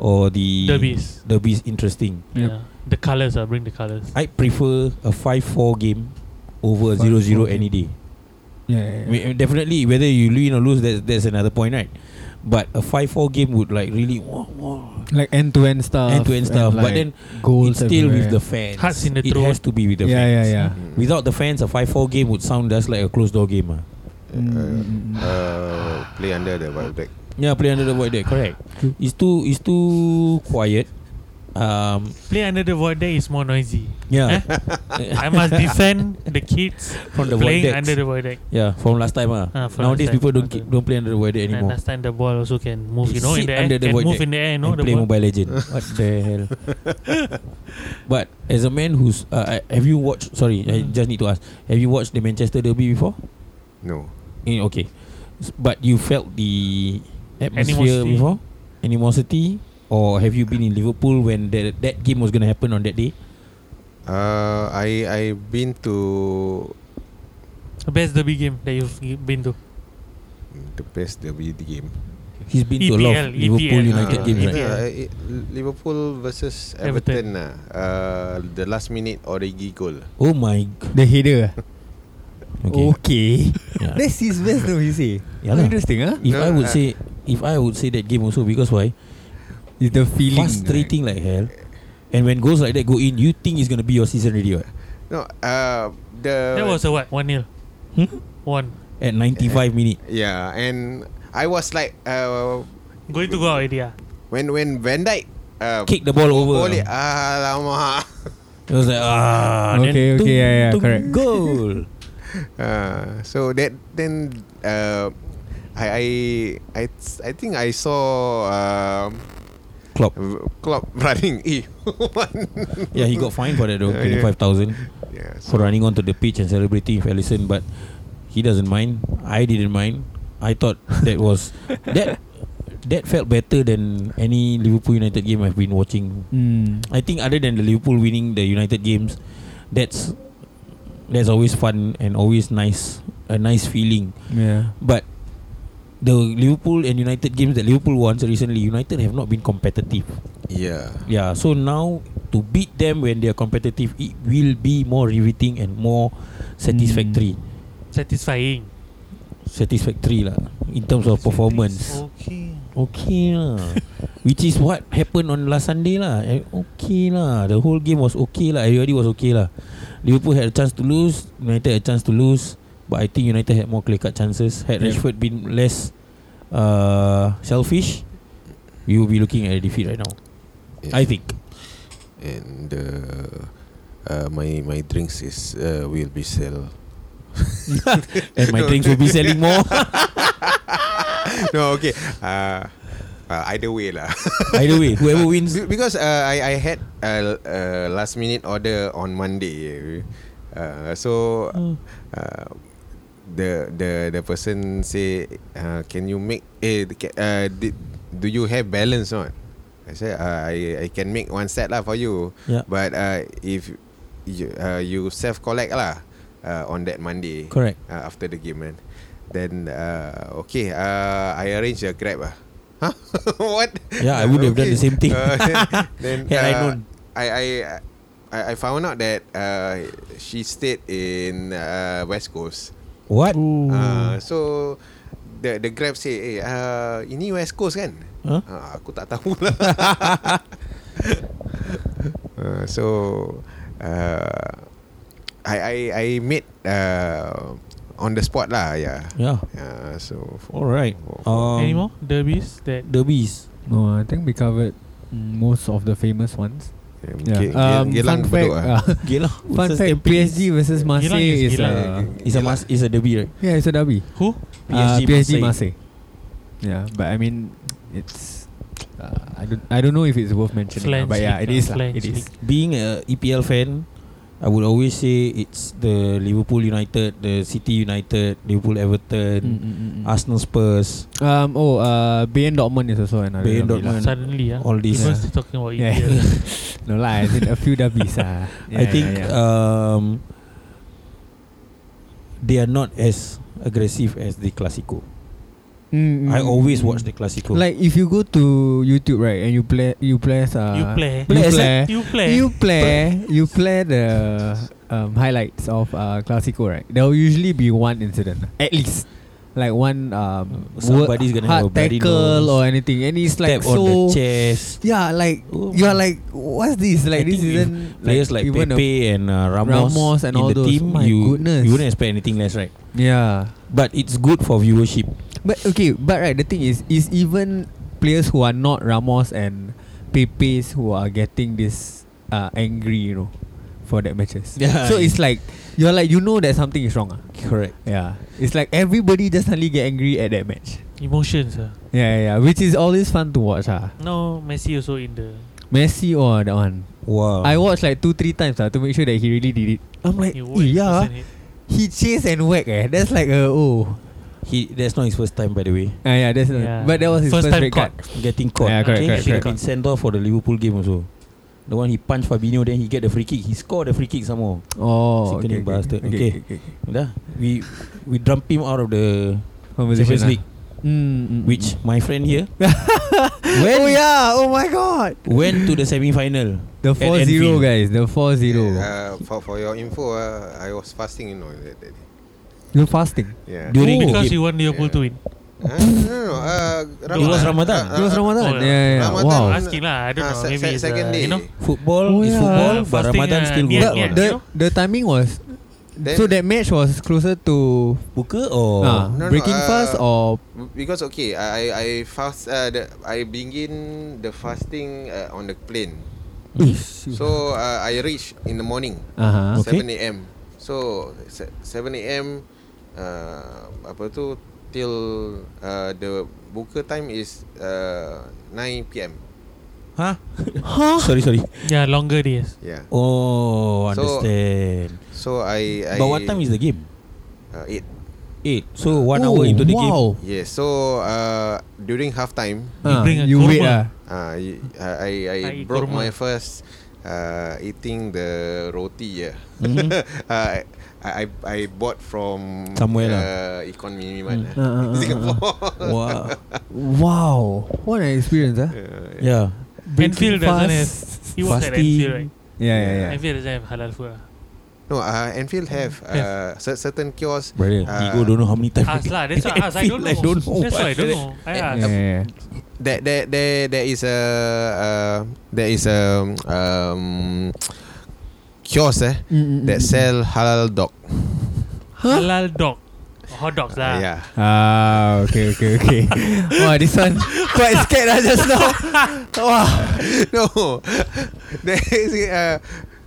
A: or the
B: Derbies.
A: derbies interesting.
C: Yep.
B: Yeah, the colors. Uh, bring the colors.
A: I prefer a 5-4 game over a 0-0
C: 5-4
A: any day. I
C: Yeah, yeah, yeah.
A: mean, Definitely, whether you win or lose, that's, that's another point, right? But a 5-4 game would like really wah, wah,
C: Like end to end stuff.
A: end-to-end
C: and
A: stuff. but
C: like
A: then
C: goals
A: it's still with the
C: everywhere.
A: fans.
B: Hearts in the
A: it
B: throat.
A: has to be with the
C: Yeah,
A: fans.
C: yeah, yeah.
D: Mm.
A: Without the fans, a 5-4 game would sound just like a closed door game. ah.
D: yeah.
C: Mm, mm,
D: uh, uh, play under the white black.
A: Yeah, Ya, play under the void deck. Correct.
C: True.
A: It's too it's too quiet. Um,
B: Play under the void deck is more noisy.
A: yeah,
B: Eh?
A: <laughs>
B: I must defend the kids
A: From the void
B: playing
A: decks.
B: under the void deck.
A: yeah. From last time, ah.
B: Ah, from
A: Nowadays
B: last time.
A: people don't ki-
B: Okay.
A: don't play under the void deck
B: And
A: anymore.
B: last time the ball also can move,
A: They
B: you know, in
A: sit
B: the air.
A: under the
B: can
A: void
B: move
A: deck
B: in the air, you know,
A: and
B: the
A: play
B: ball.
A: Mobile Legend.
B: <laughs>
A: what the hell? But as a man who's uh, I- have you watched? Sorry, I
B: Mm.
A: just need to ask. Have you watched the Manchester Derby before?
D: No.
A: Eh, okay, S- but you felt the atmosphere
B: Animosity.
A: before animosity, or have you been in Liverpool when that that game was gonna happen on that day?
D: Uh, I I been to
B: The best derby game that you've been to.
D: mm, the best derby game.
A: He's been to a lot of
B: EPL,
C: E
A: Liverpool
B: EPL.
A: United
D: Ah,
A: games, right?
D: yeah, eh, Liverpool versus
B: Everton.
D: Everton. lah. Uh, the last minute Origi goal.
A: Oh my.
C: The header.
A: Okay.
C: Oh. okay. <laughs>
A: Yeah.
C: That's his best though, you see.
A: Yeah
C: Oh,
A: lah.
C: Interesting, huh?
A: If
D: No,
A: I would
D: uh,
A: say, if I would say that game also because why?
C: It's the feeling.
A: Frustrating like hell. And when goals like that go in, you think it's gonna be your season already, what?
D: No. Uh, the
B: That was a what? 1 0.
A: Hmm?
B: One.
A: At 95 minute.
D: yeah, and I was like uh,
B: Going to go out already. ah.
D: when when Van Dijk uh,
A: Kick the ball over.
D: Boleh
A: It
D: Alamak <laughs>
A: was like ah. then
C: Okay, okay,
A: tung,
C: yeah, yeah,
A: tung,
C: correct.
A: Goal.
D: uh, So that Then uh, I, I I I think I saw um,
A: Klopp.
D: Klopp running
A: <laughs>
D: Eh
A: Yeah, he got fined for that though,
D: Yeah, yeah.
A: twenty five thousand
D: yeah,
A: for
D: so,
A: running onto the pitch and celebrating with Alisson, but he doesn't mind. I didn't mind. I thought that was <laughs> that that felt better than any Liverpool United game I've been watching
C: Mm.
A: I think other than the Liverpool winning the United games, that's that's always fun and always nice, a nice feeling.
C: Yeah.
A: But the Liverpool and United games that Liverpool won recently, United have not been competitive.
D: Yeah
A: Yeah, so now to beat them when they are competitive, it will be more riveting and more satisfactory,
B: Satisfying.
A: satisfactory lah in terms of performance.
B: Okay.
A: Okay lah <laughs> Which is what happened on last Sunday lah Eh, Okay lah The whole game was okay lah Everybody was okay lah Liverpool had a chance to lose United had a chance to lose But I think United had more clear cut chances Had
C: Yeah.
A: Rashford been less uh, Selfish We will be looking at a defeat right now
D: yeah.
A: I think <laughs>
D: And uh, uh, My my drinks is uh, Will be sell <laughs>
A: And my drinks will be selling more
D: No okay uh, uh, Either way lah <laughs>
A: Either way Whoever
B: <laughs>
A: wins
D: Be- because uh, I I had a, a last minute order on Monday, uh, so uh, the the the person say, uh, can you make eh, ca- uh, di- do you have balance on? I said uh, I I can make one set lah for you,
A: Yeah.
D: but uh, if you uh, you self collect lah uh, on that Monday
A: Correct
D: uh, after the game man. Then uh, okay, uh, I arrange a grab ah. <laughs> Huh? what?
A: Yeah, I would have done the same thing.
D: Uh, <laughs> then
A: <laughs> Had I
D: uh,
A: known.
D: I I I I found out that uh, she stayed in uh, West Coast.
A: What? Ah.
D: Uh, so the the grab say, eh, uh, ini West Coast kan?
A: Huh?
D: Uh, aku tak tahu
C: <laughs>
D: lah. uh, so uh, I I I made uh, on the spot lah, yeah.
A: Yeah
D: Yeah, so for,
A: Alright
C: Uh,
A: um,
B: Any more derbies that
A: Derbies
C: No, I think we covered mm, most of the famous ones. Yeah.
D: Ge- ge-
C: um,
D: Gelang
C: fun fact,
D: Bedok ah.
C: uh, <laughs>
A: Gila
C: fun fact
B: Uh,
C: PSG versus
B: Geylang
C: Marseille
B: is
C: is,
B: Geylang.
C: uh,
A: It's a must It's a derby right
C: yeah, it's a derby.
B: who?
C: Uh,
A: PSG
C: PSG
A: Marseille.
C: Marseille. Yeah, but I mean, it's uh, I don't I don't know if it's worth mentioning, lah,
B: Flange
C: but yeah, it
B: league,
C: is
B: uh,
C: lah. It
B: Flange
C: is.
B: league.
A: being a EPL fan, I would always say it's the Liverpool United, the City United, Liverpool
C: Mm,
A: Everton,
C: mm, mm, mm.
A: Arsenal Spurs.
C: Um. Oh. Uh. Bayern Dortmund is also another.
A: Bayern
C: derby
A: Dortmund.
C: lah.
B: Suddenly, ah.
A: all these,
B: People
A: ah.
B: still talking about
C: Yeah.
B: EPL.
C: <laughs>
A: <laughs>
C: no lah. I mean a few derbies ah.
A: I think Um, they are not as aggressive as the Clasico.
C: Mm, mm,
A: I
C: mm,
A: always
C: mm.
A: watch the Clasico.
C: Like if you go to YouTube right and you play you play uh,
B: You play.
C: you
A: Play,
C: play
B: You play.
C: you play you play the um, highlights of uh, Clasico right there will usually be one incident at least like one um, wo-
A: Somebody's gonna have
C: hard
A: a bloody
C: tackle
A: nose.
C: or anything and it's like
A: Tap on
C: so
A: the chest.
C: yeah like
A: Oh.
C: you are like what's this like
A: I
C: this
A: think if
C: isn't
A: Players like,
C: even a-
A: Pepe and uh, Ramos,
C: Ramos and
A: in
C: all
A: the
C: those.
A: team,
C: My
A: you
C: goodness.
A: you wouldn't expect anything less, right?
C: yeah
A: but it's good for viewership.
C: But okay, but right, the thing is, is even players who are not Ramos and Pepe's who are getting this uh, angry, you know, for that matches.
A: Yeah.
C: So it's like you're like you know that something is wrong. ah.
A: Correct.
C: Yeah. It's like everybody just suddenly get angry at that match.
B: Emotions. ah.
C: Yeah, yeah, yeah. Which is always fun to watch. Ah,
B: Now Messi also in the.
C: Messi or that one.
A: Wow.
C: I watched like two, three times ah, to make sure that he really did it. I'm like,
B: he
C: "Eh,
B: worked,
C: yeah,
B: wasn't it?
C: he chased and whack. Eh. That's like a oh.
A: he that's not his first time by the way.
C: Ah, yeah, that's
B: Yeah.
C: but that was his first,
B: First time
C: red card.
A: Getting caught.
C: Yeah, correct,
A: He
C: correct,
A: should have been
C: correct.
A: sent off for the Liverpool game also. The one he punched Fabinho, then he get the free kick. He scored the free kick some more.
C: Oh, okay,
A: Sickening bastard. Okay.
C: okay, okay.
A: Dah. We we dump him out of the Champions
C: ah.
A: League,
C: Mm, mm,
A: which my friend here
C: mm. oh yeah, oh my god.
A: went to the semi-final.
C: The
A: At
C: 4
A: Anfield.
C: 0 guys, the 4 0.
D: Uh, for, for your info, uh, I was fasting, you know. That, that day.
C: You're fasting.
D: Yeah.
A: During the
B: Because
A: game.
B: you want Liverpool to win.
D: Huh? no, no, no. Uh,
A: It was Ramadan.
C: It was Ramadan.
B: Oh,
C: yeah, yeah, yeah.
D: Ramadan.
C: Wow.
B: I'm asking lah. I don't
D: Ah,
B: know.
D: se-
B: Maybe
D: se-
B: it's,
D: second
B: uh,
D: day.
B: you know.
A: Football
C: Oh,
A: is
C: yeah.
A: football, but
B: Fasting,
A: Ramadan
B: uh,
A: still
B: niat,
A: goes
C: But
A: on.
B: niat,
A: ah.
C: the,
B: you know?
C: the timing was.
D: Then-
C: so that match was closer to
A: Buka or
C: ah,
D: No, no,
C: breaking
D: uh,
C: fast or.
D: Because okay, I I I fast. Uh, the, I begin the fasting uh, on the plane. So uh, I reach in the morning,
C: Uh huh.
A: Hmm. Okay.
D: 7 a.m. So se- 7 a.m. Uh, apa tu till uh, the buka time is uh, 9 p.m.
A: Huh? sorry, sorry.
B: Yeah, longer days.
D: Yeah.
A: Oh,
D: So-
A: understand.
D: So I, I
A: but what time is the game?
D: uh, eight?
A: Eight. So one hour into the <laughs> game.
C: Oh, wow.
D: Yeah. So uh, during half time,
C: Ah,
B: bring a
C: you wait
B: korma.
C: ah.
D: Uh, I, I, I
B: I eat
D: broke
B: kurma.
D: my first uh, eating the roti. Yeah.
A: Mm-hmm.
D: <laughs> uh, I, I I bought from
A: Somewhere lah.
D: uh, Econ Mini Mart.
C: Ah, ah, ah,
D: <laughs> Singapore.
A: Wow.
C: Wow. What an experience ah.
A: yeah.
B: Enfield doesn't have. He works at
A: Fasting.
B: Enfield, right?
C: Yeah, yeah, yeah.
B: Enfield doesn't have halal food. ah.
D: No, uh, Enfield have uh, cer- certain kiosks.
A: Brother,
D: Uh,
A: Diego don't know how many times.
B: Ask lah. That's why
A: <laughs>
B: I ask. I don't know.
A: I don't know.
B: That's why I don't know. I
C: Yeah,
B: ask.
C: yeah, yeah.
D: There, there, there, there is a uh, there is a um, kiosk eh,
C: Mm, mm, mm,
D: that
C: mm.
D: sell halal dog.
B: Halal dog. Hot dogs lah.
D: Uh, yeah. <laughs>
C: Ah, okay, okay, <laughs> okay. wow, this <laughs> one quite scared ah just <laughs> now. wow.
D: no, <laughs> there is uh,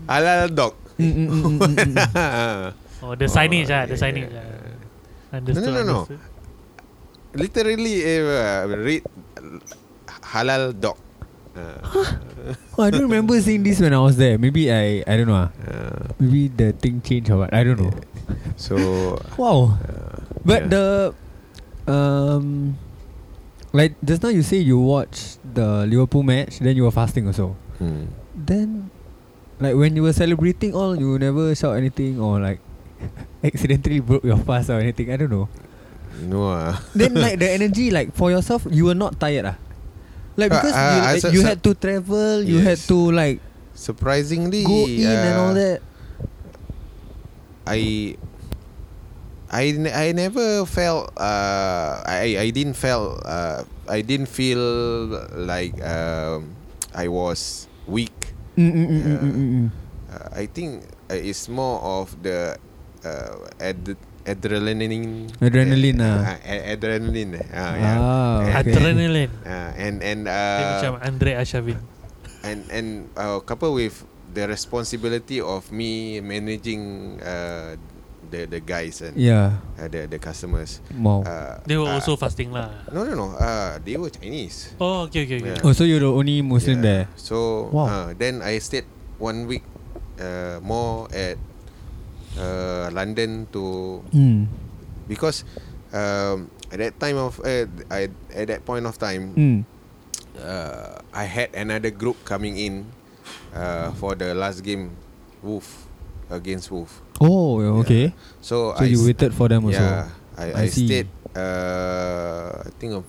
D: halal dog.
C: Mm, mm, mm, mm, mm, mm.
B: Oh, the signage
D: Oh,
B: ah, the
D: yeah,
B: signage
D: yeah.
B: ah. Understood.
D: No, no, no, no.
B: understood.
D: <laughs> Literally, uh, read halal dog.
C: <laughs>
D: Uh,
C: Oh, I don't remember seeing this when I was there. Maybe I, I don't know. ah.
D: uh,
C: Maybe the thing changed or what. I don't know.
D: so,
C: Wow.
D: uh,
C: But
D: yeah.
C: the, um, like just now you say you watched the Liverpool match, then you were fasting also.
D: <laughs> Hmm.
C: Then, like when you were celebrating all, you never shout anything or like <laughs> accidentally broke your fast or anything. I don't know.
D: no, uh,
C: then like the energy like for yourself you were not tired ah like
D: Uh,
C: because
D: uh,
C: you,
D: I
C: like,
D: su-
C: you
D: su-
C: had to travel you had
D: Yes.
C: to like
D: <laughs> surprisingly,
C: go in and all
D: uh,
C: that
D: I I, ne- I never felt uh, I I didn't felt uh, I didn't feel like um, I was weak.
C: mm, mm, mm, mm, mm,
D: yeah.
C: mm, mm.
D: Uh, I think uh, it's more of the uh, ad- adrenaline.
C: Adrenaline, ah.
D: Uh, a- adrenaline. Uh, yeah.
C: ah
D: Yeah.
C: okay.
B: Adrenaline.
D: Uh, and and
B: Dia macam
D: uh,
B: Andre Ashavin.
D: and and uh, coupled with the responsibility of me managing uh, the the guys and
C: yeah
D: uh, the the customers.
C: wow
D: Uh,
B: They were
D: uh,
B: also fasting lah.
D: no no no. Uh, they were Chinese.
B: Oh, okay, okay, okay.
D: Yeah.
C: oh so you're the only Muslim there
D: Yeah. So
C: Wow.
D: uh, then I stayed one week uh, more at uh, London to
C: mm.
D: because um, at that time of uh, I, at that point of time
C: Mm.
D: uh, I had another group coming in uh, for the last game Wolf against Wolf.
C: oh yeah, okay
D: So,
C: so
D: I
C: you
D: s-
C: waited for them also
D: Yeah, I,
C: I
D: I,
C: see.
D: stayed uh, I think of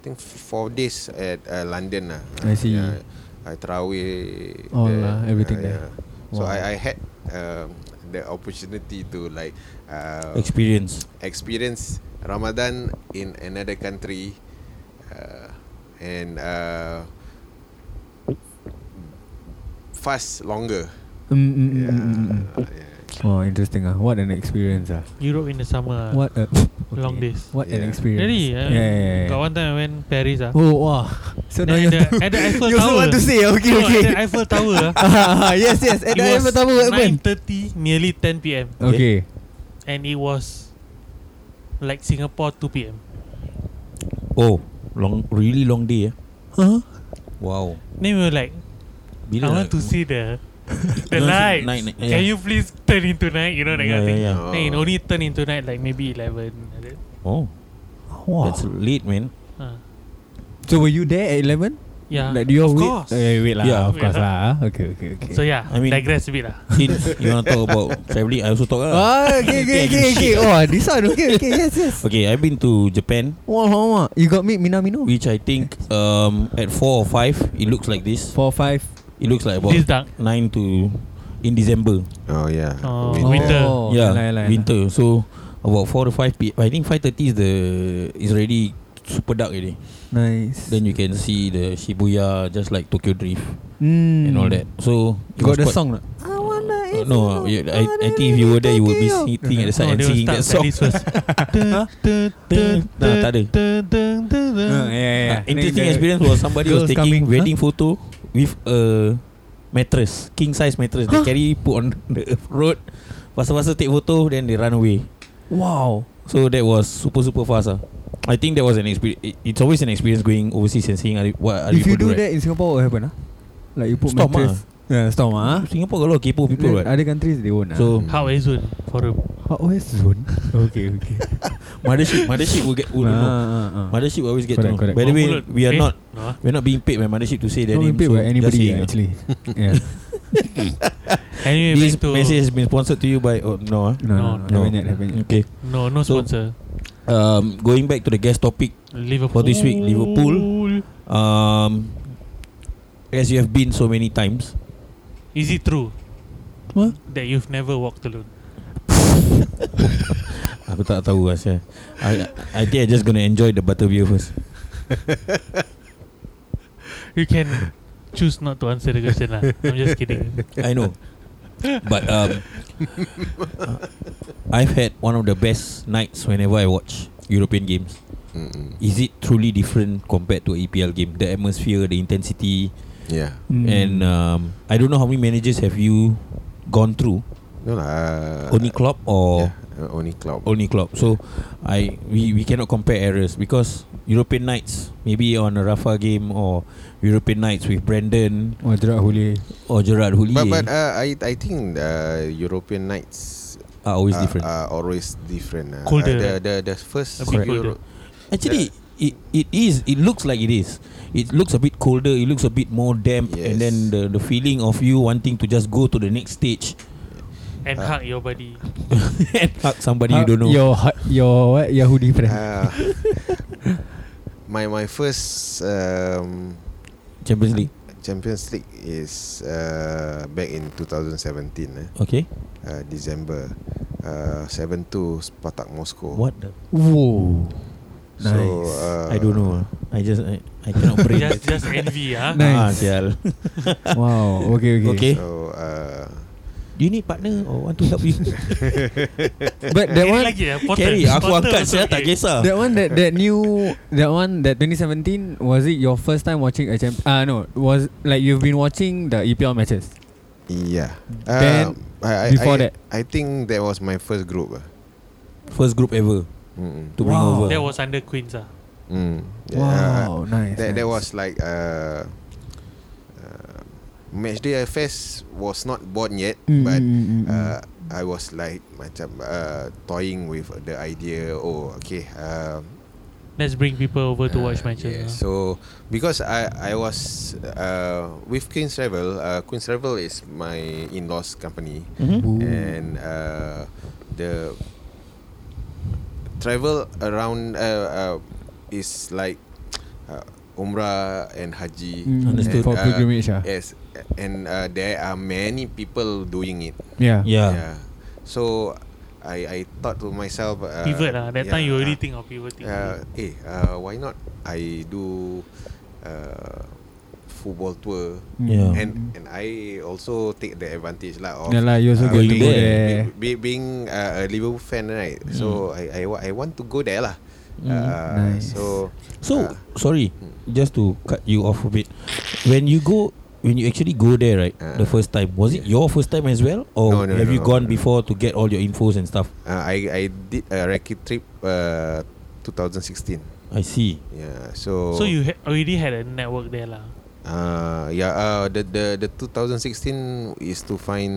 D: I think four days at uh, London lah.
C: I see.
D: Yeah, I terawih
C: All
D: there. Uh,
C: lah, everything there.
D: So
C: Wow.
D: I, I had um, the opportunity to like uh,
A: Experience.
D: experience Ramadan in another country, uh, and uh, fast longer.
C: mm, mm, mm, mm,
D: Yeah,
C: mm, mm.
D: yeah.
C: Oh, interesting. Ah, What an experience. Ah,
B: Europe in the summer. ah. <laughs>
C: What a
B: Long
C: okay.
B: days.
C: What an
D: Yeah.
C: experience.
B: Really?
C: Yeah,
B: Uh,
C: yeah, yeah, yeah.
B: Got one time I went Paris. Ah.
C: Oh, wow. So now
B: At
C: you
B: the-
C: <laughs> have to-
B: at the Eiffel
C: You also
B: Tower.
C: want to say, okay,
B: No,
C: okay.
B: at the Oh, Eiffel Tower. ah.
C: <laughs> Ah, yes, yes.
B: It
C: At the
B: was
C: Eiffel Tower, what happened?
B: 9.30, nearly 10 p.m.
C: Okay.
B: And it was like Singapore 2 p.m.
A: Oh, long, really long day. Eh?
C: Huh?
A: Wow.
B: Then we were like, I want to see the
A: No,
B: the
A: it's
B: lights.
A: night, night,
B: Can
A: yeah.
B: you please turn into night? You know that
A: Yeah,
B: kind of
A: yeah,
B: thing.
A: yeah.
B: Then it only turn into night like maybe 11. like that.
A: Oh,
C: Wow.
A: that's late, man.
B: Ah.
C: so were you there at 11?
B: yeah.
C: Like, do you all
B: of
C: wait?
B: course.
C: Eh, wait lah.
A: Yeah.
C: of course
B: Yeah.
C: lah. ah. Okay, okay, okay.
B: So yeah,
A: I
B: I
A: mean-
B: mean, digress a bit lah.
A: Since you want to talk about traveling, I also talk. lah.
C: Ah, okay, okay, okay, okay. Oh, this one. Okay, okay, yes,
B: <laughs>
C: yes.
A: Okay, I've been to Japan,
C: Wah, wah, wah. You got meet Mina Mino?
A: which I think um, at four or five, it looks like this.
C: Four, five.
A: It looks like about
B: This dark.
A: nine to in December.
D: Oh yeah.
B: Oh.
D: Winter.
B: Winter.
C: Oh,
A: yeah,
C: yalah, yalah, yalah.
A: winter. So about four to five p. I think five thirty is the is already super dark already.
C: Nice.
A: Then you can see the Shibuya, just like Tokyo Drift and
C: mm.
A: all that. So it
C: You got
A: was
C: the
A: quite-
C: song? Not? I wanna
A: Uh, no, you- I, I think if you were there, you would be sitting <laughs> at the side and
B: they will
A: singing that
B: start
A: song.
B: like this
A: <laughs>
B: first. Dun, dun, dun,
A: Dun, nah, tak ada.
B: dun, dun, dun, dun.
C: Uh, yeah, yeah.
A: Uh, interesting experience was somebody was
C: Girls
A: taking
C: coming,
A: wedding photo with a mattress, king size mattress. They carry put on the road, pasal-pasal take photo, then they run away.
C: Wow.
A: So that was super super fast. Ah, I think that was an experience. It's always an experience going overseas and seeing other- what other
C: If you
A: people
C: do
A: right?
C: that in Singapore, what happen? Ah, like you put
A: Storm,
C: mattress. Yeah, storm. Ah,
A: Singapore got a lot of kaypoh people,
C: Then
A: right?
C: Other countries they won't.
A: So
B: How is it for a
C: ah. oh,
A: <laughs>
C: yes, zone. okay, okay.
A: mothership, mothership will get will know.
C: ah, ah.
A: Mothership will always get to
C: Correct,
A: know.
C: correct.
A: By the way,
B: Mulut,
A: we are
B: eh?
A: not
B: No, ah.
A: we're not being paid by mothership to say their
C: Not
A: name.
C: being paid
A: so
C: by
A: just
C: anybody
A: saying, ah. <laughs>
C: actually. yeah.
B: Anyway,
A: This
B: back to
A: message has been sponsored to you by oh no ah.
C: No, no, no.
A: No.
C: Haven't yet, haven't yet.
A: Okay.
B: no no
A: So-
B: sponsor.
A: Um, going back to the guest topic,
B: Liverpool
A: for this week, Liverpool. um, as you have been so many times,
B: Is it true
A: What?
B: that you've never walked alone?
A: aku tak tahu lah saya. I, I think I just gonna enjoy the butterbeer first.
B: You can choose not to answer the question lah. I'm just kidding.
A: I know, but um, <laughs> I've had one of the best nights whenever I watch European games.
D: Mm-mm.
A: Is it truly different compared to a EPL game? The atmosphere, the intensity,
D: Yeah.
C: Mm.
A: and um, I don't know how many managers have you gone through?
D: No lah.
A: Only Klopp or
D: Uh, Yeah, uh, only club.
A: only club. So I we, we cannot compare errors because European nights maybe on a Rafa game or European nights with Brandon
C: Oh, Gerard Houllier.
A: or Gerard Houllier
B: eh.
D: But but uh, I I think uh, European nights
A: are always
D: are,
A: different.
D: are always different. Uh,
B: Colder,
D: The the the first
B: A bit
D: Euro-
B: colder.
A: Actually, it, it is. It looks like it is. It looks a bit colder. It looks a bit more damp, and
D: Yes.
A: then the the feeling of you wanting to just go to the next stage <laughs>
B: And
A: Uh,
D: Ah.
B: hug your body.
A: and hug somebody you
C: Ah,
A: don't know. Ah.
C: Your hu- your what? Yahudi friend.
D: Uh, <laughs> my my first um,
A: Champions League.
D: Champions League is uh, back in 2017 eh,
A: Okay.
D: uh, December uh, 7-2 Spartak Moscow.
A: What? The?
C: Whoa.
D: So
C: Nice.
D: uh,
A: I don't know. ah. I just I, I cannot breathe.
B: just just envy ah.
A: Ah,
C: Nice.
A: sial.
C: <laughs> wow. Okay, okay.
A: Okay.
D: So uh,
A: Do you need partner or want to help
B: <laughs>
A: you?
C: But that
B: Carry
C: one
B: lagi ah. Potter.
A: Carry aku
B: Potter
A: angkat
B: also
A: saya tak
B: okay.
A: kisah.
C: that one that that new that one that 2017 was it your first time watching a champ? Ah no, was like you've been watching the EPL matches
D: yeah.
C: Then,
D: Um, I, I,
C: before
D: I,
C: that.
D: I think that was my first group. Uh.
A: First group ever
D: Mm-mm.
A: to bring
C: Wow.
A: over.
B: That was under Queens ah.
D: Mm. Yeah,
C: Wow, nice.
D: That,
C: nice.
D: that was like uh, uh, match day FS was not born yet,
C: Mm,
D: but
C: mm, mm, mm.
D: uh, I was like macam uh, toying with the idea. Oh, okay. Um,
B: Let's bring people over to watch
D: uh,
B: matches. ah.
D: yeah, So because I I was uh, with Queen's Travel. Uh, Queen's Travel is my in-laws company,
A: Mhm.
C: Ooh.
D: and uh, the travel around uh, uh, is like uh, Umrah and Haji.
C: Mm,
A: Understood.
C: for
D: And, uh,
C: pilgrimage. ah.
D: Yes, and uh, there are many people doing it.
C: Yeah.
A: Yeah.
D: So I I thought to myself. Uh,
B: Pivot lah. That time you
D: yeah,
B: already
D: uh,
B: think of pivoting.
D: Uh, eh, uh, why not I do uh, football tour.
A: Yeah.
D: And and I also take the advantage lah of
C: Yeah lah, you also
D: uh,
C: going to go
D: being-
C: there.
D: be- being uh, a Liverpool fan right. So I, I wa- I want to go there lah. Uh,
C: Nice.
D: So
A: So
D: uh,
A: sorry, just to cut you off a bit. When you go, when you actually go there, right,
D: Ah.
A: the first time, was it your first time as well, or
D: No, no,
A: have
D: no,
A: you
D: no,
A: gone
D: no.
A: before to get all your infos and stuff?
D: uh, I I did a recce trip uh, 2016.
A: I see.
D: Yeah. So
B: So you ha- already had a network there lah.
D: Uh, yeah, uh, the the the 2016 is to find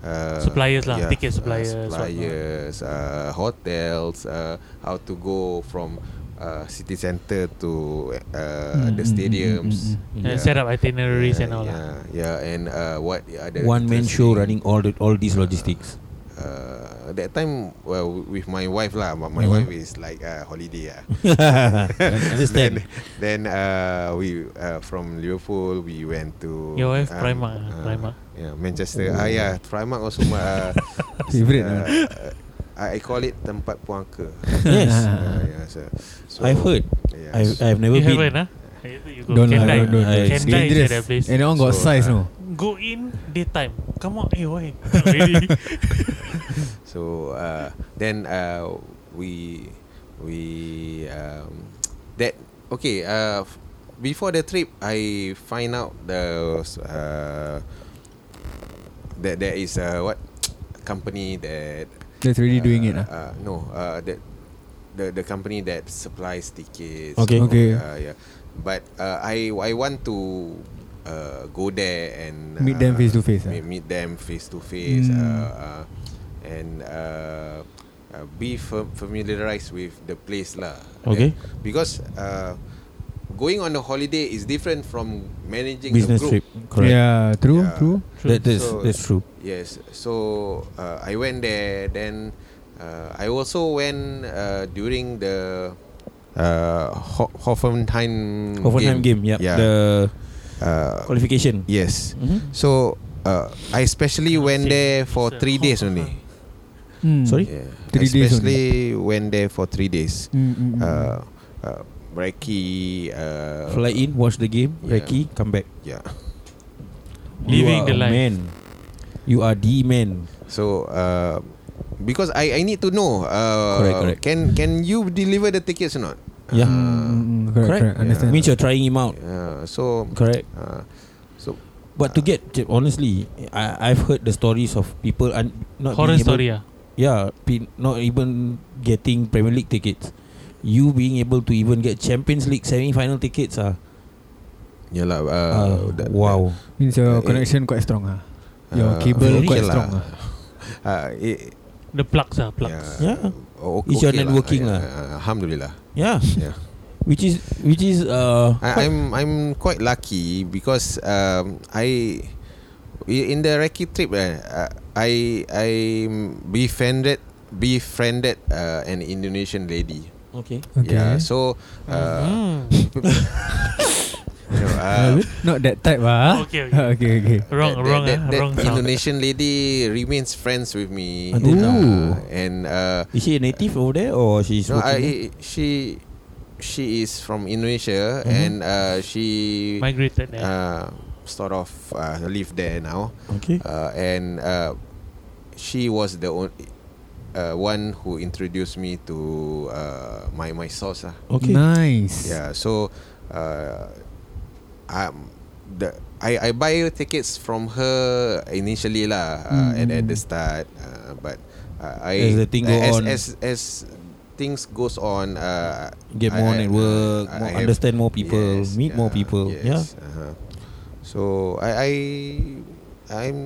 D: uh,
B: Suppliers lah, ticket
D: uh,
B: suppliers,
D: suppliers, uh, hotels, uh, how to go from uh, city center to uh,
A: Mm,
B: Mm,
D: the stadiums,
B: And set up itineraries mm, and
D: yeah,
B: all
D: yeah,
B: lah.
D: yeah, and uh, what the other
A: One man show running
D: interesting-
A: all the all these logistics. <laughs>
D: Uh, that time, well, with my wife lah, my, my
A: Mhm.
D: wife is like uh, holiday ah.
A: Understand?
D: Then uh, we uh, from Liverpool we went to um, uh,
B: Your wife Primark ah, Primark.
D: Yeah, Manchester. Ah yeah, Primark also my uh,
A: <laughs>
C: Favorite
D: uh,
C: lah.
D: I I call it tempat puangka.
A: eh? <laughs>
C: <laughs>
A: yes,
D: Uh, yeah, so, so
A: I've heard.
D: Yeah,
A: I've, I've never
B: You
A: been.
B: haven't ah? You you go
C: Don't
B: can
C: lah,
B: die.
C: don't, don't,
A: don't.
B: Can
A: It's
B: die inside
C: dangerous.
B: that place.
C: And that one got
D: So,
C: size,
D: uh,
C: no?
B: Go in daytime. Come out, eh why? <laughs>
A: <laughs>
B: Already.
D: So uh, then uh, we we um, that okay. Uh, f- before the trip, I find out the uh, that there is a what company that
C: That's already doing it ah?
D: uh,
C: lah.
D: uh, no, uh, that the the company that supplies tickets.
A: Okay.
C: Okay.
D: Uh, yeah, but uh, I I want to uh, go there and
C: Meet them
D: uh,
C: face to face, ah?
D: Meet, meet them face to face.
C: Mm.
D: uh, uh, And uh, uh, be fam- familiarized with the place lah.
A: Okay.
D: And- because uh, going on a holiday is different from managing
A: Business
D: a group.
A: trip, correct?
C: Yeah, true,
D: Yeah.
C: true.
A: That, that's
D: So-
A: that's true.
D: Yes. So uh, I went there. Then uh, I also went uh, during the uh, Ho- Hoffenheim
A: Hoffenheim game, yeah.
D: Mm, Yeah. Mm-hmm.
A: The
D: uh,
A: qualification.
D: yes.
A: Mhm.
D: So uh, I especially went there for three days only.
C: Mm.
A: Sorry?
D: Yeah.
C: Three days
D: especially went there for three days.
C: Mm, mm, mm.
D: Uh, uh, Reiki. Uh,
A: Fly in, watch the game,
D: Yeah.
A: recce, come back.
D: Yeah.
B: Living
A: you are
B: the
A: a
B: life.
A: Man, you are the man.
D: So uh, because I I need to know. Uh,
A: Correct, correct.
D: Can can you deliver the tickets or not?
A: Yeah.
C: Mm,
D: Uh,
C: mm, correct, correct.
A: Correct.
C: Understand.
A: Means you're trying him out.
D: Yeah, so
A: Correct.
D: uh, so
A: But to get to- honestly, I I've heard the stories of people un, not
B: Horror
A: being able,
B: story ah.
A: Yeah, pe- not even getting Premier League tickets. You being able to even get Champions League semi-final tickets ah.
D: yeah lah. Uh,
A: Uh,
D: that-
A: wow.
C: Means your
D: Uh, eh.
C: connection quite strong ah.
D: that-
C: Your
D: uh,
C: cable
A: very
C: quite
D: lah.
C: strong ah.
D: <laughs> Uh, it,
B: The plugs ah, plugs.
A: Yeah.
D: O-
A: It's your networking
D: lah.
A: lah.
D: Uh, Alhamdulillah.
A: Yeah,
D: Yeah.
A: which is which is uh
D: I, I'm I'm quite lucky because um, I i- in the recce trip eh, uh, I I befriended befriended uh, an Indonesian lady.
A: okay.
C: Okay.
D: Yeah. So uh,
B: Hmm.
D: you know, uh,
C: Not that type ah.
B: Okay, okay.
C: <laughs> okay, okay.
B: Wrong,
D: that,
B: wrong,
D: that,
B: ah,
D: that
B: wrong sound.
D: Indonesian lady remains friends with me.
A: Until now.
D: Uh, and uh,
A: Is she a native over there or she's
D: no,
A: working?
D: I, she she is from Indonesia
A: Mhm.
D: and uh, she
B: Migrated there.
D: uh, sort of uh, live there now.
A: there? okay.
D: Uh, and uh, she was the only uh, one who introduced me to uh, my my sauce. ah.
A: Okay.
C: Nice.
D: Yeah, so uh, um, the I I buy tickets from her initially lah uh, at at the start, uh, but uh, I
A: Mm-hmm. As the thing go
D: as,
A: on.
D: as as things goes on, uh,
A: Get
D: I-
A: more
D: I-
A: network,
D: I
A: more
D: have-
A: understand more people,
D: Yes,
A: meet more
D: yeah,
A: people.
D: Yes,
A: Yeah.
D: uh-huh. So I I I'm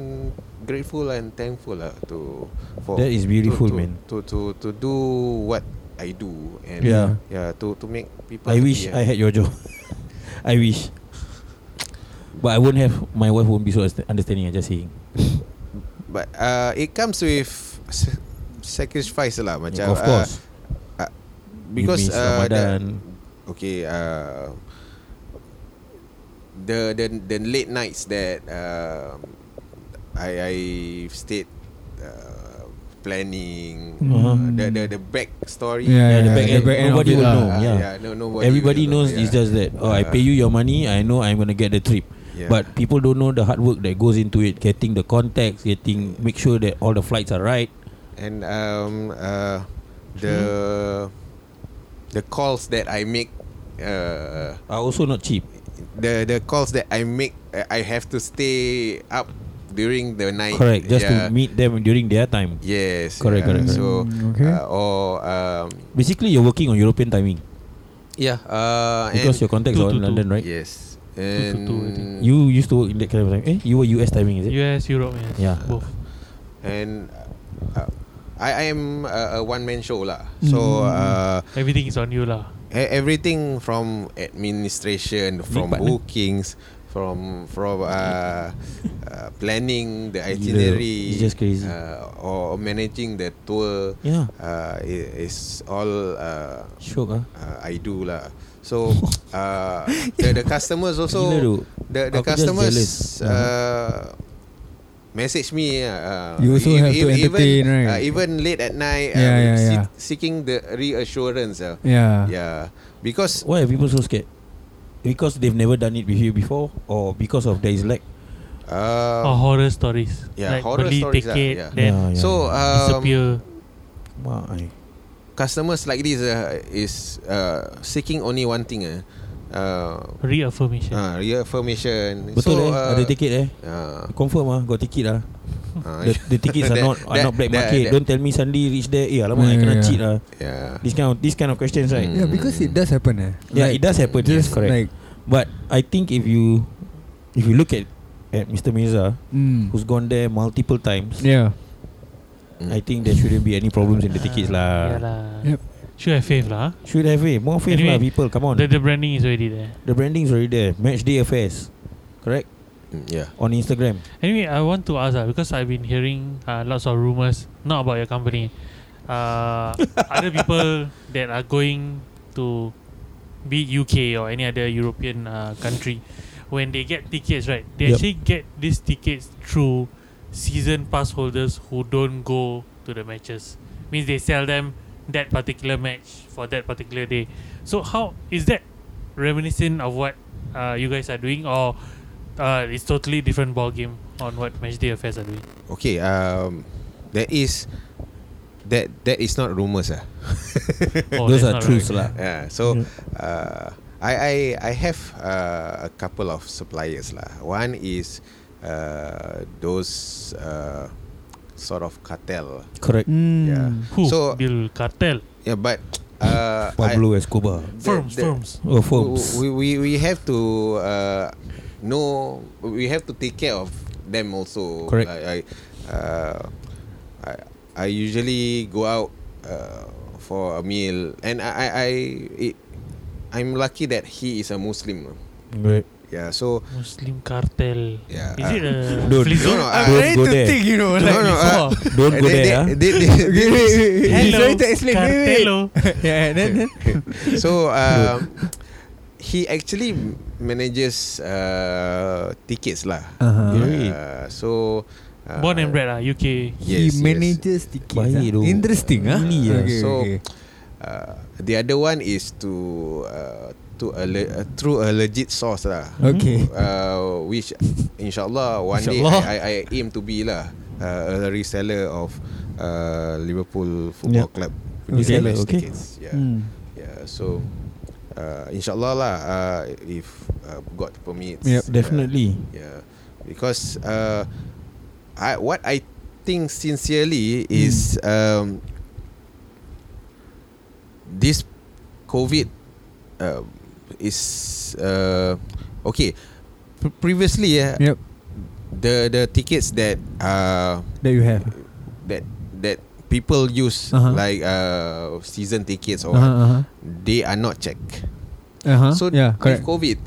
D: grateful and thankful lah to for
A: That is beautiful,
D: to, to,
A: man.
D: To, to to do what I do and
A: Yeah.
D: yeah to to make people.
A: I
D: happy,
A: wish
D: yeah.
A: I had your job. <laughs> I wish. But I won't have my wife won't be so understa- understanding. I just saying.
D: But uh, it comes with s- sacrifice lah macam
A: of course.
D: uh, because
A: you miss
D: uh,
A: Ramadan.
D: the, okay uh, the the the late nights that um I I stayed uh, planning,
A: Uh-huh.
D: uh, the the the backstory.
A: Yeah, the
C: Yeah,
A: back
C: the
A: end,
C: back end of
A: nobody
C: it
A: will
C: lah.
A: know.
D: Ah,
A: Yeah.
D: no, nobody
A: Everybody
D: will know,
A: knows it's just that. Oh, I pay you your money. I know I'm gonna get the trip.
D: Yeah.
A: But people don't know the hard work that goes into it. Getting the contacts, getting make sure that all the flights are right.
D: and um uh the the calls that I make uh
A: Are also not cheap.
D: the the calls that I make uh, I have to stay up during the night.
A: Correct. Just
D: yeah.
A: to meet them during their time.
D: Yes.
A: Correct,
D: yeah.
A: correct, correct.
D: So
C: Mm, okay.
D: uh, or um
A: Basically, you're working on European timing
D: yeah uh
A: because your
D: and
A: contacts
B: two
A: are
B: to
A: in
B: two.
A: London, right?
D: yes
B: to
D: and
B: two, I think.
A: eh, You used to work in that kind of time. Eh, you were US timing, is it?
B: US, Europe, yes.
A: Yeah.
B: Both.
D: and uh, I I am a, a one man show lah.
A: Mm-hmm.
D: So uh,
B: Everything is on you lah.
D: E- everything from administration, from
A: partner.
D: bookings, from from uh, uh, planning the itinerary,
A: it's just crazy.
D: uh, or managing the tour.
A: Yeah.
D: uh, i- is all uh,
A: Shock ah.
D: uh, I do lah. So uh, the the customers also
A: Gila tu.
D: the the
A: Aku just jealous.
D: customers uh, message me uh,
C: You also
D: e-
C: have to
D: e-
C: entertain,
D: even,
C: right?
D: uh, even late at night uh,
C: Yeah, yeah,
D: se-
C: yeah. Ah.
D: seeking the reassurance uh,
C: Yeah.
D: yeah because
A: Why are people so scared? Because they've never done it with you before, or because of there is lack.
D: uh,
B: or horror stories.
D: yeah,
B: like
D: horror
B: beli
D: stories lah,
B: ticket,
D: yeah.
B: then
A: Yeah, yeah.
D: so um,
B: disappear.
A: Why?
D: customers like this uh, is uh, seeking only one thing uh, uh,
B: Reaffirmation.
A: Ah,
D: uh, reaffirmation
A: Betul eh?
D: so, uh,
A: Ada tiket eh?
D: uh,
A: Confirm ah, got ticket ah.
D: uh,
A: The,
D: <laughs>
A: the tickets are
D: that-
A: not are
D: that-
A: not black
D: that-
A: market.
D: that-
A: Don't tell me suddenly reach there. Eh, alamak, I
C: Yeah,
A: cannot
C: yeah.
A: cheat ah.
D: yeah
A: This kind of this kind of questions, right?
D: Mm.
C: Yeah, because it does happen. Eh.
A: Yeah, it does happen. Yes,
C: Just
A: correct.
C: like,
A: But I think if you if you look at at Mr. Mirza,
C: mm,
A: who's gone there multiple times,
C: yeah,
A: I think there shouldn't be any problems in the tickets
B: Ah,
A: lah.
B: Yeah lah.
C: Yep.
B: Should have faith lah.
A: Should have eh. More faith
B: Anyway,
A: lah, people. Come on.
B: The, the branding is already there.
A: The branding's already there. Match day affairs, correct?
D: Mm, yeah
A: On Instagram.
B: Anyway, I want to ask ah because I've been hearing uh, lots of rumors not about your company, uh, other people <laughs> that are going to be it UK or any other European uh, country, when they get tickets, right? They
A: Yep.
B: actually get these tickets through season pass holders who don't go to the matches. Means they sell them that particular match for that particular day. So how is that reminiscent of what uh, you guys are doing or uh, it's totally different ball game on what match day affairs are doing?
D: okay um, there is that that is not rumors ah <laughs>
B: Oh,
A: Those
B: that's
A: are
B: not
A: truths
B: right.
A: lah.
D: Yeah, so
B: Hmm.
D: uh, I I I have uh, a couple of suppliers lah. One is uh, those uh, sort of cartel.
A: Correct.
C: mm,
D: Yeah.
B: Hmm. Who?
D: So-
B: Bill Cartel.
D: Yeah, but uh,
A: Pablo Escobar.
D: the-
B: Firms,
D: the-
B: firms.
A: Oh, firms.
D: We, we we have to uh, know. We have to take care of them also.
A: Correct.
D: Like, I, uh, I I usually go out uh, for a meal, and I I, I it, I'm lucky that he is a Muslim.
A: Right.
D: Yeah, so
B: Muslim Cartel.
D: Yeah. uh,
B: Is it uh, a
A: Dude,
B: free zone?
D: no, no,
C: I'm
D: Don't
C: ready
A: go
C: to
A: there.
C: think, you know.
D: no,
C: Like,
D: no, uh,
A: Don't
C: <laughs>
A: go
D: they-
A: there, ah.
D: they-
B: <laughs>
D: they-
C: wait, wait, wait, wait. He's
B: Hello,
C: trying to explain. Wait, wait, wait.
B: Cartello.
C: <laughs> yeah, and then,
D: <laughs>
C: then
D: so um, he actually manages uh, tickets lah.
C: Uh-huh.
A: Great.
D: Uh, so uh,
B: Born and bred lah, UK.
D: Yes,
C: he
D: yes.
C: manages the kids.
A: Baik tu.
C: ah. Interesting, ah.
A: Really, ah.
C: Okay,
D: So-
C: okay.
D: Uh, the other one is to uh, to a le- uh, through a legit
A: <laughs>
D: source lah.
C: okay.
D: Uh, which inshallah one
C: Insyaallah.
D: day I, I, I aim to be lah uh, a reseller of uh, Liverpool
A: Yeah.
D: Football Club.
A: Reseller,
D: Tickets,
A: okay. Hmm.
D: tickets, Yeah.
C: Mm.
D: Yeah, so uh, inshallah lah uh, if uh, God permits.
C: Yep,
D: uh,
A: Definitely.
D: yeah, because uh, I what I think sincerely is
C: Hmm.
D: um, this COVID uh, is uh, okay. Pre- previously, yeah,
C: Yep,
D: the the tickets that uh,
C: there you have.
D: that that people use
C: Uh-huh.
D: like uh, season tickets or
C: Uh huh. Uh huh.
D: they are not checked.
C: Uh huh.
D: So
C: yeah,
D: with
C: correct.
D: COVID,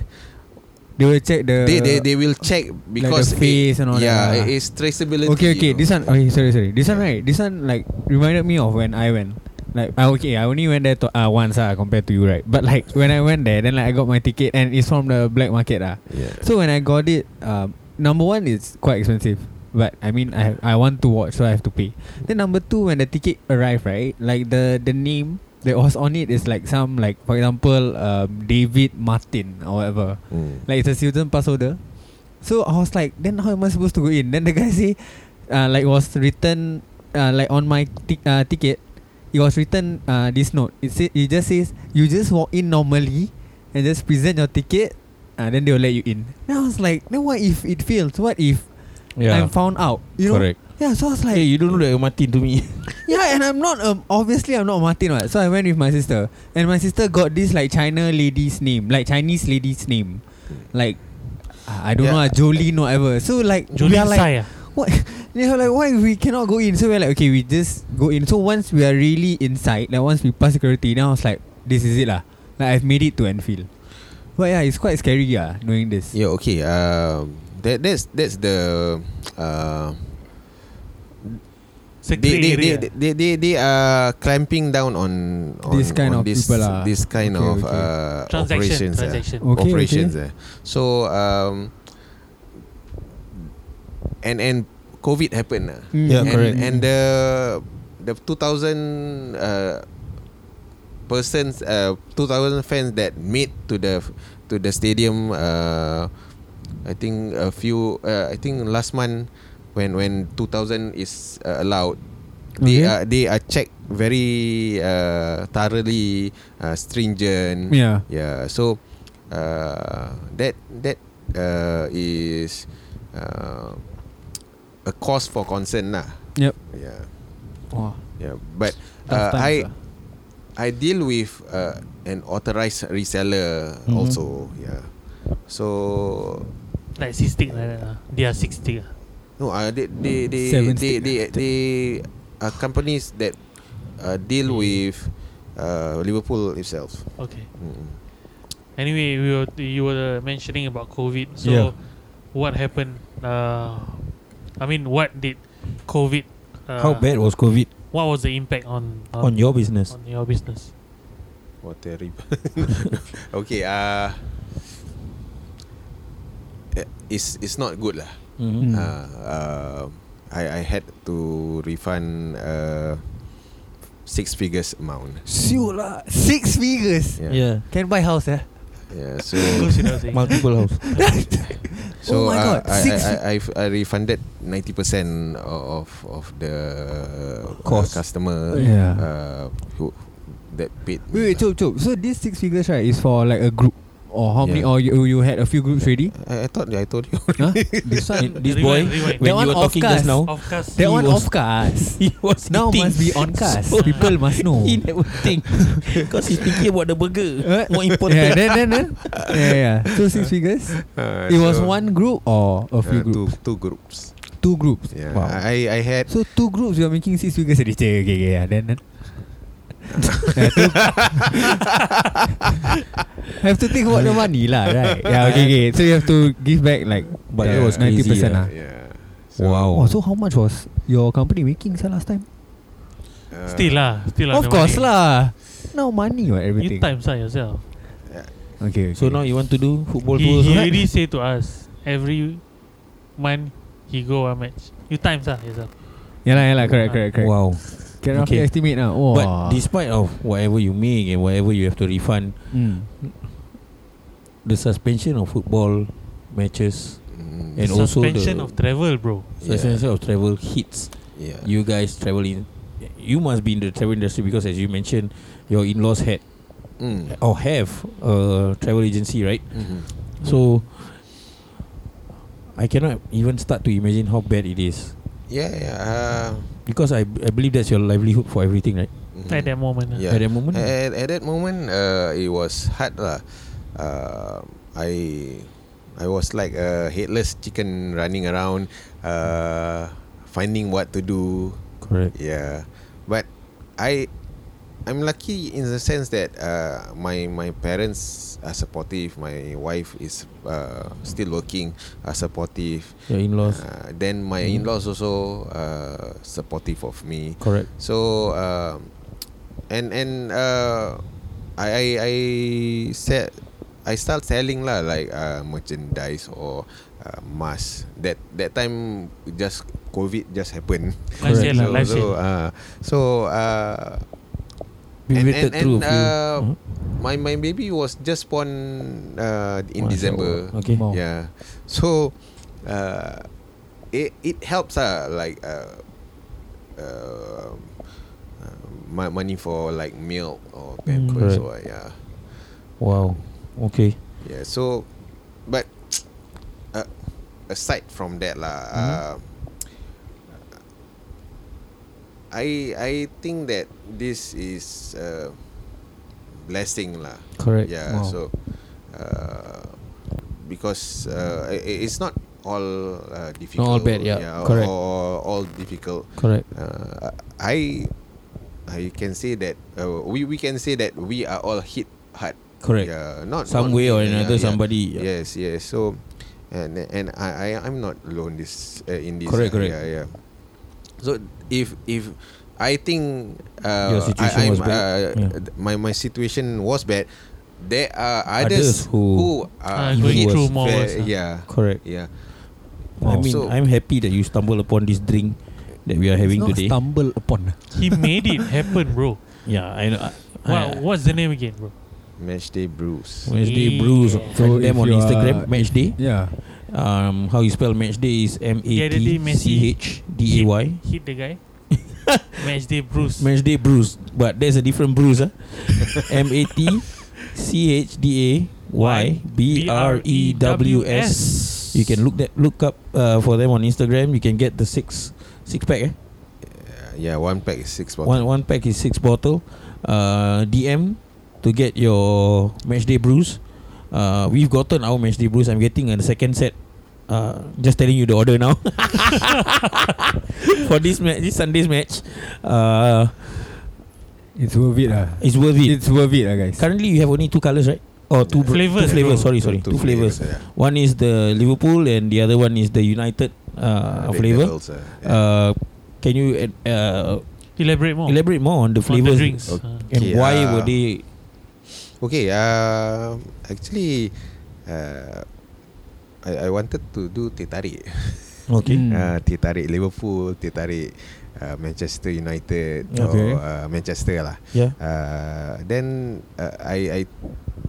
C: They will check the.
D: they, they they will check because
C: the face and all that lah.
D: yeah, it- it's traceability.
C: Okay, okay.
D: you know.
C: This one. Okay, sorry, sorry. This one, right? This one, like, reminded me of when I went. Like, ah, okay, I only went there to, uh, once, ah, compared to you, right? But like, when I went there, then like I got my ticket, and it's from the black market, ah.
D: Yeah.
C: So when I got it, um, number one, it's quite expensive. But I mean, I I want to watch, so I have to pay. Then number two, when the ticket arrived, right, like the the name that was on it is like some like for example, um, David Martin or whatever.
D: Mm.
C: Like it's a season pass holder. So I was like, then how am I supposed to go in? Then the guy <laughs> say, uh, like was written, uh, like on my ti- uh, ticket, it was written uh, this note. It say, it just says you just walk in normally, and just present your ticket, and then they will let you in. Then I was like, then what if it fails? What if
A: Yeah.
C: I'm found out? You know?
A: Correct.
C: Yeah. So I was like,
A: Hey, you don't know that you're Martin to me.
C: yeah, and I'm not um obviously I'm not Martin what. So I went with my sister, and my sister got this like China lady's name, like Chinese lady's name, like I I don't
D: Yeah.
C: know, uh, Jolene or whatever. So like we are
B: Jolene
C: like
B: Sai ah.
C: what? <laughs> They were like why we cannot go in? So we're like okay, we just go in. So once we are really inside, like once we pass security, now I was like this is it lah. Like I've made it to Enfield. But yeah, it's quite scary yeah, knowing this.
D: Yeah, okay. Um, that that's that's the uh,
B: Secretary
D: they, they, they,
B: area.
D: they, they, they are clamping down on, on
C: This kind of
D: on this,
C: people lah.
D: this kind
C: Okay,
D: of
C: okay.
D: Uh,
B: transaction.
D: operations ah.
B: Transaction.
C: Okay,
D: operations eh. So um, and and COVID happened lah.
C: Mm.
A: Yeah,
D: and,
A: correct.
D: And the the 2000 uh, persons, uh, 2000 fans that made to the to the stadium. Uh, I think a few. Uh, I think last month when when 2000 is uh, allowed.
C: Okay.
D: They are they are checked very uh, thoroughly, uh, stringent.
C: Yeah.
D: Yeah. So uh, that that uh, is uh, a cause for concern lah.
C: Yep.
D: Yeah.
C: Wow.
D: Yeah. But uh,
C: Tough times,
D: I
C: ah.
D: I deal with uh, an authorized reseller
C: Mm-hmm.
A: Mhm.
D: also. Yeah. So
B: Like six stick like that. ah. They are six stick. ah.
D: no, uh, they they they
C: Seven
D: they,
C: stick,
D: they,
C: ah.
D: they are companies that uh, deal
C: Hmm.
D: with uh, Liverpool itself.
B: Okay.
D: Mm.
B: Anyway, we were you were uh, mentioning about COVID. So,
A: Yeah.
B: what happened? Uh, I mean, what did COVID? Uh,
C: Ah.
A: <laughs> How bad was COVID
B: What was the impact on um,
A: on your business?
B: on your business?
D: What terrible. <laughs> okay. Uh, eh, it's it's not good lah.
C: Ah, Hmm.
A: Mm-hmm.
D: Uh, uh, I I had to refund uh, six figures amount.
C: Siul lah. Six figures.
A: yeah.
C: Can buy house eh.
D: Yeah. So
B: Goes without saying.
A: Multiple
C: <laughs>
A: house.
D: so
C: Oh my
D: uh,
C: God,
D: I, I,
C: six
D: I, I've- I refunded ninety percent of of the uh,
A: Cost.
D: customer.
C: Yeah.
D: Uh, who that paid. me
C: Wait, wait,
D: lah.
C: chop, chop. So these six figures, right, is for like a group or how many?
D: Yeah.
C: Or you, you had a few groups ready?
D: I, I thought I
A: <laughs>
D: told you.
C: <laughs> huh? This one,
A: This boy,
B: Rewind, rewind.
A: when
C: That
A: you
C: one
A: were
C: off
A: talking just
C: cast.
A: now, <laughs>
B: Of course.
C: that
A: he
C: one
A: was-
C: off cast.
A: <laughs> he was
C: <laughs> now
A: eating.
C: must be on cast.
A: So-
C: People must <laughs> know.
A: He never think because he's thinking about the burger.
C: Huh?
A: More important.
C: Uh, yeah, then, then, then. <laughs> Yeah, yeah. So six figures.
D: Uh,
C: It was
D: so,
C: one group or a few
D: uh,
C: groups?
D: two two groups.
C: Two. groups.
D: Yeah.
C: Wow.
D: I I had
C: so two groups, you're making six figures <laughs> already. Okay, okay, okay, yeah. Then, then. <laughs> yeah, two. <laughs> have to think about the money lah, right? Yeah, okay, okay. So you have to give back like
A: But
D: that was
A: crazy,
C: 90%
A: yeah.
C: lah.
D: yeah.
C: Oh, so how much was your company making sir, last time?
D: uh,
B: Still lah, still lah.
C: of course lah. Now money or
B: You
C: everything.
B: times lah yourself.
C: Okay, okay.
A: So now you want to do football
B: he,
A: tours?
B: he
A: right?
B: already say to us every month he go one match. You times lah yourself.
C: yeah lah, yeah lah, correct, correct, correct.
A: Wow.
C: Can roughly
A: Okay.
C: estimate now. Oh.
A: But despite of whatever you make and whatever you have to refund,
C: mm.
A: the suspension of football matches,
D: mm,
A: And also
B: Suspension
A: the-
B: of travel, bro.
D: Yeah.
A: suspension of travel hits
D: yeah.
A: you guys traveling. You must be in the travel industry because, as you mentioned, your in-laws had
D: Mm.
A: or have a travel agency, right?
D: Mhm.
B: Mm.
A: So I cannot even start to imagine how bad it is
D: Yeah, yeah. Uh,
A: because I, I believe that's your livelihood for everything, right?
D: mhm.
B: At that moment. lah.
D: Yeah.
A: At that moment,
D: At, at that moment, uh, it was hard lah. Uh, I I was like a headless chicken running around, uh, finding what to do.
A: correct.
D: Yeah, Ya. but I I'm lucky in the sense that uh, my my parents are supportive. My wife is uh, still working, are supportive.
A: Your in-laws,
D: Uh, then my
A: Mm.
D: in-laws also uh, supportive of me.
A: correct.
D: So um, and and uh, I I I said I start selling lah like uh, merchandise or uh, mask. That that time just COVID just happened.
B: Last year
D: <laughs>
B: lah,
D: so
B: last
D: so,
B: year.
D: uh, so uh,
A: We
D: and,
A: waited
D: and, and
A: through a few.
D: uh,
A: Mhm.
D: my my baby was just born uh,
A: One year
D: in December.
A: old. Okay.
C: Wow.
D: Yeah. So uh, it it helps uh, like uh, uh, my uh, money for like milk or pampers
A: Correct.
D: or yeah.
A: Wow. Okay.
D: Yeah, so but uh, aside from that lah, uh, I I think that this is a blessing lah.
A: Correct.
D: Yeah,
C: Wow.
D: so uh, because uh, i- i- it's not all uh, difficult.
A: bad, yeah, correct.
D: Or all difficult.
A: Correct.
D: Uh, I I can say that uh, we we can say that we are all hit hard.
A: Correct.
D: Yeah, not
A: Some
D: not-
A: way or
D: yeah,
A: another,
D: yeah.
A: somebody. yeah.
D: Yes, yes. So, and and I I I'm not alone this uh, in this.
A: Correct,
D: uh,
A: correct.
D: Yeah, yeah. So if if I think uh,
A: Your situation
D: I, I'm,
A: was bad.
D: Uh,
A: Yeah.
D: th- My my situation was bad. There are
A: Others
D: others,
A: who
B: Are
D: are
B: going
D: hit
B: through more
D: ve-
B: worse, ah.
D: Yeah,
A: Correct.
D: yeah.
A: I mean,
D: So-
A: I'm happy that you stumbled upon this drink that we are
C: It's
A: having
C: not
A: today.
C: stumble upon.
B: He made it
A: <laughs>
B: happen, bro.
A: yeah, I know. I-
B: What,
A: I-
B: what's the name again, bro?
D: Matchday Bruce.
A: Matchday
B: Yeah.
A: Brews.
C: So
A: So them
C: if
A: on
C: you
A: Instagram,
C: are-
A: Matchday.
C: Yeah.
A: Um, how you spell Matchday is M A
B: The other day,
A: T C
B: Messi
A: H D A E Y.
B: Hit the
A: <laughs>
B: guy. Match day Bruce.
A: Matchday Brews, but there's a different Brews. Huh? M A T C H D A Y B R E W S. You can look that look up uh, for them on Instagram. You can get the six six pack. Eh?
D: Uh, yeah, one pack is six bottles.
A: One one pack is six bottle. Uh, DM to get your matchday brews. Uh, we've gotten our matchday brews. I'm getting a second set. Uh, just telling you the order now <laughs> for this ma- this Sunday's match. Uh,
C: It's worth it lah.
A: it's worth it.
C: It's worth it lah guys.
A: Currently, you have only two colors, right? Or two br-
B: Flavours,
A: Two flavors.
B: bro.
A: Sorry, sorry. Two, flavors.
D: yeah.
A: One is the Liverpool, and the other one is the United uh,
D: Red
A: flavor.
D: Devils, uh, yeah.
A: Uh, can you uh, uh,
B: Elaborate more.
A: elaborate more on the
B: on the
A: flavors
B: drinks.
D: Okay.
B: Uh,
A: and
D: Okay,
A: why
D: uh,
A: were they?
D: Okay, uh, actually, uh, I, I wanted to do teh tarik.
A: Okay.
C: Mm.
B: Hmm.
D: Uh, teh tarik Liverpool, teh tarik uh, Manchester United
A: Okay.
D: or uh, Manchester lah.
A: Yeah.
D: Uh, then uh, I I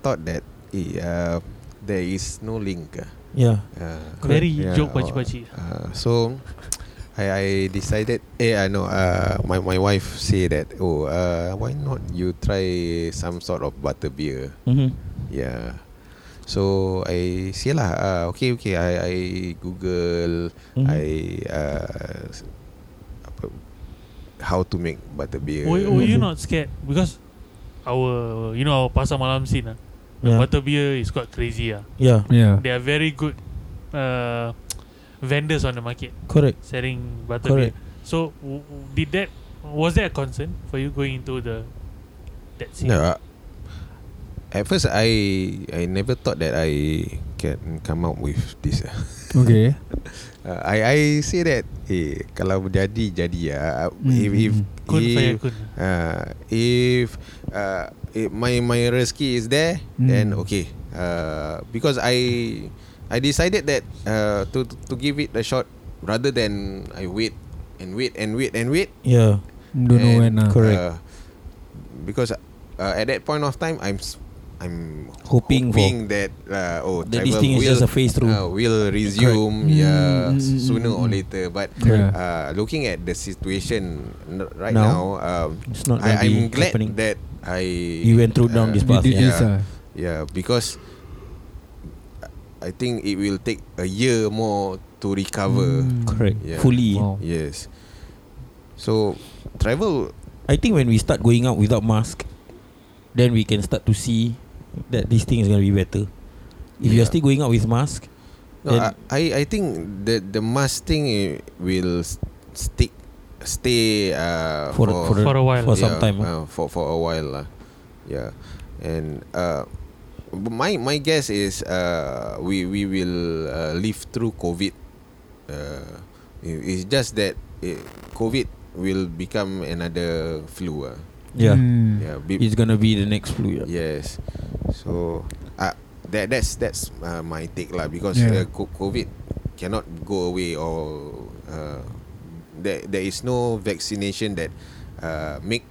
D: thought that eh, uh, there is no link.
A: Yeah.
D: Uh,
B: Very
D: yeah,
B: joke
D: or-
B: baci-baci.
D: Uh, so I, I decided eh I know uh, my my wife say that oh uh, why not you try some sort of butter beer
A: Mm-hmm.
D: yeah so I say lah uh, okay okay I I Google
A: Mhm.
D: I uh, s- apa how to make butter beer
B: Were, were you
A: Mhm.
B: not scared? Because our, you know, our pasar malam scene, ah, the
A: Yeah.
B: butter beer is quite crazy. Ah,
A: Yeah.
C: Yeah.
B: They are very good uh, vendors on the market
A: Correct.
B: selling butter
A: Correct.
B: beer. So, w- w- did that, was that a concern for you going into the that scene?
D: No, uh, at first I I never thought that I can come up with this. Uh, <laughs>
C: Okay.
D: I I say that eh kalau jadi jadi ya. Uh,
C: Mm,
D: if
C: mm,
D: if
B: Hmm, Kun faya
D: if,
B: kun.
D: uh, if uh, if my my rezeki is there,
B: Hmm.
C: Mm.
D: then okay. Uh, because I I decided that uh, to to give it a shot rather than I wait and wait and wait and wait
A: Yeah.
C: Don't know when
D: and,
C: lah.
A: Correct.
D: Uh, because uh, at that point of time, I'm s- I'm
A: Hoping for-
D: hoping that uh, oh
A: That
D: I
A: this
D: will-
A: thing is
D: will,
A: just a phase through.
D: Uh, will resume yeah
C: Mm, mm, mm,
D: sooner
C: mm,
D: or
C: mm.
D: later. But
C: Yeah.
D: uh, looking at the situation n- right
A: Now,
D: now, um,
A: it's not gonna be
D: I, I'm glad
A: happening.
D: that I uh,
A: You went through down this
C: You
A: path.
C: did
A: Yeah.
C: this ah.
D: yeah because I think it will take a year more to recover.
C: Mm.
A: Correct.
D: Yeah.
A: Fully.
C: Wow.
D: Yes. So travel
A: I think when we start going out without mask, then we can start to see that this thing is gonna be better. If you're
D: Yeah.
A: still going out with mask,
D: No,
A: Then-
D: I, I I think the the mask thing eh, will s- stick stay uh,
A: For- for
B: For a while.
A: for some
D: yeah,
A: time, ah.
D: uh, for for a while lah. Yeah, and uh, b- my my guess is uh, we we will uh, live through COVID. Uh, it- it's just that eh, COVID will become another flu. ah.
A: yeah,
C: Mm.
D: Yeah, be-
A: it's gonna be the next flu. Yeah.
D: Yes. So uh, that that's that's uh, my take lah because
C: Yeah.
D: uh, co- COVID cannot go away or uh, there there is no vaccination that uh, make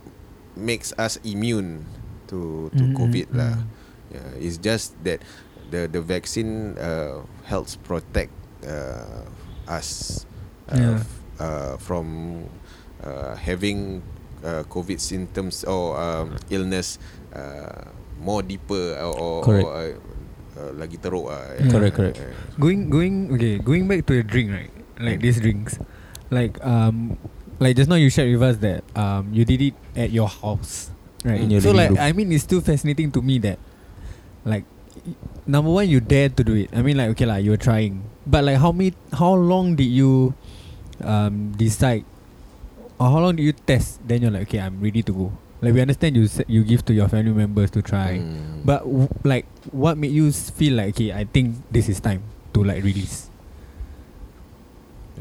D: makes us immune to to
A: Mm, mm,
D: COVID lah.
A: mm.
D: Yeah, it's just that the the vaccine uh, helps protect uh, us uh,
A: Yeah.
D: f- uh, from uh, having uh, COVID symptoms or um, illness uh, more deeper or, or,
A: Correct.
D: or uh, uh, lagi teruk ah.
A: Yeah. Correct, correct.
C: Going going okay, going back to the drink, right? Like these drinks. Like um like just now you shared with us that um you did it at your house.
A: In
C: Right.
A: your
C: so
A: living
C: like
A: room.
C: I mean it's still fascinating to me that like y- number one you dared to do it. I mean like okay lah, you were trying. But like how many how long did you um decide or how long did you test? Then you're like, okay, I'm ready to go. Like we understand you s- you give to your family members to try.
D: Mm.
C: But w- like, what made you s- feel like okay? I think this is time to like release.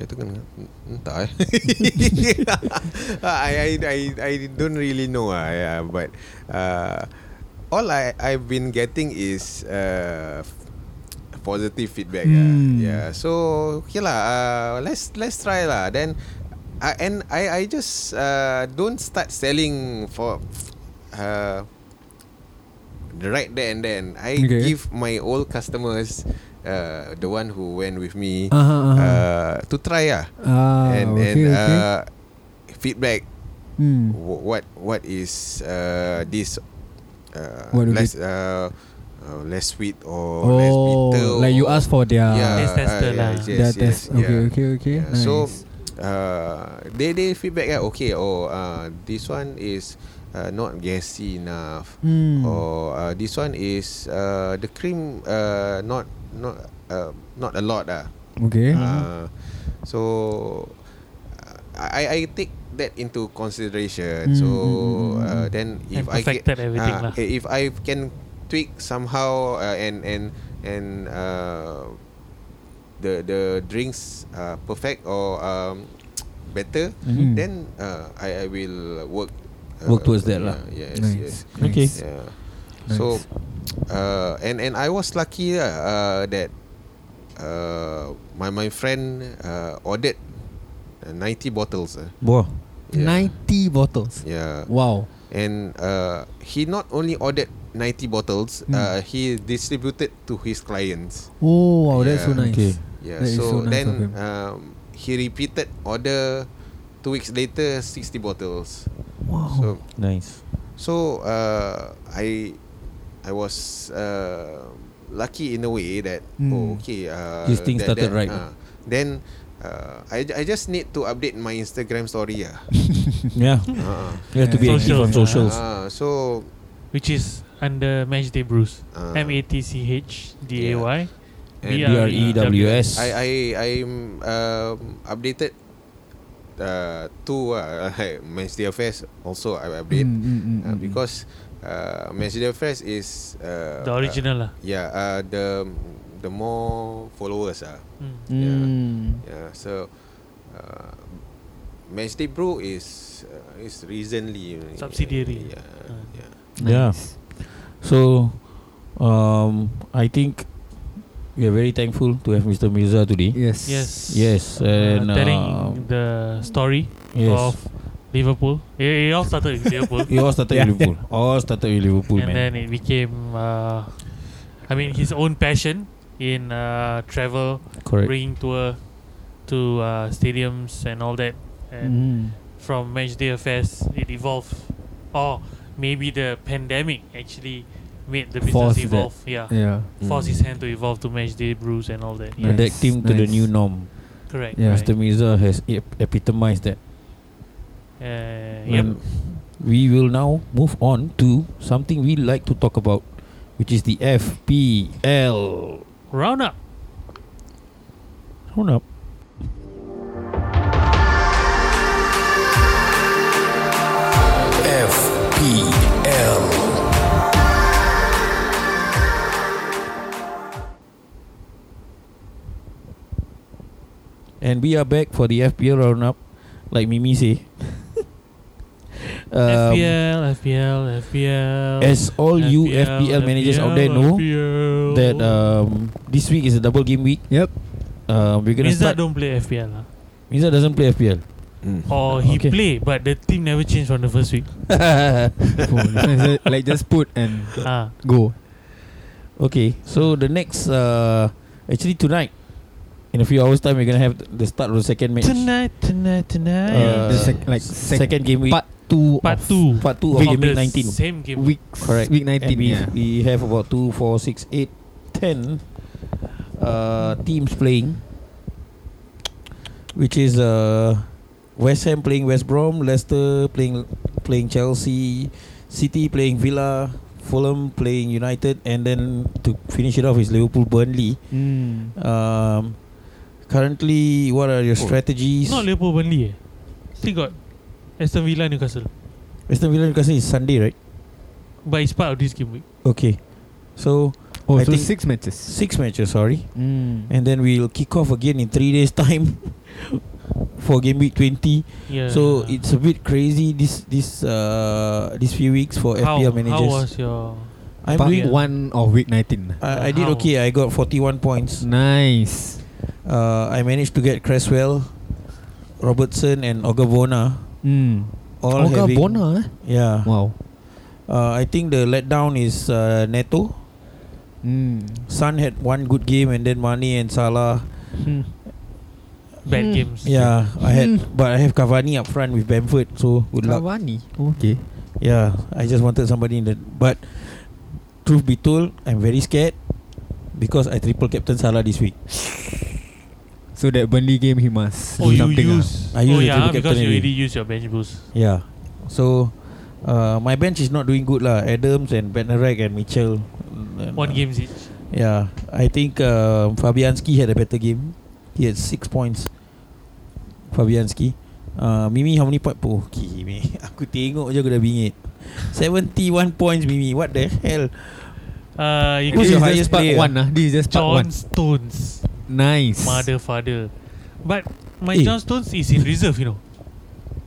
D: Ya tu kan
C: <laughs>
D: Entah eh I, I, I, I don't really know ah, yeah, But uh, All I, I've been getting is uh, f- Positive feedback
C: Hmm.
D: ah. Yeah So Okay lah uh, Let's let's try lah Then I, And I, I just uh, Don't start selling For uh, Right there and then I
C: Okay.
D: give my old customers uh, The one who went with me
C: Uh-huh, uh-huh.
D: uh, to try lah
C: Ah,
D: and
C: okay,
D: and
C: okay.
D: uh, feedback
C: Hmm.
D: wh- what what is uh, this uh,
C: What do
D: less uh, uh, less sweet or less
C: Oh,
D: bitter
C: like you
D: or- uh,
C: ask for their
B: Taste tester lah.
D: yes,
C: their
D: yes,
C: test. Okay,
D: yeah.
C: okay, okay.
D: Yeah,
C: Nice.
D: So uh, they they feedback ah, okay or uh, this one is uh, not gassy enough
C: Hmm.
D: or uh, this one is uh, the cream uh, not not uh, not a lot ah.
C: okay. Mm-hmm.
D: Uh, so I I take that into consideration.
C: Mm,
D: so
C: mm, mm, mm,
D: uh,
C: mm.
D: then
B: And
D: if I get,
B: perfected everything
D: ah,
B: lah.
D: if I can tweak somehow uh, and and and uh, the the drinks uh, perfect or um, better,
C: Mhm.
D: then uh, I I will work uh,
A: Work towards that
D: yeah,
A: lah.
D: Yes,
C: nice.
D: yes.
A: Okay.
D: Yeah.
C: Nice.
D: So uh, and and I was lucky lah, uh, that uh, my my friend uh, ordered uh, 90 bottles. Uh.
A: Boah.
D: Yeah.
C: Ninety bottles.
D: Yeah.
C: Wow.
D: And uh, he not only ordered 90 bottles,
C: Mm.
D: uh, he distributed to his clients.
C: Oh wow, that's so
D: Yeah.
C: nice.
A: Okay.
D: Yeah.
C: That is
D: so
C: so nice of
D: then
C: him.
D: um, he repeated order two weeks later 60 bottles.
C: Wow.
D: So
A: Oh, Nice. <laughs>
D: So uh, I I was uh, lucky in a way that
C: Mm.
D: oh okay uh,
A: This thing
D: that-
A: started
D: that,
A: right.
D: ah. then uh, I I just need to update my Instagram
A: <laughs>
D: story ah.
A: Yeah.
D: Ah,
A: You have to be active on
B: Socials, yeah.
D: ah.
A: socials.
D: Ah, so
B: which is under Match Day Brews.
D: uh,
B: M A T C H D A Y.
D: and
A: B R E W S.
D: I I I'm um, updated uh, two uh, <laughs> Wednesday affairs also I update
C: Mm, mm, mm,
D: uh,
C: mm, mm.
D: because uh, Wednesday affairs is uh,
B: The
D: uh,
B: original ah. lah.
D: Yeah, uh, the the more followers ah.
B: Mm.
D: yeah.
C: Mm.
D: Yeah, so uh, Matchday Pro is uh, is recently uh,
B: Subsidiary.
D: Yeah,
B: Ah.
D: yeah.
A: Yeah.
C: Nice.
A: So, um, I think we are very thankful to have Mr. Mirza
D: Mm.
A: today.
C: Yes.
B: Yes.
A: Yes,
B: Uh,
A: and
B: telling
A: uh,
B: the story
A: yes,
B: of Liverpool. It, it all started with
A: <laughs>
B: Liverpool.
A: he all
D: <laughs>
A: started with Liverpool. All started with Liverpool,
B: and
A: man.
B: then it became uh, I mean his own passion in uh, travel
A: Correct.
B: bringing tour to uh, stadiums and all that and
C: Mm.
B: from match day affairs it evolved or maybe the pandemic actually made the business
C: Forced that.
B: evolve yeah
C: Yeah.
B: force
D: Mm.
B: his hand to evolve to match day brews and all that yeah.
C: Nice.
A: Adapting to the
C: nice.
A: new norm.
B: correct
C: Yeah.
B: correct.
A: Mr. Mirza has ep- epitomized that.
B: Uh, yep
A: And We will now move on to something we like to talk about, which is the FPL.
B: round up
A: Hold up.
E: FPL.
A: And we are back for the FPL roundup, like Mimi
B: <laughs>
A: say. Um,
B: FPL FPL FPL
A: As all you FPL managers out there know uh,
B: FPL.
A: that um, this week is a double game week.
C: Yep.
A: uh, we're gonna
B: Mirzad
A: start.
B: don't play FPL lah.
A: Miza doesn't play <laughs> FPL.
D: Mm.
B: Or he
A: Okay.
B: play but the team never changed from the first week.
C: <laughs> uh, like just put and
B: ah,
C: go.
A: okay, so the next uh, actually tonight, in a few hours time, we're gonna have the start of the second match.
B: tonight, tonight, tonight.
A: Uh,
C: the sec- like sec-
A: second game week.
C: Part two.
B: part
C: of
B: two.
A: part two
B: of
A: of game
B: the
A: week 19.
B: Same game.
C: Week
A: Correct. And
C: Week nineteen.
A: we,
C: Yeah.
A: we have about 2, 4, 6, 8, 10 uh, teams playing, which is uh, West Ham playing West Brom, Leicester playing playing Chelsea, City playing Villa, Fulham playing United, and then to finish it off is Liverpool Burnley.
C: Mm.
A: Um, currently, what are your
B: Oh.
A: strategies?
B: Not Liverpool Burnley eh. Still got Aston Villa Newcastle.
A: Western Villa Newcastle is Sunday, right?
B: But it's part of this game week.
A: Okay, so
C: Oh,
A: I
C: so
A: think-
C: six matches.
A: six matches. Sorry.
C: Mm.
A: And then we'll kick off again in three days' <laughs> time for game week 20.
B: Yeah.
A: So it's a bit crazy this this uh these few weeks for
B: how,
A: FPL
B: How
A: managers.
B: was your
A: I'm
C: Part
A: doing.
C: one of week nineteen.
A: I, I did
B: How?
A: okay. I got 41 points.
C: Nice.
A: Uh, I managed to get Cresswell, Robertson, and Ogavona.
C: Mm.
A: All
C: Olga
A: having-
C: Bona. eh?
A: Yeah.
C: Wow.
A: Uh, I think the letdown is uh, Neto.
C: Mm.
A: Sun had one good game and then Mane and Salah.
B: bad
C: Hmm.
B: games?
A: Yeah, I
C: Hmm.
A: had, but I have Cavani up front with Bamford. So good luck.
C: Cavani. Okay.
A: Yeah, I just wanted somebody in the but truth be told, I'm very scared because I triple captain Salah this week.
C: So that Burnley game, he must
B: Oh, you
C: do something. ah.
B: use.
A: uh, I use
B: oh
A: the
B: yeah,
A: triple
B: because
A: captain
B: you already
A: already.
B: use your bench boost.
A: Yeah. So uh, my bench is not doing good lah. Adams and Benarek and Mitchell. And,
B: One
A: uh,
B: games each.
A: Yeah, I think uh, Fabianski had a better game. He had six points. Fabianski. Uh, Mimi how many point? Oh, Kimi. <laughs> Aku tengok je aku dah bingit. 71 points Mimi. What the hell?
B: Uh, you
A: Who's
B: can
C: This is
A: your highest
C: just part
A: player?
C: one. Ah, This is just part
B: John
C: one.
B: Stones,
C: Nice.
B: mother father. But my
A: Eh.
B: John Stones is in reserve, you know.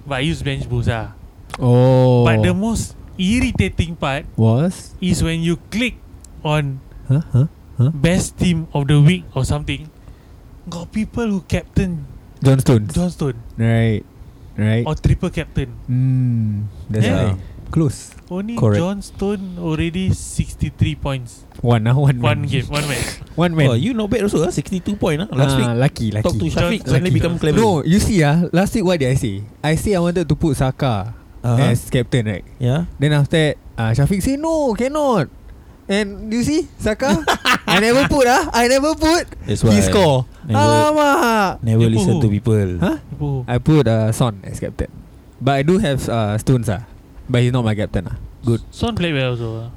B: But I use bench boost ah.
C: Oh.
B: But the most irritating part
C: was.
B: is when you click on
C: Huh? Huh?
B: best team of the week or something. Got people who captain
C: John Stones.
B: Johnstone
C: Right. Right.
B: or triple captain.
C: Mm. That's
B: Yeah.
C: right. Close.
B: Only
A: Correct.
B: Johnstone already 63 points.
C: One. Ah, one.
B: One
C: man.
B: game, one match.
C: One
A: Oh,
C: man.
A: you not bad also ah, 62 point ah last
C: ah,
A: week.
C: Lucky. Lucky.
A: Talk to Shafiq
B: Just
A: suddenly
B: lucky.
A: become clever.
C: No, you see ah, last week what did I say? I say I wanted to put Saka
A: Uh-huh.
C: as captain, right?
A: Yeah.
C: Then after that, uh, Shafiq say no, cannot. And you see, <laughs> Saka, I never put ah, I never put.
A: That's
C: He score.
A: Never-
C: Alamak.
A: Never
B: You put
A: listen to
B: who?
A: people.
C: Huh?
B: Oh,
C: I put uh, Son as captain, but I do have uh, Stones ah, but he's not my captain ah.
B: Son played well also. ah.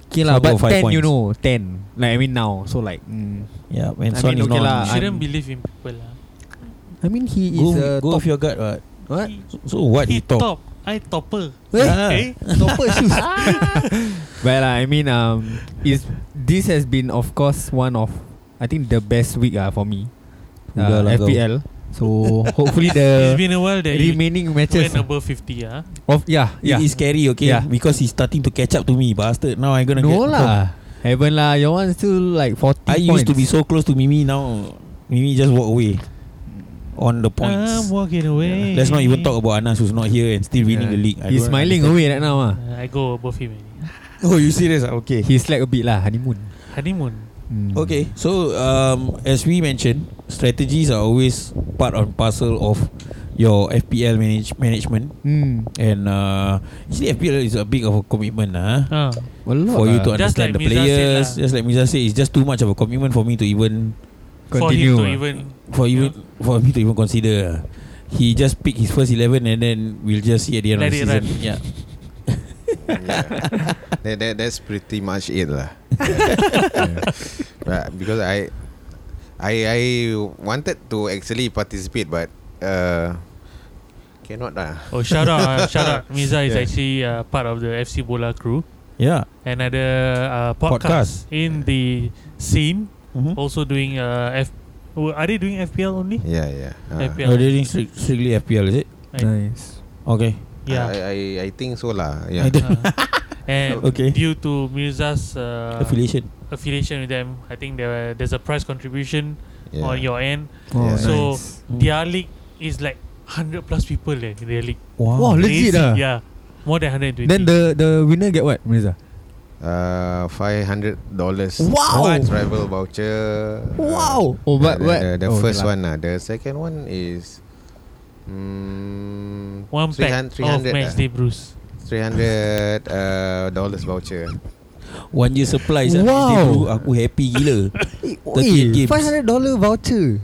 C: Okay
A: lah,
C: lah, but
A: got five
C: ten
A: points.
C: you know, ten. Like I mean now, so like, mm,
A: Yeah, when
C: I
A: Son
C: mean,
A: is
C: okay
A: not.
C: lah,
A: on
B: You
A: it.
B: shouldn't
C: I'm-
B: believe in people. lah.
C: I mean he
A: Go,
C: is a
A: go
C: top.
A: with your gut. What?
C: What?
B: He,
A: So what
B: he
A: he
B: top.
A: talk?
B: I topper.
C: Eh?
B: <laughs> Eh?
C: Topper shoes. <laughs> but lah, I mean um, is this has been of course one of I think the best week ah for me,
A: Udah
C: uh,
A: lah kau.
C: FPL. So hopefully <laughs> the
B: <laughs> It's been a while that you
C: remaining
B: went
C: matches
B: above 50. Ah,
C: of ya,
A: It
C: yeah yeah
A: is scary, okay?
C: Yeah.
A: Because he's starting to catch up to me, bastard. Now I'm gonna
C: no
A: get.
C: lah haven't lah your one still like 40
A: I
C: points
A: used to be so close to Mimi. Now Mimi just walk away on the
B: I'm
A: points.
B: walking away.
A: Let's not even talk about Anas who's not here and still winning the
C: Yeah.
A: league. I
C: he's
A: don't
C: smiling
A: understand.
C: away right now ah
B: Uh, I go above him. already.
A: Oh, you serious? ah? Okay.
C: he slack a bit lah honeymoon
B: Honeymoon.
C: mm.
A: Okay, so um, as we mentioned, strategies are always part and parcel of your FPL manage management,
C: mm.
A: and uh, actually FPL is a big of a commitment, ah.
B: Ah,
C: A lot
A: For you
C: lah.
A: to
B: Just
A: understand
B: like
A: the
B: Mirza said
A: players,
B: lah.
A: just like Miza said, it's just too much of a commitment for me to even
B: for him
C: continue
B: to
C: ah.
B: even
A: for even for me to even consider. He just pick his first eleven, and then we'll just see at the end of
B: Let
A: the
B: it
A: season.
B: run.
A: Yeah,
D: yeah. <laughs> that, that, that's pretty much it <laughs> lah. But because I, I I wanted to actually participate but uh, cannot lah.
B: Oh, shout out, uh, shout
A: <laughs>
B: out. Miza is
D: Yeah.
B: actually uh, part of the FC Bola crew.
A: yeah.
B: Another uh, podcast, in the scene,
C: Mm-hmm.
A: Mhm.
B: also doing uh, F. oh, Are they doing FPL only?
D: Yeah yeah. Ah.
A: Oh,
B: FPL.
A: they're doing strict- strictly FPL, is it?
C: nice
A: Okay.
D: I,
B: Yeah.
D: I I think so lah. Yeah.
A: I don't- <laughs>
B: Uh, and
A: Okay.
B: due to Mirza's uh,
A: Affiliation.
B: affiliation with them, I think there there's a price contribution <laughs>
D: Yeah.
B: on your end.
C: Oh,
D: Yeah.
B: So
C: nice.
B: their league is like hundred plus people eh, in their league.
C: Wow, legit
B: Crazy,
C: ah.
B: Yeah, more than hundred and twenty.
C: Then the the winner get what, Mirza?
D: Uh, five hundred dollars.
C: Wow.
D: Travel voucher.
C: Wow.
D: Uh,
C: Oh, but
D: the,
C: but
D: the, the
C: oh,
D: first
C: lah.
D: one lah. The second one is. Mm,
B: one pack
D: 300,
B: of
D: ah.
B: match day brews.
D: lah. Three hundred uh, dollars voucher.
A: One year supply Wow
C: Wow.
A: Aku happy
B: <laughs>
A: gila
C: Eh,
A: 38 games.
C: Five hundred dollar voucher.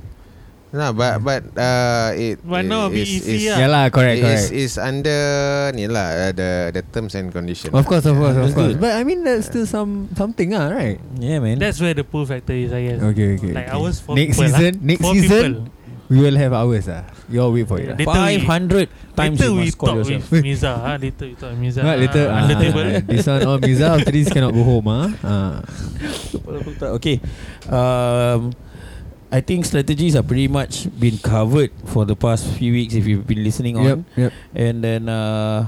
D: Nah, but but uh, it.
B: But
D: it,
B: no, a bit
D: is-
B: easy
D: is-
B: lah.
C: Yeah, lah, correct,
D: It is,
C: correct.
D: is under ni lah uh, the the terms and conditions.
C: Of course, of course, of
A: That's good.
C: course. But I mean, that's still some something, ah, right?
A: Yeah man
B: That's where the pull factor is, I guess.
C: Okay, okay.
B: Like
C: okay.
B: ours for
C: next
B: people,
C: season,
B: ah.
C: next
B: For
C: season,
B: people.
C: we will have ours, ah. You all wait for it.
B: Yeah, later
C: lah.
A: 500
B: we-
A: times
B: later
A: you
B: we
A: must
B: talk
A: call yourself
B: with Miza. ah. Later we talk with Miza.
C: Right, later.
A: uh,
B: ah, Under
C: ah,
B: table.
C: <laughs> This one all Mirza. After this, cannot go home, ah. Ah.
A: Okay um, I think strategies are pretty much been covered for the past few weeks if you've been listening
C: Yep,
A: on
C: yep.
A: and then uh,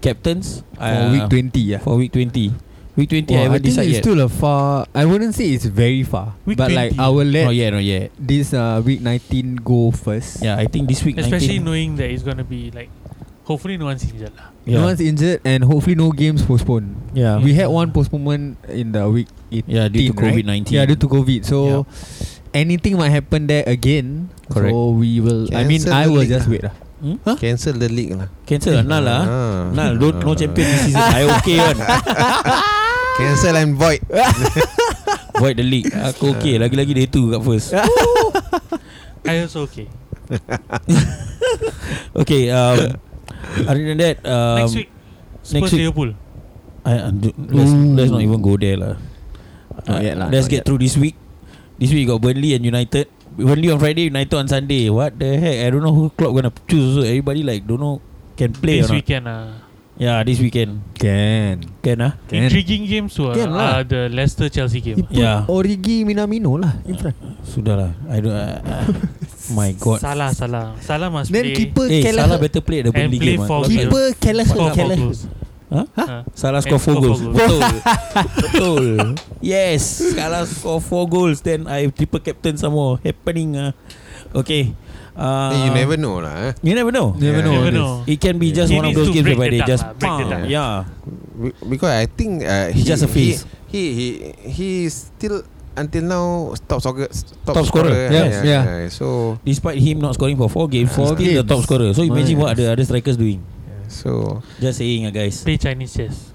A: captains
C: For week 20, yeah.
A: uh, for week 20 week 20 I
C: Well, I
A: haven't
C: think
A: decided
C: it's
A: yet
C: still a far. I wouldn't say it's very far,
B: Week
C: but like
B: 20.
C: I will let
A: not yet not yet
C: this uh, week 19 go first.
A: yeah I think this week
B: Especially
A: 19,
B: knowing that it's going to be like, hopefully no one's injured. lah.
A: yeah.
C: No one's injured and hopefully no games postponed.
A: yeah
C: We had one postponement in the week 18.
A: yeah due to
C: right?
A: COVID-19
C: Yeah, due to COVID. So anything might happen there again.
A: Correct.
C: So we will. I mean,
D: Cancel
C: I
D: the
C: will
D: league
C: just
D: lah.
C: wait. lah.
A: hmm? huh?
D: Cancel the league lah.
A: cancel lah Nal lah
D: Ah.
A: Nal don't, no champion this season I okay one
D: Cancel and void.
C: Ah.
A: void the league aku okay lagi-lagi day 2 kat first
B: I also okay.
A: Okay.
C: <laughs>
A: Um, other than that, um,
B: next week. Spurs
A: week.
B: Liverpool.
A: I, I do- let's, let's not even go there lah. Uh,
C: Not yet lah,
A: Let's
C: not
A: get
C: yet.
A: through this week. This week got Burnley and United. Burnley on Friday, United on Sunday. What the heck? I don't know who Klopp gonna choose. Also. Everybody like don't know can play
B: This
A: or not.
B: weekend. ah.
A: Yeah, Ya, this weekend
C: Can.
A: can ah.
C: Can.
B: Intriguing games were
C: Can lah. Oh
B: uh, the Leicester Chelsea
C: He
B: game.
C: put
A: Yeah.
C: Origi Minamino lah in front.
A: Ya. Sudahlah. I don't. I, I, my God.
B: Salah, Salah. Salah must
C: Then
B: play.
C: keeper
A: Eh,
C: Kelleher-
A: Salah better play at the
B: And
A: Burnley
B: play
A: game.
B: for
A: ah.
B: goals.
C: Keeper Kelleher
B: Score four
C: Kelleher.
B: goals.
A: Huh?
B: Ah.
A: Salah
B: And
A: score 4
B: score
A: goals.
B: four goals.
A: Betul. Betul. Yes, Salah score 4 goals then I triple captain some more. Happening ah. Okay. Uh,
D: Eh, you never know lah. Eh.
A: You never know.
C: Never
D: Yeah.
C: know.
B: Never
C: this.
B: know.
A: It can be just
B: He
A: one of
B: needs
A: those
B: to
A: games
B: break
A: where
B: the
A: they
B: duck
A: just
B: lah, break the
A: bang.
B: duck.
A: Yeah.
D: Be- Because I think uh,
A: He's just a face.
D: He he he is still until now top scorer. Top,
A: Top scorer,
C: yes, yeah.
D: So
A: Despite him not scoring for 4 games,
C: Four
A: he's still the
C: games.
A: top scorer. So imagine
C: Nice.
A: what the other strikers doing.
D: so
A: Just saying ah guys.
B: Play Chinese chess.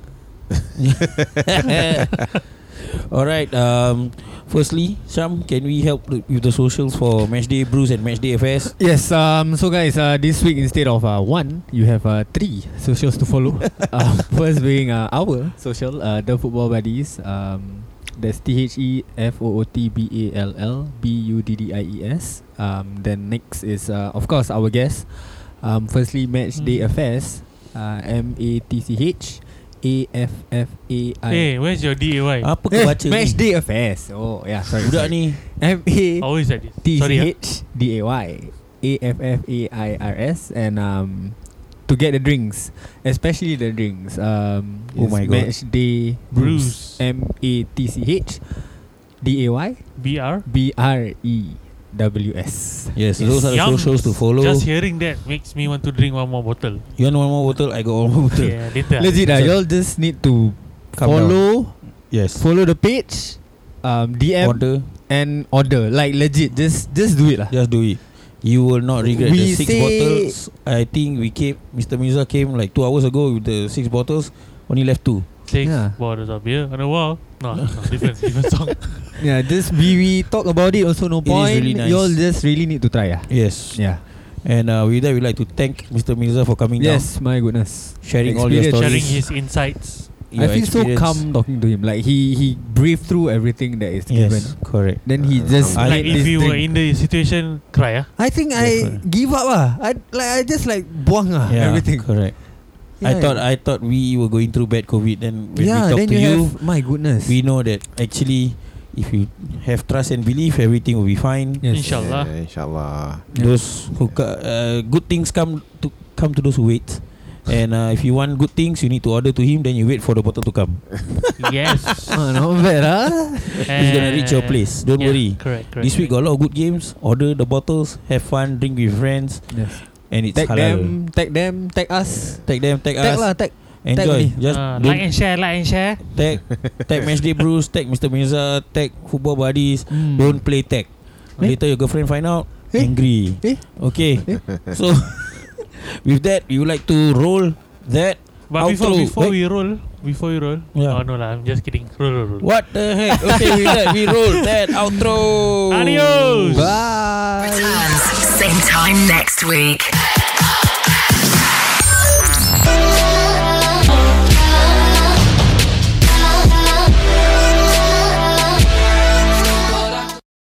A: <laughs> Alright, um firstly, Sam, can we help with the socials for Matchday Bruce and Matchday FS?
C: Yes, um, so guys, uh, this week instead of uh, one, you have uh, three socials to <laughs> follow. uh, first being uh, our social, uh, The Football Buddies. Um, that's T H E F O O T B A L L B U D D I E S. Um, then next is, uh, of course, our guest. Um, firstly, Match Day Affairs, uh, M A T C H A F F A I.
B: Hey, where's your DAY?
A: Apa
C: Eh,
A: kau baca
C: Match
A: ni?
C: Day Affairs. Oh, yeah, sorry.
A: Budak ni
C: sorry. M A
B: Always like this.
C: T
A: ha?
B: Sorry. ah.
C: C H D A Y A F F A I R S and um to get the drinks, especially the drinks. Um,
A: Oh
C: is
A: my God.
C: Match Day
B: Brews.
C: M A T C H D A Y
B: BR.
C: B R E W S.
A: Yes, those are the
B: Yum.
A: socials to follow.
B: Just hearing that makes me want to drink one more bottle.
A: you want one more bottle? I got one more bottle.
B: yeah, later.
C: Legit, ah,
A: This
C: y'all just need to
A: Calm
C: follow
A: Yes.
C: follow the page, um, DM
A: Order.
C: and order. Like legit, just just do it lah.
A: Just do it. You will not regret the
C: We
A: six
C: say-
A: bottles. I think we came. Mr. Mirza came like two hours ago with the six bottles. Only left two.
B: Six
C: Yeah.
B: bottles of beer on the wall. No,
A: <laughs>
B: no, different, different song.
C: Yeah, just we we talk about it. Also, no
A: It is
C: point.
A: really nice.
C: Y'all just really need to try. Ah.
A: <laughs> Yes.
C: Yeah.
A: And uh, with that, we'd like to thank Mr. Mirza for coming
C: Yes, my goodness.
A: down, sharing all your
C: Experience.
B: Sharing
A: stories.
B: his insights.
A: your
C: I feel
A: experience.
C: so calm talking to him. Like he he breathed through everything that is given.
A: Yes, correct.
C: Then he
D: Uh,
C: just
A: I
B: like
C: made
B: if
C: this
B: you were
C: drink.
B: in the situation, cry ah.
C: I think
A: Yes,
C: I give up ah. I like I just like buang ah
A: Yeah,
C: everything.
A: correct. I
C: Yeah.
A: thought I thought we were going through bad COVID. Then when
C: yeah,
A: we talk
C: then
A: to
C: you,
A: you,
C: have my goodness.
A: we know that actually, if you have trust and belief, everything will be fine.
C: yes.
A: <laughs>
B: Inshallah.
D: yeah, inshallah.
A: Those who ca- uh, good things come to come to those who wait. And uh, if you want good things, you need to order to him. Then you wait for the bottle to come.
B: yes.
C: <laughs> Ah, not bad, ah.
A: It's gonna reach
C: Eh,
A: your place. Don't
B: Yeah,
A: worry.
B: Correct, correct.
A: This week got a lot of good games. Order the bottles, have fun, drink with friends,
C: Yes.
A: and it's
C: Tag
A: halal.
C: them, tag them, tag us.
A: Tag them, tag, us.
C: Tag lah, tag.
A: Enjoy.
C: only.
A: Just
B: Ah,
A: don't
B: like and share, like and share.
A: tag, tag Matchday Bruce, tag Mr. Mirza, tag Football Buddies.
C: Hmm.
A: Don't play tag.
C: Eh?
A: Later your girlfriend find out,
C: Eh?
A: angry.
C: Eh?
A: Okay.
C: Eh?
A: So <laughs> with that, we would like to roll that.
B: But before
A: Outro,
B: before
A: right?
B: we roll, before we roll,
A: Yeah.
B: oh no lah, I'm just kidding. Roll, roll, roll.
A: What the heck? Okay, with that, we roll that outro.
B: Adios.
C: Bye.
G: Same time next week.